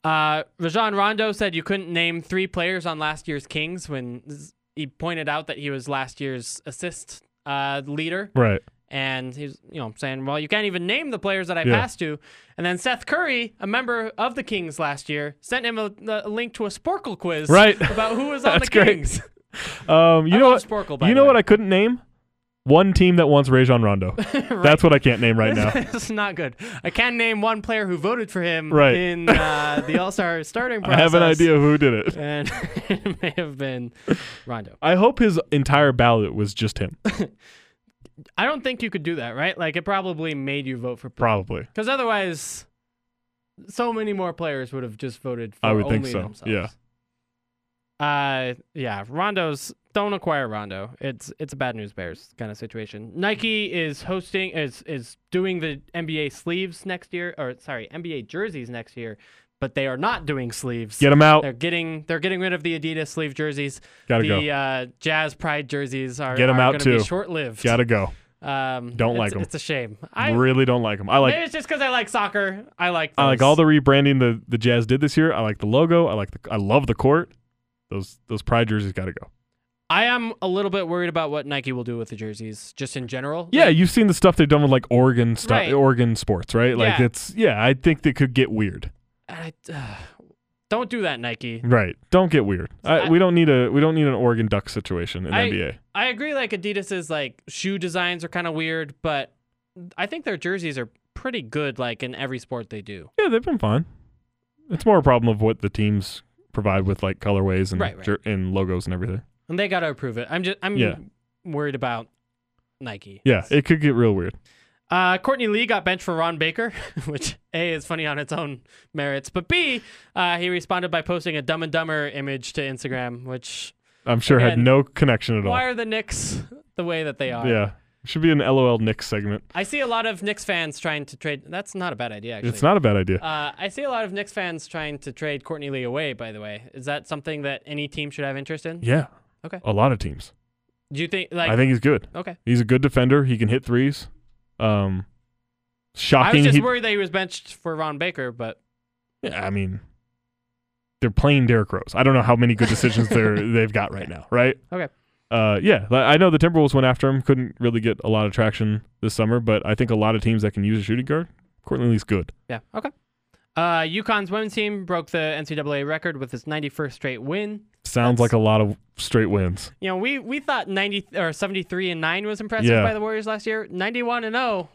Speaker 2: uh Rajon Rondo said you couldn't name three players on last year's Kings when z- he pointed out that he was last year's assist uh leader
Speaker 3: Right.
Speaker 2: and he's you know saying, well, you can't even name the players that I
Speaker 3: Yeah.
Speaker 2: passed to. And then Seth Curry, a member of the Kings last year, sent him a, a link to a Sporkle quiz
Speaker 3: Right.
Speaker 2: about who was on the
Speaker 3: That's great.
Speaker 2: Kings.
Speaker 3: Um, you
Speaker 2: I
Speaker 3: know
Speaker 2: love
Speaker 3: what?
Speaker 2: Sporkle, by
Speaker 3: you
Speaker 2: the
Speaker 3: know what
Speaker 2: way.
Speaker 3: I couldn't name? One team that wants Rajon Rondo. That's what I can't name right now.
Speaker 2: it's not good. I can name one player who voted for him
Speaker 3: Right.
Speaker 2: in uh, the All Star starting
Speaker 3: I
Speaker 2: process.
Speaker 3: have an idea who did it.
Speaker 2: And it may have been Rondo.
Speaker 3: I hope his entire ballot was just him.
Speaker 2: I don't think you could do that, right? Like, it probably made you vote for.
Speaker 3: Probably.
Speaker 2: Because otherwise, so many more players would have just voted for
Speaker 3: I would
Speaker 2: only
Speaker 3: think so,
Speaker 2: themselves. Uh, yeah. Rondo's don't acquire Rondo. It's it's a bad news bears kind of situation. Nike is hosting is is doing the NBA sleeves next year, or sorry, NBA jerseys next year, but they are not doing sleeves.
Speaker 3: Get him out.
Speaker 2: They're getting they're getting rid of the Adidas sleeve jerseys.
Speaker 3: Gotta
Speaker 2: the
Speaker 3: go.
Speaker 2: Uh, Jazz Pride jerseys are
Speaker 3: Get 'em
Speaker 2: are
Speaker 3: out
Speaker 2: gonna
Speaker 3: too.
Speaker 2: Be short lived.
Speaker 3: Gotta go.
Speaker 2: um,
Speaker 3: Don't
Speaker 2: it's-
Speaker 3: like 'em.
Speaker 2: It's a shame. I
Speaker 3: really don't like him. I like
Speaker 2: maybe it's just because I like soccer. I like
Speaker 3: I like
Speaker 2: those.
Speaker 3: all the rebranding the the Jazz did this year. I like the logo. I like the I love the court. Those those pride jerseys got to go.
Speaker 2: I am a little bit worried about what Nike will do with the jerseys, just in general.
Speaker 3: Yeah, you've seen the stuff they've done with like Oregon stuff,
Speaker 2: Right.
Speaker 3: Oregon sports, right? Like
Speaker 2: Yeah.
Speaker 3: it's yeah. I think they could get weird.
Speaker 2: I, uh, don't do that, Nike.
Speaker 3: Right? Don't get weird. I,
Speaker 2: I-
Speaker 3: we don't need a we don't need an Oregon Duck situation in
Speaker 2: I-
Speaker 3: NBA.
Speaker 2: I agree. Like Adidas's like shoe designs are kind of weird, but I think their jerseys are pretty good. Like in every sport they do.
Speaker 3: Yeah, they've been fine. It's more a problem of what the teams provide with like colorways and
Speaker 2: Right, right.
Speaker 3: jer- and logos and everything.
Speaker 2: And they got to approve it. I'm just I'm
Speaker 3: Yeah.
Speaker 2: worried about Nike.
Speaker 3: Yeah, it could get real weird.
Speaker 2: Uh, Courtney Lee got benched for Ron Baker, which A is funny on its own merits, but B, uh, he responded by posting a Dumb and Dumber image to Instagram, which
Speaker 3: I'm sure had
Speaker 2: Again,
Speaker 3: no connection at all.
Speaker 2: why are the Knicks the way that they are?
Speaker 3: Yeah, should be an LOL Knicks segment.
Speaker 2: I see a lot of Knicks fans trying to trade. That's not a bad idea, actually.
Speaker 3: It's not a bad idea.
Speaker 2: Uh, I see a lot of Knicks fans trying to trade Courtney Lee away. By the way, is that something that any team should have interest in?
Speaker 3: Yeah.
Speaker 2: Okay.
Speaker 3: A lot of teams.
Speaker 2: Do you think like
Speaker 3: I think he's good.
Speaker 2: okay?
Speaker 3: He's a good defender. He can hit threes. Um,
Speaker 2: I was
Speaker 3: shocking.
Speaker 2: just
Speaker 3: he-
Speaker 2: worried that he was benched for Ron Baker, but
Speaker 3: Yeah, I mean, they're playing Derrick Rose. I don't know how many good decisions they're they've got right now. Right.
Speaker 2: Okay.
Speaker 3: Uh, yeah. li- I know the Timberwolves went after him. Couldn't really get a lot of traction this summer, but I think a lot of teams that can use a shooting guard. Courtney Lee's good.
Speaker 2: yeah, okay. Uh, UConn's women's team broke the NCAA record with its 91st straight win.
Speaker 3: Sounds like a lot of straight wins.
Speaker 2: You know, we we thought 90 or 73 and nine was impressive
Speaker 3: Yeah.
Speaker 2: by the Warriors last year. 91 and 0,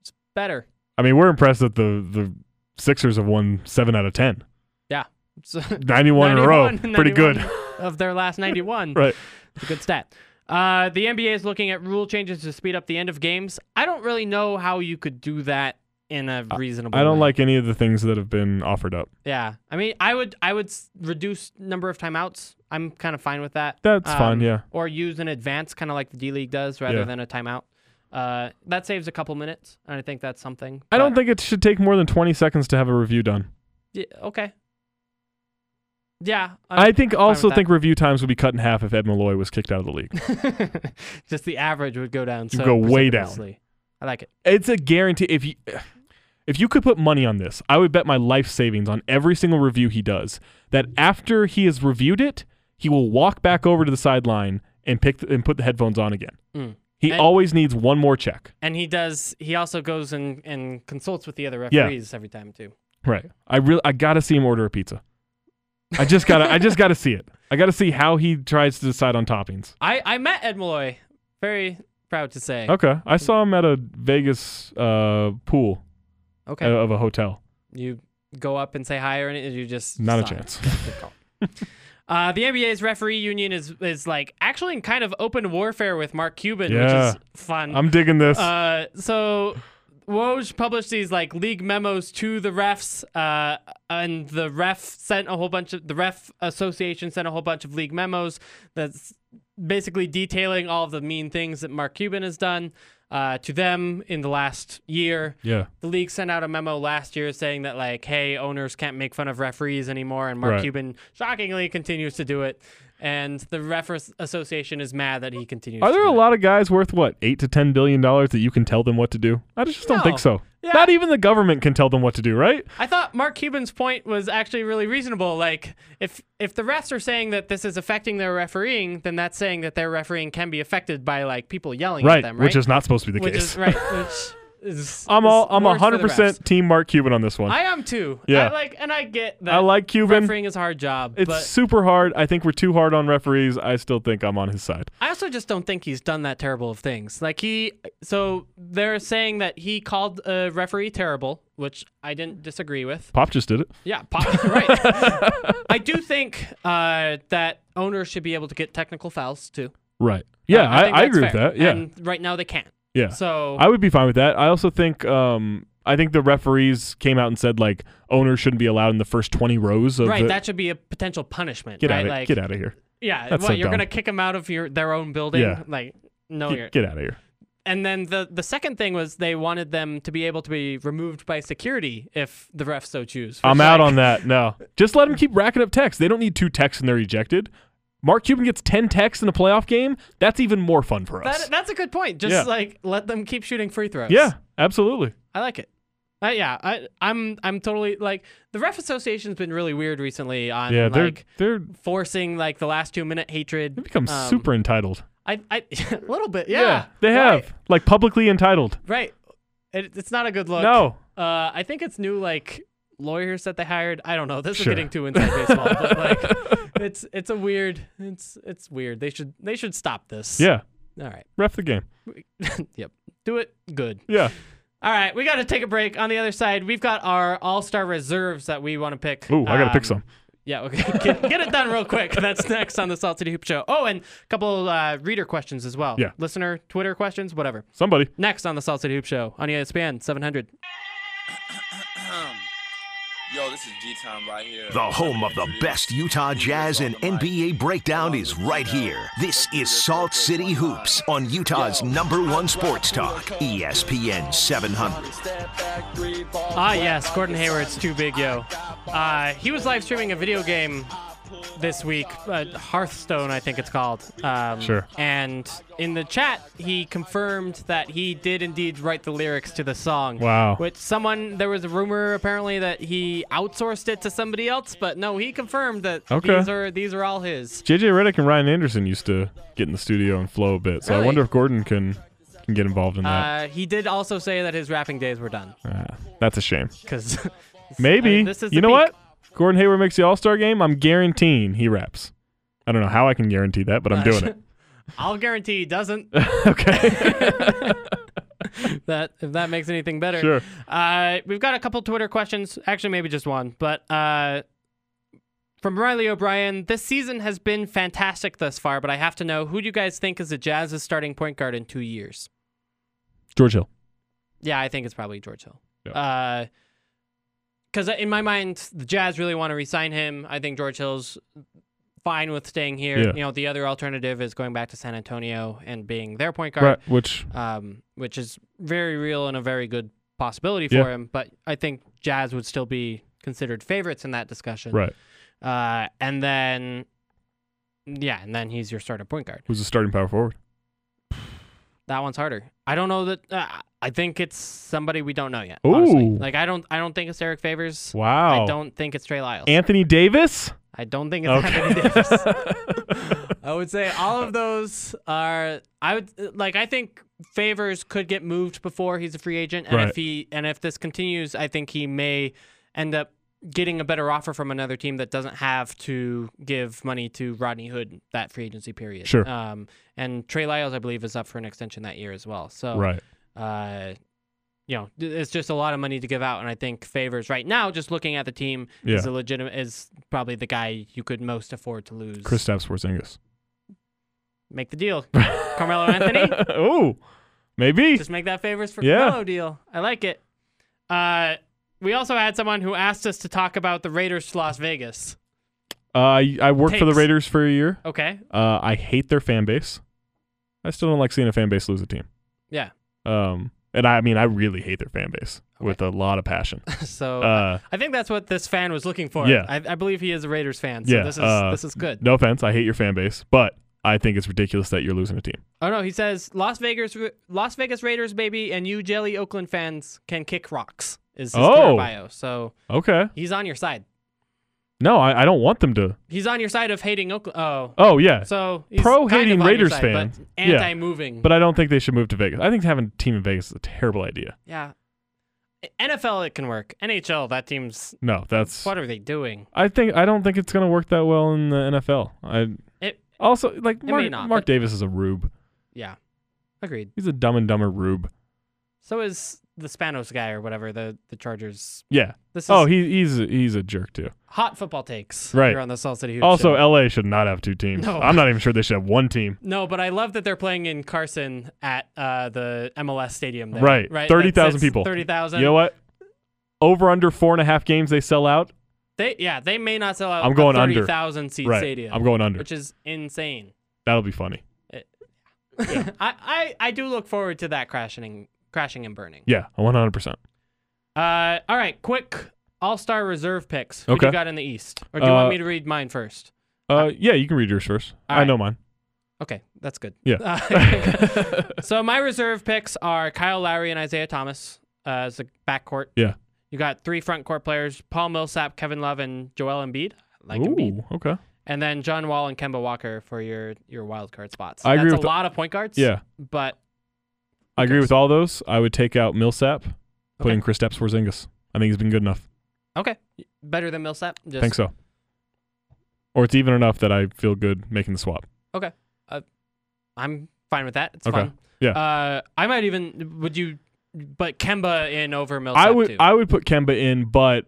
Speaker 2: it's better.
Speaker 3: I mean, we're impressed that the the Sixers have won seven out of ten.
Speaker 2: Yeah, So-
Speaker 3: 91, in a row.
Speaker 2: 91
Speaker 3: Pretty good.
Speaker 2: of their last 91.
Speaker 3: right.
Speaker 2: It's a good stat. Uh, the NBA is looking at rule changes to speed up the end of games. I don't really know how you could do that in a reasonable.
Speaker 3: I don't
Speaker 2: way.
Speaker 3: like any of the things that have been offered up.
Speaker 2: Yeah, I mean, I would I would s- reduce number of timeouts. I'm kind of fine with that.
Speaker 3: That's fine, yeah.
Speaker 2: Um, Or use an advance, kind of like the D League does, rather
Speaker 3: Yeah.
Speaker 2: than a timeout. Uh, that saves a couple minutes, and I think that's something.
Speaker 3: I don't
Speaker 2: but-
Speaker 3: think it should take more than 20 seconds to have a review done.
Speaker 2: Yeah, okay. Yeah, I'm
Speaker 3: I think
Speaker 2: fine with
Speaker 3: also
Speaker 2: that.
Speaker 3: think review times would be cut in half if Ed Malloy was kicked out of the league.
Speaker 2: just the average would go down.
Speaker 3: You'd
Speaker 2: so
Speaker 3: go way down.
Speaker 2: precipitously. I like it.
Speaker 3: it's a guarantee. If you if you could put money on this, I would bet my life savings on every single review he does that after he has reviewed it, he will walk back over to the sideline and pick the, and put the headphones on again.
Speaker 2: Mm.
Speaker 3: He
Speaker 2: And-
Speaker 3: always needs one more check.
Speaker 2: And he does. He also goes and, and consults with the other
Speaker 3: Yeah.
Speaker 2: referees every time too.
Speaker 3: Right. I really I gotta see him order a pizza. I just gotta I just gotta see it. I gotta see how he tries to decide on toppings.
Speaker 2: I I met Ed Malloy. Very proud to say.
Speaker 3: Okay. I saw him at a Vegas uh, pool uh,
Speaker 2: Okay.
Speaker 3: of a hotel.
Speaker 2: you go up and say hi or anything. You just
Speaker 3: Not a
Speaker 2: sign.
Speaker 3: chance.
Speaker 2: Good call. Uh, the NBA's referee union is is like actually in kind of open warfare with Mark Cuban,
Speaker 3: Yeah.
Speaker 2: which is fun.
Speaker 3: I'm digging this.
Speaker 2: Uh, so Woj published these like league memos to the refs, uh, and the ref sent a whole bunch of the ref association sent a whole bunch of league memos that's basically detailing all of the mean things that Mark Cuban has done uh, to them in the last year.
Speaker 3: yeah.
Speaker 2: The league sent out a memo last year saying that like, hey, owners can't make fun of referees anymore, and Mark
Speaker 3: Right.
Speaker 2: Cuban shockingly continues to do it. And the ref association is mad that he continues.
Speaker 3: Are
Speaker 2: to
Speaker 3: there a
Speaker 2: do it.
Speaker 3: lot of guys worth what eight to ten billion dollars that you can tell them what to do? I just don't think
Speaker 2: No.
Speaker 3: so.
Speaker 2: Yeah.
Speaker 3: Not even the government can tell them what to do, right?
Speaker 2: I thought Mark Cuban's point was actually really reasonable. Like, if if the refs are saying that this is affecting their refereeing, then that's saying that their refereeing can be affected by like people yelling
Speaker 3: Right,
Speaker 2: at them, right?
Speaker 3: which is not supposed to be the
Speaker 2: Which
Speaker 3: case.
Speaker 2: is- right, which is.
Speaker 3: I'm all
Speaker 2: is
Speaker 3: I'm
Speaker 2: worse for the
Speaker 3: 100 percent
Speaker 2: refs.
Speaker 3: team Mark Cuban on this one.
Speaker 2: I
Speaker 3: I,
Speaker 2: am too.
Speaker 3: Yeah.
Speaker 2: I like, and I get that.
Speaker 3: like Cuban.
Speaker 2: Refereeing is a hard job,
Speaker 3: It's
Speaker 2: but
Speaker 3: super hard. I think we're too hard on referees. I still think I'm on his side.
Speaker 2: I also just don't think he's done that terrible of things. Like he, so they're saying that he called a referee terrible, which I didn't disagree with.
Speaker 3: Pop just did it.
Speaker 2: Yeah, pop, right. I do think uh, that owners should be able to get technical fouls too. Um,
Speaker 3: Right. Yeah, I,
Speaker 2: think
Speaker 3: I,
Speaker 2: that's
Speaker 3: agree with
Speaker 2: fair.
Speaker 3: that. Yeah.
Speaker 2: and right now they can't.
Speaker 3: yeah.
Speaker 2: So
Speaker 3: I would be fine with that. I also think um I think the referees came out and said like owners shouldn't be allowed in the first 20 rows of
Speaker 2: right,
Speaker 3: the,
Speaker 2: that should be a potential punishment.
Speaker 3: get
Speaker 2: right?
Speaker 3: out of
Speaker 2: like
Speaker 3: get out of here.
Speaker 2: yeah,
Speaker 3: That's
Speaker 2: what
Speaker 3: so
Speaker 2: you're
Speaker 3: dumb.
Speaker 2: gonna kick them out of your their own building?
Speaker 3: Yeah.
Speaker 2: Like no, oh, you're.
Speaker 3: Get, get out of here.
Speaker 2: And then the the second thing was they wanted them to be able to be removed by security if the refs so choose.
Speaker 3: I'm
Speaker 2: which,
Speaker 3: out
Speaker 2: like,
Speaker 3: on that. No. Just let them keep racking up texts. They don't need two texts and they're ejected. Mark Cuban gets 10 texts in a playoff game. That's even more fun for us.
Speaker 2: That, that's a good point. Just
Speaker 3: Yeah.
Speaker 2: like let them keep shooting free throws.
Speaker 3: yeah, absolutely.
Speaker 2: I like it. Uh, yeah, I, I'm I'm totally like the ref association's been really weird recently on
Speaker 3: Yeah, they're
Speaker 2: like
Speaker 3: they're they
Speaker 2: forcing like the last two minute hatred.
Speaker 3: become
Speaker 2: Um,
Speaker 3: super entitled.
Speaker 2: I, I a little bit. Yeah,
Speaker 3: they
Speaker 2: right,
Speaker 3: have like publicly entitled.
Speaker 2: right. It, it's not a good look.
Speaker 3: No.
Speaker 2: uh, I think it's new like lawyers that they hired. I don't know. This
Speaker 3: Sure.
Speaker 2: is getting too inside baseball, but like it's it's a weird. It's it's weird. They should they should stop this.
Speaker 3: Yeah,
Speaker 2: All right.
Speaker 3: ref the game.
Speaker 2: yep. Do it good.
Speaker 3: Yeah.
Speaker 2: All right, we got to take a break. On the other side, we've got our All Star reserves that we want to pick.
Speaker 3: Ooh, I gotta
Speaker 2: Um,
Speaker 3: pick some.
Speaker 2: Yeah, okay. get, get it done real quick. That's next on the Salt City Hoop Show. Oh, and a couple uh, reader questions as well.
Speaker 3: Yeah.
Speaker 2: listener, Twitter questions, whatever.
Speaker 3: Somebody.
Speaker 2: Next on the Salt City Hoop Show on E ESPN 700.
Speaker 4: Yo, this is G time right here.
Speaker 1: The home of the best Utah Jazz and NBA breakdown is right here. This is Salt City Hoops on Utah's number one sports talk, E ESPN 700.
Speaker 2: Ah, yes, Gordon Hayward's too big, yo. Uh, he was live streaming a video game this week, uh, Hearthstone, I think it's called. Um,
Speaker 3: Sure.
Speaker 2: And in the chat, he confirmed that he did indeed write the lyrics to the song.
Speaker 3: Wow.
Speaker 2: Which someone, there was a rumor apparently that he outsourced it to somebody else, but no, he confirmed that
Speaker 3: Okay.
Speaker 2: these are these are all his.
Speaker 3: JJ Redick and Ryan Anderson used to get in the studio and flow a bit. So I
Speaker 2: Really?
Speaker 3: wonder if Gordon can can get involved in that.
Speaker 2: Uh, he did also say that his rapping days were done
Speaker 3: Ah, that's a shame.
Speaker 2: because
Speaker 3: Maybe.
Speaker 2: I- this is
Speaker 3: you
Speaker 2: the
Speaker 3: know
Speaker 2: peak.
Speaker 3: what? Gordon Hayward makes the All Star game. I'm guaranteeing he raps. I don't know how I can guarantee that,
Speaker 2: Uh,
Speaker 3: but I'm doing it.
Speaker 2: I'll guarantee he doesn't.
Speaker 3: okay.
Speaker 2: that if that makes anything better.
Speaker 3: Sure.
Speaker 2: Uh, we've got a couple Twitter questions. Actually, maybe just one, but uh, from Riley O'Brien, this season has been fantastic thus far. But I have to know who do you guys think is the Jazz's starting point guard in two years?
Speaker 3: George Hill.
Speaker 2: Yeah, I think it's probably George Hill.
Speaker 3: Yeah.
Speaker 2: Because in my mind, the Jazz really want to re-sign him. I think George Hill's fine with staying here.
Speaker 3: Yeah.
Speaker 2: You know, the other alternative is going back to San Antonio and being their point guard
Speaker 3: Right, which
Speaker 2: um, which is very real and a very good possibility for
Speaker 3: Yeah.
Speaker 2: him. But I think Jazz would still be considered favorites in that discussion.
Speaker 3: right.
Speaker 2: Uh, and then, yeah, and then he's your starting point guard.
Speaker 3: Who's the starting power forward?
Speaker 2: That one's harder. I don't know that. Uh, I think it's somebody we don't know yet.
Speaker 3: Ooh.
Speaker 2: honestly. Like I don't. I don't think it's Eric Favors.
Speaker 3: Wow.
Speaker 2: I don't think it's Trey Lyles.
Speaker 3: Anthony Davis?
Speaker 2: I don't think it's Anthony Davis.
Speaker 3: Okay.
Speaker 2: I would say all of those are. I would like. I think Favors could get moved before he's a free agent, and
Speaker 3: Right.
Speaker 2: if he and if this continues, I think he may end up getting a better offer from another team that doesn't have to give money to Rodney Hood that free agency period.
Speaker 3: Sure.
Speaker 2: Um, and Trey Lyles, I believe, is up for an extension that year as well. So
Speaker 3: right.
Speaker 2: uh, you know, th- it's just a lot of money to give out, and I think favors right now. Just looking at the team, is
Speaker 3: Yeah.
Speaker 2: a legitimate is probably the guy you could most afford to lose.
Speaker 3: Kristaps Porzingis.
Speaker 2: make the deal, Carmelo Anthony.
Speaker 3: Ooh. Maybe.
Speaker 2: Just make that favors for
Speaker 3: Yeah.
Speaker 2: Carmelo deal. I like it. Uh, we also had someone who asked us to talk about the Raiders to Las Vegas.
Speaker 3: Uh, I I worked for the
Speaker 2: Takes.
Speaker 3: Raiders for a year.
Speaker 2: Okay,
Speaker 3: Uh, I hate their fan base. I still don't like seeing a fan base lose a team.
Speaker 2: yeah.
Speaker 3: Um, and I mean, I really hate their fan base with a lot of passion.
Speaker 2: So
Speaker 3: Uh,
Speaker 2: I think that's what this fan was looking for.
Speaker 3: Yeah.
Speaker 2: I, I believe he is a Raiders fan. So
Speaker 3: Yeah,
Speaker 2: this is
Speaker 3: uh,
Speaker 2: this is good.
Speaker 3: no offense, I hate your fan base, but I think it's ridiculous that you're losing a team.
Speaker 2: Oh no, he says Las Vegas, Las Vegas Raiders, baby, and you jelly Oakland fans can kick rocks. Is his Twitter
Speaker 3: Oh.
Speaker 2: bio? So
Speaker 3: Okay.
Speaker 2: he's on your side.
Speaker 3: No, I, I don't want them to.
Speaker 2: He's on your side of hating Oakland. Oh,
Speaker 3: Oh yeah.
Speaker 2: so he's kind
Speaker 3: Pro
Speaker 2: of
Speaker 3: hating
Speaker 2: on your
Speaker 3: Raiders
Speaker 2: side,
Speaker 3: fan.
Speaker 2: but
Speaker 3: Yeah.
Speaker 2: anti-moving.
Speaker 3: but I don't think they should move to Vegas. I think having a team in Vegas is a terrible idea.
Speaker 2: yeah, NFL it can work. NHL that team's
Speaker 3: No, that's.
Speaker 2: what are they doing?
Speaker 3: I think I don't think it's gonna work that well in the NFL. I
Speaker 2: It
Speaker 3: also like
Speaker 2: may
Speaker 3: Mark,
Speaker 2: not,
Speaker 3: Mark
Speaker 2: but-
Speaker 3: Davis is a rube.
Speaker 2: yeah, agreed.
Speaker 3: He's a dumb and dumber rube.
Speaker 2: So is the Spanos guy or whatever the the Chargers.
Speaker 3: Yeah.
Speaker 2: This is
Speaker 3: Oh, he, he's a- he's a jerk too.
Speaker 2: hot football takes.
Speaker 3: Right.
Speaker 2: here on the Salt City. Hoops
Speaker 3: Also,
Speaker 2: show.
Speaker 3: LA should not have two teams.
Speaker 2: No.
Speaker 3: I'm not even sure they should have one team.
Speaker 2: No, but I love that they're playing in Carson at uh, the MLS stadium. There,
Speaker 3: Right.
Speaker 2: right.
Speaker 3: Thirty
Speaker 2: That
Speaker 3: thousand
Speaker 2: sits
Speaker 3: people.
Speaker 2: Thirty thousand.
Speaker 3: You know what? Over under four and a half games they sell out.
Speaker 2: They yeah, they may not sell out.
Speaker 3: I'm going
Speaker 2: a
Speaker 3: under.
Speaker 2: thirty thousand seat
Speaker 3: right.
Speaker 2: stadium.
Speaker 3: I'm going under.
Speaker 2: which is insane.
Speaker 3: That'll be funny.
Speaker 2: I, I I do look forward to that crashing crashing and burning.
Speaker 3: Yeah, 100. percent
Speaker 2: Uh, all right, quick All Star reserve picks. Who do
Speaker 3: Okay.
Speaker 2: you got in the East? Or do you
Speaker 3: Uh,
Speaker 2: want me to read mine first?
Speaker 3: Uh, yeah, you can read yours first.
Speaker 2: All
Speaker 3: I
Speaker 2: right.
Speaker 3: know mine.
Speaker 2: Okay, that's good.
Speaker 3: Yeah.
Speaker 2: Uh, so my reserve picks are Kyle Lowry and Isaiah Thomas uh, as the backcourt.
Speaker 3: Yeah.
Speaker 2: You got three front court players: Paul Millsap, Kevin Love, and Joel Embiid. I Like Embiid,
Speaker 3: Ooh, okay.
Speaker 2: and then John Wall and Kemba Walker for your your wild card spots.
Speaker 3: I
Speaker 2: That's
Speaker 3: agree
Speaker 2: a
Speaker 3: with the-
Speaker 2: lot of point guards.
Speaker 3: Yeah,
Speaker 2: but
Speaker 3: I agree with all those. I would take out Millsap, put
Speaker 2: Okay.
Speaker 3: in Kristaps Porzingis. I think he's been good enough.
Speaker 2: okay, better than Millsap. Just,
Speaker 3: I think so. Or it's even enough that I feel good making the swap.
Speaker 2: I'm fine with that. It's
Speaker 3: Okay.
Speaker 2: fun.
Speaker 3: Yeah.
Speaker 2: Uh, I might even would you, but Kemba in over Millsap
Speaker 3: I would
Speaker 2: too.
Speaker 3: I would put Kemba in, but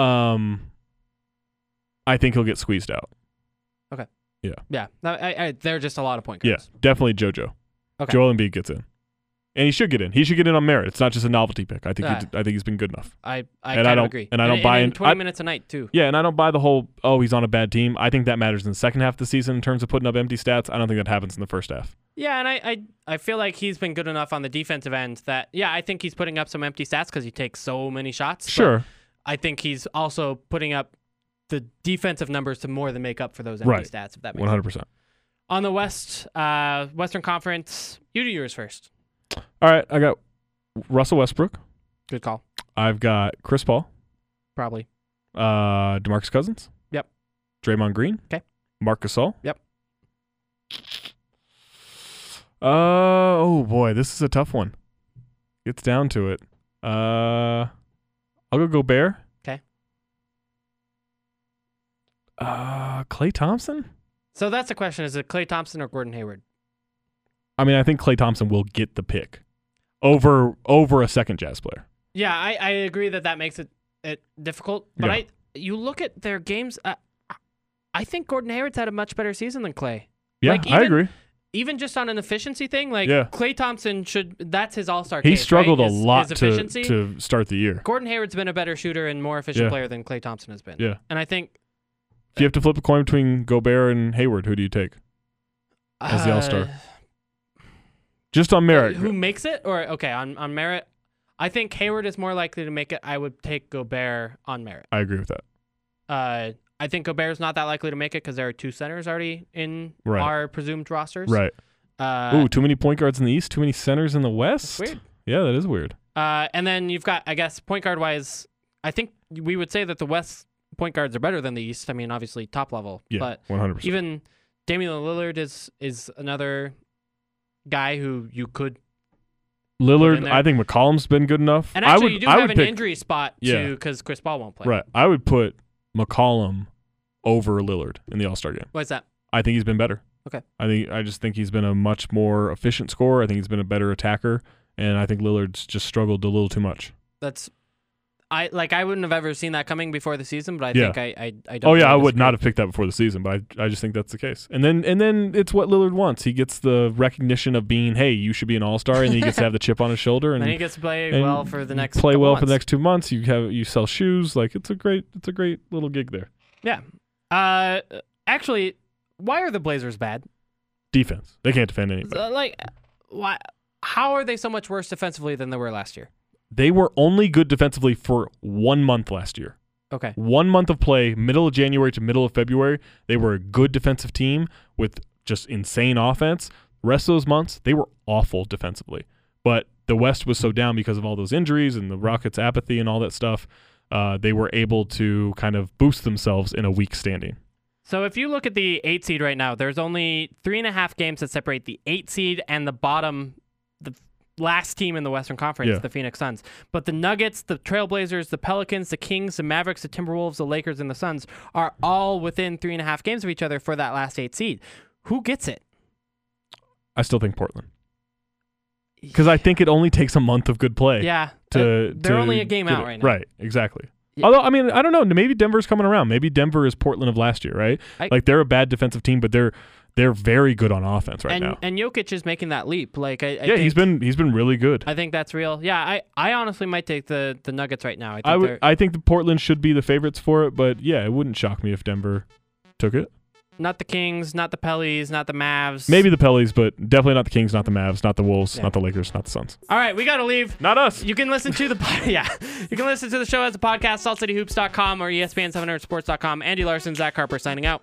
Speaker 3: um, I think he'll get squeezed out.
Speaker 2: yeah. No, I, I, they're just a lot of point
Speaker 3: Yeah,
Speaker 2: guards.
Speaker 3: definitely JoJo.
Speaker 2: Okay.
Speaker 3: Joel Embiid gets in, and he should get in. He should get in on merit. It's not just a novelty pick. I think
Speaker 2: Ah.
Speaker 3: he did, I think he's been good enough.
Speaker 2: I I
Speaker 3: And I
Speaker 2: kind
Speaker 3: don't-
Speaker 2: of agree.
Speaker 3: and I don't
Speaker 2: in-
Speaker 3: buy
Speaker 2: in
Speaker 3: in-
Speaker 2: twenty
Speaker 3: I-
Speaker 2: minutes a night too.
Speaker 3: Yeah, and I don't buy the whole oh he's on a bad team. I think that matters in the second half of the season in terms of putting up empty stats. I don't think that happens in the first half.
Speaker 2: Yeah, and I, I I feel like he's been good enough on the defensive end that yeah, I think he's putting up some empty stats because he takes so many shots. but
Speaker 3: Sure,
Speaker 2: I think he's also putting up the defensive numbers to more than make up for those empty
Speaker 3: Right.
Speaker 2: stats. If that makes
Speaker 3: one
Speaker 2: sense.
Speaker 3: hundred percent.
Speaker 2: On the West, uh, Western Conference, you do yours first.
Speaker 3: All right, I got Russell Westbrook.
Speaker 2: Good call,
Speaker 3: I've got Chris Paul,
Speaker 2: probably.
Speaker 3: uh, Demarcus Cousins.
Speaker 2: Yep.
Speaker 3: Draymond Green.
Speaker 2: 'Kay.
Speaker 3: Marc Gasol.
Speaker 2: Yep.
Speaker 3: Uh oh boy, this is a tough one. Gets down to it. Uh, I'll go Gobert.
Speaker 2: 'Kay.
Speaker 3: Uh, Clay Thompson.
Speaker 2: So that's the question: Is it Clay Thompson or Gordon Hayward?
Speaker 3: I mean, I think Clay Thompson will get the pick over over a second Jazz player.
Speaker 2: Yeah, I, I agree that that makes it, it difficult. But
Speaker 3: Yeah.
Speaker 2: I you look at their games. Uh, I think Gordon Hayward's had a much better season than Clay.
Speaker 3: Yeah,
Speaker 2: Like,
Speaker 3: I
Speaker 2: even-
Speaker 3: agree.
Speaker 2: Even just on an efficiency thing, like
Speaker 3: Yeah.
Speaker 2: Clay Thompson should that's his all star.
Speaker 3: He struggled a lot
Speaker 2: his
Speaker 3: to,
Speaker 2: efficiency.
Speaker 3: to start the year.
Speaker 2: Gordon Hayward's been a better shooter and more efficient
Speaker 3: Yeah.
Speaker 2: player than Clay Thompson has been.
Speaker 3: Yeah.
Speaker 2: And I think
Speaker 3: If you have to flip a coin between Gobert and Hayward, who do you take? As the all-star. Just on merit.
Speaker 2: uh, Who makes it? Or okay, on, on merit, I think Hayward is more likely to make it. I would take Gobert on merit.
Speaker 3: I agree with that.
Speaker 2: Uh, I think Gobert's not that likely to make it because there are two centers already in
Speaker 3: Right.
Speaker 2: our presumed rosters.
Speaker 3: Right.
Speaker 2: Uh,
Speaker 3: Ooh, too many point guards in the East, too many centers in the West.
Speaker 2: weird.
Speaker 3: Yeah, that is weird.
Speaker 2: Uh, and then you've got, I guess, point guard wise, I think we would say that the West point guards are better than the East. I mean, obviously top level,
Speaker 3: Yeah,
Speaker 2: but
Speaker 3: one hundred percent.
Speaker 2: even Damian Lillard is is another guy who you could. in
Speaker 3: Lillard,
Speaker 2: there.
Speaker 3: I think McCollum's been good enough.
Speaker 2: And actually,
Speaker 3: I would,
Speaker 2: you do
Speaker 3: I
Speaker 2: have
Speaker 3: would
Speaker 2: an
Speaker 3: pick,
Speaker 2: injury spot
Speaker 3: Yeah.
Speaker 2: too because Chris Paul won't play.
Speaker 3: Right, I would put McCollum over Lillard in the All Star game.
Speaker 2: What's that?
Speaker 3: I think he's been better.
Speaker 2: Okay.
Speaker 3: I think I just think he's been a much more efficient scorer. I think he's been a better attacker, and I think Lillard's just struggled a little too much.
Speaker 2: That's. I like I wouldn't have ever seen that coming before the season, but I
Speaker 3: Yeah.
Speaker 2: think I I, I don't
Speaker 3: Oh yeah, I
Speaker 2: really
Speaker 3: would
Speaker 2: disagree.
Speaker 3: not have picked that before the season, but I, I just think that's the case. And then and then it's what Lillard wants. He gets the recognition of being, hey, you should be an All Star, and he gets to have the chip on his shoulder
Speaker 2: And
Speaker 3: and
Speaker 2: then he gets to play
Speaker 3: and
Speaker 2: well for the next
Speaker 3: play
Speaker 2: couple
Speaker 3: well for
Speaker 2: months.
Speaker 3: the next two months. You have you sell shoes. Like it's a great it's a great little gig there.
Speaker 2: Yeah. Uh, actually, why are the Blazers bad?
Speaker 3: Defense. They can't defend anybody.
Speaker 2: Uh, like, why? How are they so much worse defensively than they were last year?
Speaker 3: They were only good defensively for one month last year.
Speaker 2: Okay.
Speaker 3: One month of play, middle of January to middle of February, they were a good defensive team with just insane offense. Rest of those months, they were awful defensively. But the West was so down because of all those injuries and the Rockets' apathy and all that stuff. Uh, they were able to kind of boost themselves in a weak standing.
Speaker 2: So if you look at the eight seed right now, there's only three and a half games that separate the eight seed and the bottom, the last team in the Western Conference,
Speaker 3: Yeah.
Speaker 2: the Phoenix Suns. But the Nuggets, the Trailblazers, the Pelicans, the Kings, the Mavericks, the Timberwolves, the Lakers, and the Suns are all within three and a half games of each other for that last eight seed. Who gets it?
Speaker 3: I still think Portland. Because I think it only takes a month of good play.
Speaker 2: Yeah.
Speaker 3: To,
Speaker 2: Uh, they're
Speaker 3: to
Speaker 2: only a game
Speaker 3: get
Speaker 2: out
Speaker 3: it.
Speaker 2: right now.
Speaker 3: Right, exactly.
Speaker 2: Yeah.
Speaker 3: Although I mean I don't know, maybe Denver's coming around. Maybe Denver is Portland of last year, right?
Speaker 2: I-
Speaker 3: like they're a bad defensive team, but they're they're very good on offense right
Speaker 2: and
Speaker 3: now.
Speaker 2: and Jokic is making that leap. Like I, I
Speaker 3: yeah,
Speaker 2: think,
Speaker 3: he's been he's been really good.
Speaker 2: I think that's real. Yeah, I, I honestly might take the, the Nuggets right now. I think
Speaker 3: I would
Speaker 2: they're
Speaker 3: I think the Portland should be the favorites for it, but yeah, it wouldn't shock me if Denver took it.
Speaker 2: not the Kings, not the Pellies, not the Mavs.
Speaker 3: Maybe the Pellies, but definitely not the Kings, not the Mavs, not the Wolves,
Speaker 2: Yeah.
Speaker 3: not the Lakers, not the Suns.
Speaker 2: All right, we gotta leave.
Speaker 3: Not us.
Speaker 2: You can listen to the po- yeah. You E can listen to the show as a podcast, saltcityhoops.com or ESPN700sports.com. Andy Larson, Zach Harper, signing out.